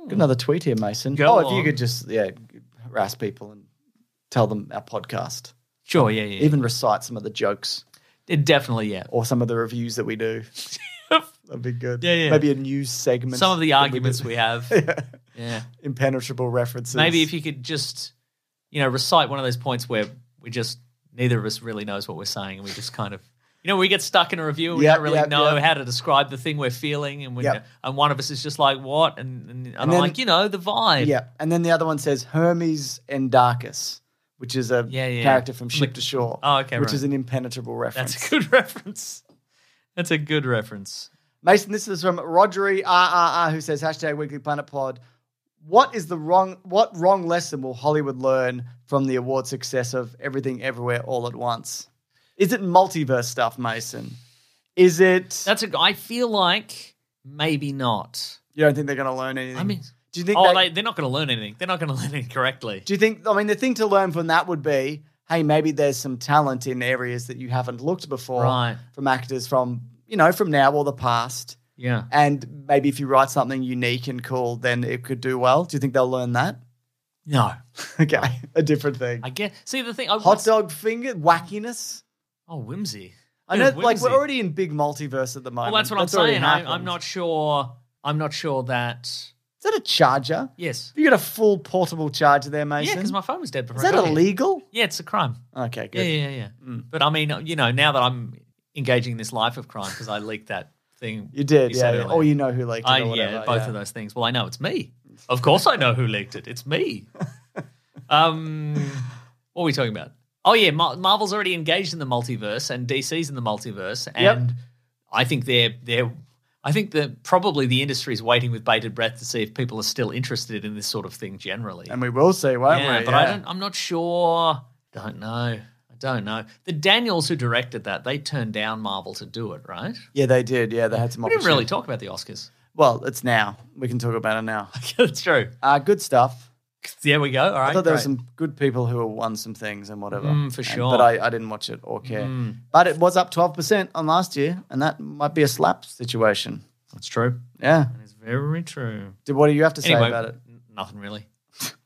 S1: Got another tweet here, Mason.
S4: Mm. Go
S1: oh, if you
S4: on.
S1: could just yeah harass people and tell them our podcast,
S4: sure, yeah, yeah,
S1: even recite some of the jokes
S4: It definitely, yeah.
S1: or some of the reviews that we
S4: [laughs]
S1: do. That'd be good.
S4: Yeah, yeah.
S1: Maybe a news segment.
S4: Some of the
S1: that we
S4: arguments
S1: do. [laughs]
S4: we have, yeah.
S1: impenetrable references.
S4: Maybe if you could just, you know, recite one of those points where we just neither of us really knows what we're saying, and we just kind of, you know, we get stuck in a review, and we
S1: Yep,
S4: don't really
S1: yep,
S4: know
S1: yep.
S4: how to describe the thing we're feeling, and we
S1: Yep.
S4: and one of us is just like, what, and and, and
S1: then-
S4: I'm like, you know, the vibe,
S1: Yeah, and then the other one says Hermes Endarkus, which is a
S4: Yeah, yeah.
S1: character from
S4: From
S1: Ship
S4: the-
S1: to Shore.
S4: Oh, okay,
S1: which
S4: right.
S1: is an impenetrable reference.
S4: That's a good [laughs] reference. That's a good reference.
S1: Mason, this is from Rodri RRR, who says hashtag Weekly Planet Pod. What is the wrong? What wrong lesson will Hollywood learn from the award success of Everything Everywhere All at Once? Is it multiverse stuff, Mason? Is it?
S4: That's a. I feel like maybe not.
S1: you don't think they're going to learn anything?
S4: I mean,
S1: do you think?
S4: oh,
S1: they-
S4: they, they're not going to learn anything. They're not going to [laughs] learn anything correctly.
S1: Do you think? I mean, the thing to learn from that would be, hey, maybe there's some talent in areas that you haven't looked before
S4: Right.
S1: from actors from you know from now or the past,
S4: Yeah.
S1: and maybe if you write something unique and cool, then it could do well. Do you think they'll learn that? [laughs]
S4: No,
S1: Okay, a different thing.
S4: I get. See the thing. I
S1: Hot dog finger wackiness.
S4: Oh, whimsy.
S1: I know,
S4: Dude,
S1: like we're
S4: whimsy.
S1: already in big multiverse at the moment.
S4: Well, that's what I'm
S1: already
S4: saying. I, I'm
S1: happened.
S4: not sure. I'm not sure that.
S1: Is that a charger?
S4: Yes.
S1: You got a full portable charger there,
S4: Yeah,
S1: Mason?
S4: because my phone was dead
S1: Is
S4: before. I
S1: that
S4: got here.
S1: illegal?
S4: Yeah, it's a crime.
S1: Okay, good. Mm.
S4: Yeah, yeah, yeah. But I mean, you know, now that I'm engaging in this life of crime because I leaked that thing.
S1: You did, yeah.
S4: said
S1: yeah. Oh,
S4: earlier.
S1: Or you know who leaked it
S4: I,
S1: or whatever.
S4: yeah, both
S1: yeah.
S4: of those things. Well, I know it's me. Of course, I know who leaked it. It's me. um, what are we talking about? Oh yeah, Mar- Marvel's already engaged in the multiverse, and DC's in the multiverse, and I think they're they're. I think that probably the industry is waiting with bated breath to see if people are still interested in this sort of thing generally.
S1: And we will see, won't
S4: yeah,
S1: we?
S4: but I don't. I'm not sure. Don't know. I don't know. The Daniels who directed that, they turned down Marvel to do it, right?
S1: Yeah, they did. Yeah, they had some
S4: We didn't really
S1: opportunity.
S4: talk about the Oscars. [laughs]
S1: Well, it's now. We can talk about it now.
S4: That's true.
S1: Uh, good stuff.
S4: [laughs] There we go. All right.
S1: I thought there were
S4: great.
S1: some good people who won some things and whatever.
S4: Mm, for
S1: And-
S4: sure. Mm.
S1: but I, I didn't watch it or care. But it was up 12% on last year, and that might be a slap situation.
S4: That's true.
S1: Yeah.
S4: It's very true.
S1: Did, what do you have to say
S4: Anyway,
S1: about it?
S4: n- nothing really. [laughs]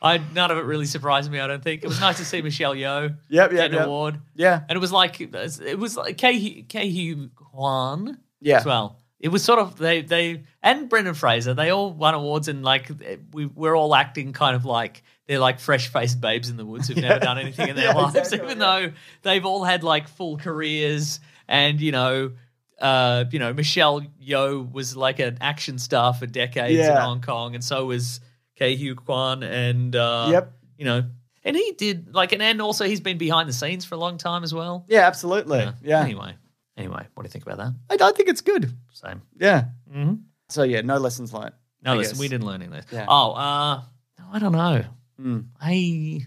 S4: I none of it really surprised me. I don't think it was nice to see Michelle Yeoh
S1: Yep, yep,
S4: get an
S1: yep.
S4: award,
S1: Yeah.
S4: and it was like it was like Kei Kei Kwan
S1: Yeah.
S4: as well. It was sort of they they and Brendan Fraser they all won awards and like we we're all acting kind of like they're like fresh faced babes in the woods who've never done anything in
S1: [laughs]
S4: their lives, even though they've all had like full careers and you know. Uh, you know, Michelle Yeoh was like an action star for decades in
S1: Yeah.
S4: Hong Kong, and so was Kei Hu Kwan, and uh,
S1: Yep.
S4: you know, and he did like, and, and also he's been behind the scenes for a long time as well. Uh,
S1: Yeah, absolutely. Yeah.
S4: Anyway, anyway, what do you think about that?
S1: I, I think it's good.
S4: Same.
S1: Yeah.
S4: Mhm.
S1: So, yeah, no lessons learned.
S4: No,
S1: I
S4: listen,
S1: guess.
S4: we didn't learn English.
S1: Yeah.
S4: Oh, uh, no, I don't know.
S1: Mm.
S4: I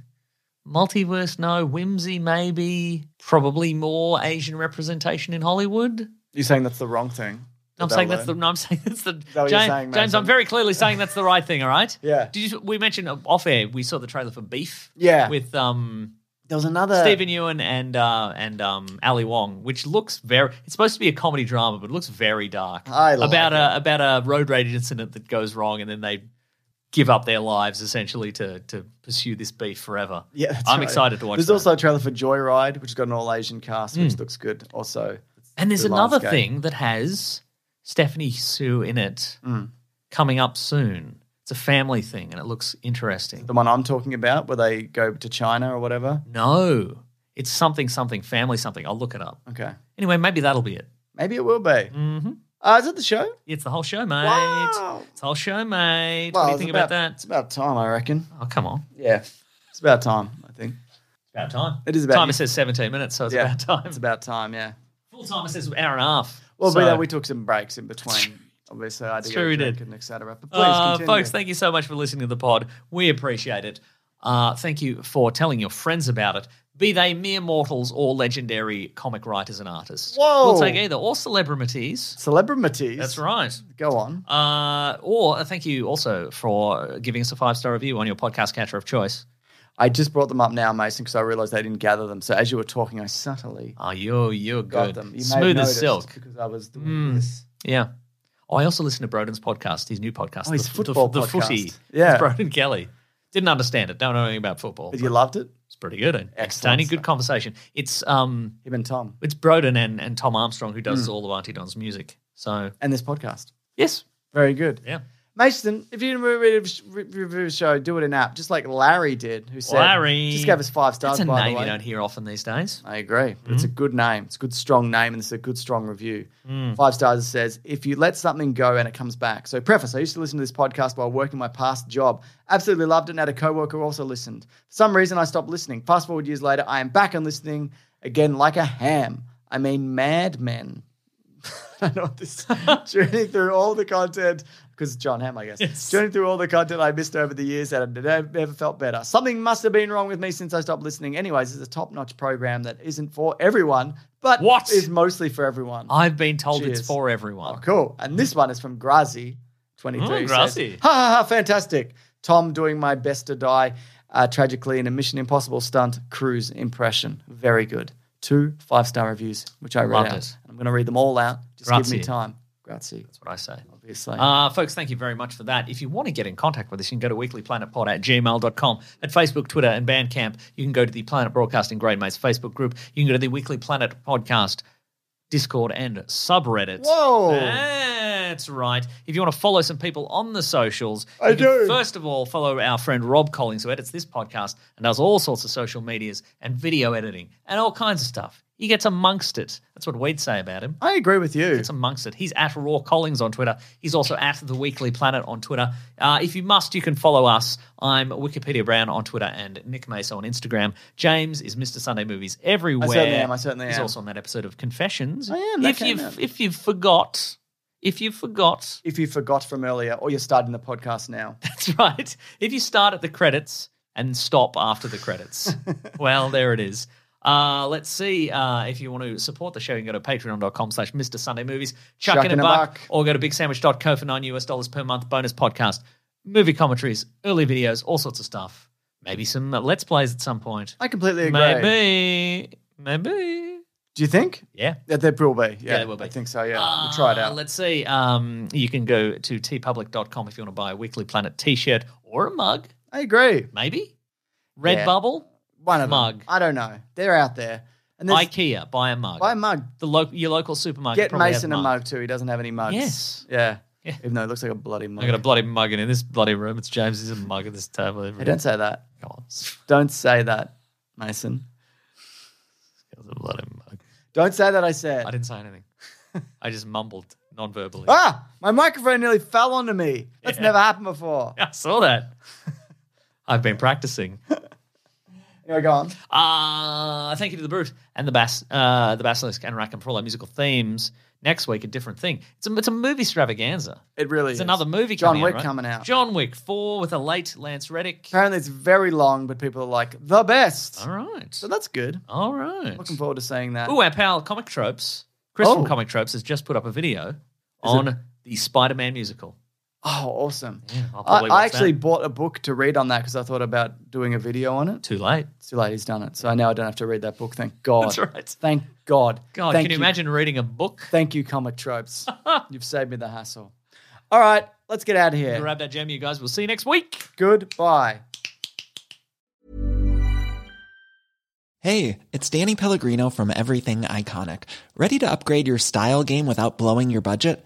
S4: multiverse, no whimsy, maybe probably more Asian representation in Hollywood.
S1: You're saying that's the wrong thing. that
S4: I'm saying
S1: they'll
S4: that's the.
S1: learn?
S4: No, I'm [laughs] saying that's the.
S1: that what you're
S4: James,
S1: saying,
S4: James, I'm
S1: Mason?
S4: very clearly saying that's the right thing. All right.
S1: [laughs] Yeah.
S4: Did you? We mentioned uh, off air. We saw the trailer for Beef.
S1: Yeah.
S4: With um
S1: There was another.
S4: Stephen Ewan and uh, and um, Ali Wong, which looks very. It's supposed to be a comedy drama, but it looks very dark.
S1: I like
S4: about a about a road rage incident that goes wrong, and then they give up their lives essentially to to pursue this beef forever.
S1: Yeah, that's
S4: I'm
S1: right.
S4: excited to watch.
S1: There's
S4: that. Hmm.
S1: also a trailer for Joyride, which has got an all-Asian cast, which looks good. Also,
S4: and there's
S1: the
S4: another
S1: Lionsgate.
S4: thing that has Stephanie Sue in it
S1: Mm.
S4: coming up soon. It's a family thing, and it looks interesting.
S1: the one I'm talking about, where they go to China or whatever.
S4: No, it's something something family something. I'll look it up.
S1: Okay,
S4: Anyway, maybe that'll be it.
S1: maybe it will be.
S4: hmm
S1: Uh, is it the show?
S4: It's the whole show, mate.
S1: Wow.
S4: It's the whole show, mate.
S1: Well,
S4: what do you
S1: it's
S4: think about,
S1: It's
S4: that?
S1: about time, I reckon.
S4: Oh, come on.
S1: Yeah, it's about time. I think
S4: It's about time.
S1: It is about-
S4: time. It says 17 minutes, so it's
S1: Yeah,
S4: about time.
S1: it's about time.
S4: [laughs]
S1: Yeah.
S4: Full time, it says an hour and a half.
S1: Well,
S4: so,
S1: but then we took some breaks in
S4: [laughs]
S1: between. Obviously, I had to
S4: It's
S1: get a
S4: true, we
S1: drink
S4: did.
S1: and etc. But please
S4: uh,
S1: continue.
S4: folks, thank you so much for listening to the pod. We appreciate it. Uh, thank you for telling your friends about it, be they mere mortals or legendary comic writers and artists.
S1: Whoa.
S4: We'll take either or celebrities.
S1: Celebrities.
S4: That's right.
S1: Go on.
S4: Uh, or uh, thank you also for giving us a five star review on your podcast catcher of choice.
S1: I just brought them up now, Mason, because I realised they didn't gather them. So as you were talking, I subtly
S4: Oh, you're you're
S1: got
S4: good.
S1: them. You may have
S4: Smooth as
S1: noticed
S4: silk.
S1: because I was doing
S4: Mm.
S1: this.
S4: Yeah. Oh, I also listen to Broden's podcast, his new podcast,
S1: Oh, his
S4: the,
S1: football
S4: the, the
S1: podcast.
S4: footy.
S1: Yeah.
S4: with Broden Kelly. Didn't understand it. Don't know anything about football.
S1: But you loved it?
S4: It's pretty good. and
S1: Excellent
S4: Entertaining, good
S1: stuff.
S4: conversation. It's um,
S1: Him and Tom.
S4: it's Broden and, and Tom Armstrong who
S1: Hmm.
S4: does all of Auntie Don's music. So
S1: And this podcast.
S4: yes,
S1: Very good.
S4: yeah.
S1: Mason, if you review a show, do it in app, just like Larry did, who said,
S4: Larry.
S1: just gave us five stars,
S4: That's a
S1: by
S4: name
S1: the
S4: you
S1: way.
S4: don't Hmm? hear often these days.
S1: I agree. But It's a good name. It's a good, strong name, and it's a good, strong review.
S4: Hmm.
S1: Five stars says, if you let something go and it comes back. So, preface I used to listen to this podcast while working my past job. Absolutely loved it, and had a coworker who also listened. For some reason, I stopped listening. Fast forward years later, I am back and listening again like a ham. I mean, madmen. [laughs] I know what this journey through all the content because John Hamm, I guess. Journey through all the content I missed over the years and I never never felt better. Something must have been wrong with me since I stopped listening. Anyways, it's a top-notch program that isn't for everyone, but
S4: What?
S1: is mostly for everyone.
S4: I've been told
S1: Cheers.
S4: it's for
S1: Oh,
S4: everyone.
S1: cool. And this one is from Grazi, 23.
S4: Mm,
S1: says,
S4: Grazi.
S1: Ha ha ha, fantastic. Tom doing my best to die uh, tragically in a Mission Impossible stunt cruise impression. Very good. Two five star reviews, which I read
S4: Loved
S1: out.
S4: it.
S1: I'm going to read them all out. Just give
S4: Grazie.
S1: me time. Grazie.
S4: That's what I say.
S1: obviously.
S4: Uh, folks, thank you very much for that. If you want to get in contact with us, you can go to weeklyplanetpod at gmail.com. At Facebook, Twitter, and Bandcamp, you can go to the Planet Broadcasting Grade Mates Facebook group. You can go to the Weekly Planet Podcast Discord and subreddit.
S1: Whoa.
S4: That's right. If you want to follow some people on the socials,
S1: I
S4: you can
S1: do.
S4: First of all, follow our friend Rob Collins, who edits this podcast and does all sorts of social medias and video editing and all kinds of stuff. He gets amongst it. That's what we'd say about him.
S1: I agree with you.
S4: It's amongst it. He's at Raw Collings on Twitter. He's also at The Weekly Planet on Twitter. Uh, if you must, you can follow us. I'm Wikipedia Brown on Twitter and Nick Mason on Instagram. James is Mr. Sunday Movies everywhere.
S1: am, I certainly
S4: He's
S1: am.
S4: also on that episode of Confessions.
S1: I am, that
S4: If
S1: came
S4: you've
S1: out.
S4: if you've forgot, if you forgot,
S1: if you forgot from earlier or you're starting the podcast now.
S4: that's [laughs] right. If you start at the credits and stop after the credits, well, there it is. Uh, let's see. Uh, if you want to support the show, you can go to patreon.com slash Mr. Sunday Movies, chuck, in a, buck, or go to bigsandwich.co for nine US dollars per month, bonus podcast, movie commentaries, early videos, all sorts of stuff. Maybe some uh, Let's Plays at some point.
S1: I
S4: [laughs]
S1: completely agree.
S4: Maybe. Maybe.
S1: Do you think?
S4: Yeah.
S1: That there will be. Yeah,
S4: there will be.
S1: I think so, yeah. we'll try it
S4: Uh,
S1: out.
S4: Let's see. Um, you can go to tpublic.com if you want to buy a Weekly Planet t shirt or a mug.
S1: I agree.
S4: maybe Redbubble,
S1: Yeah. One of
S4: Mug.
S1: them. I don't know. They're out there. And there's
S4: IKEA, buy a mug.
S1: buy a mug.
S4: the lo- your local supermarket.
S1: Get
S4: probably has
S1: Mason a mug too. He doesn't have any mugs.
S4: Yes.
S1: Yeah.
S4: Yeah.
S1: Even though it looks like a bloody mug.
S4: I got a bloody mug in this bloody room. It's James's mug at this table. Every
S1: Hey, don't say that.
S4: Come on, [laughs] it's
S1: Don't say that, Mason.
S4: a bloody mug.
S1: Don't say that I said.
S4: I didn't
S1: [laughs]
S4: say anything. I just mumbled non-verbally.
S1: ah! My microphone nearly fell onto me. That's never happened before.
S4: [laughs] I saw that. [laughs] I've been practicing.
S1: Anyway, go on.
S4: Uh, thank you to the Brute and the Bass, uh, the Basilisk and Rackham for all our musical themes. Next week, a different thing. It's a, it's a movie extravaganza.
S1: It really
S4: It's
S1: is.
S4: another movie.
S1: John
S4: coming
S1: Wick
S4: out, right?
S1: coming out.
S4: John Wick Four with a late Lance Reddick.
S1: Apparently it's very long, but people are like, the best.
S4: All right.
S1: So that's good.
S4: All right.
S1: Looking forward to seeing that.
S4: Ooh, our pal Comic Tropes, Chris from
S1: Oh.
S4: Comic Tropes, has just put up a video on the Spider Man musical.
S1: Oh, awesome.
S4: I'll
S1: I,
S4: probably
S1: I
S4: watch
S1: actually
S4: that.
S1: bought a book to read on that because I thought about doing a video on it.
S4: Too late.
S1: It's too late, he's done it. So now I don't have to read that book. Thank God.
S4: That's right.
S1: Thank God.
S4: God,
S1: Thank
S4: can you, imagine reading a book?
S1: Thank you, comic
S4: [laughs]
S1: tropes. You've saved me the hassle. All right, let's get out of here.
S4: Grab that gem, you guys. We'll see you next week.
S1: Goodbye.
S8: Hey, it's Danny Pellegrino from Everything Iconic. Ready to upgrade your style game without blowing your budget?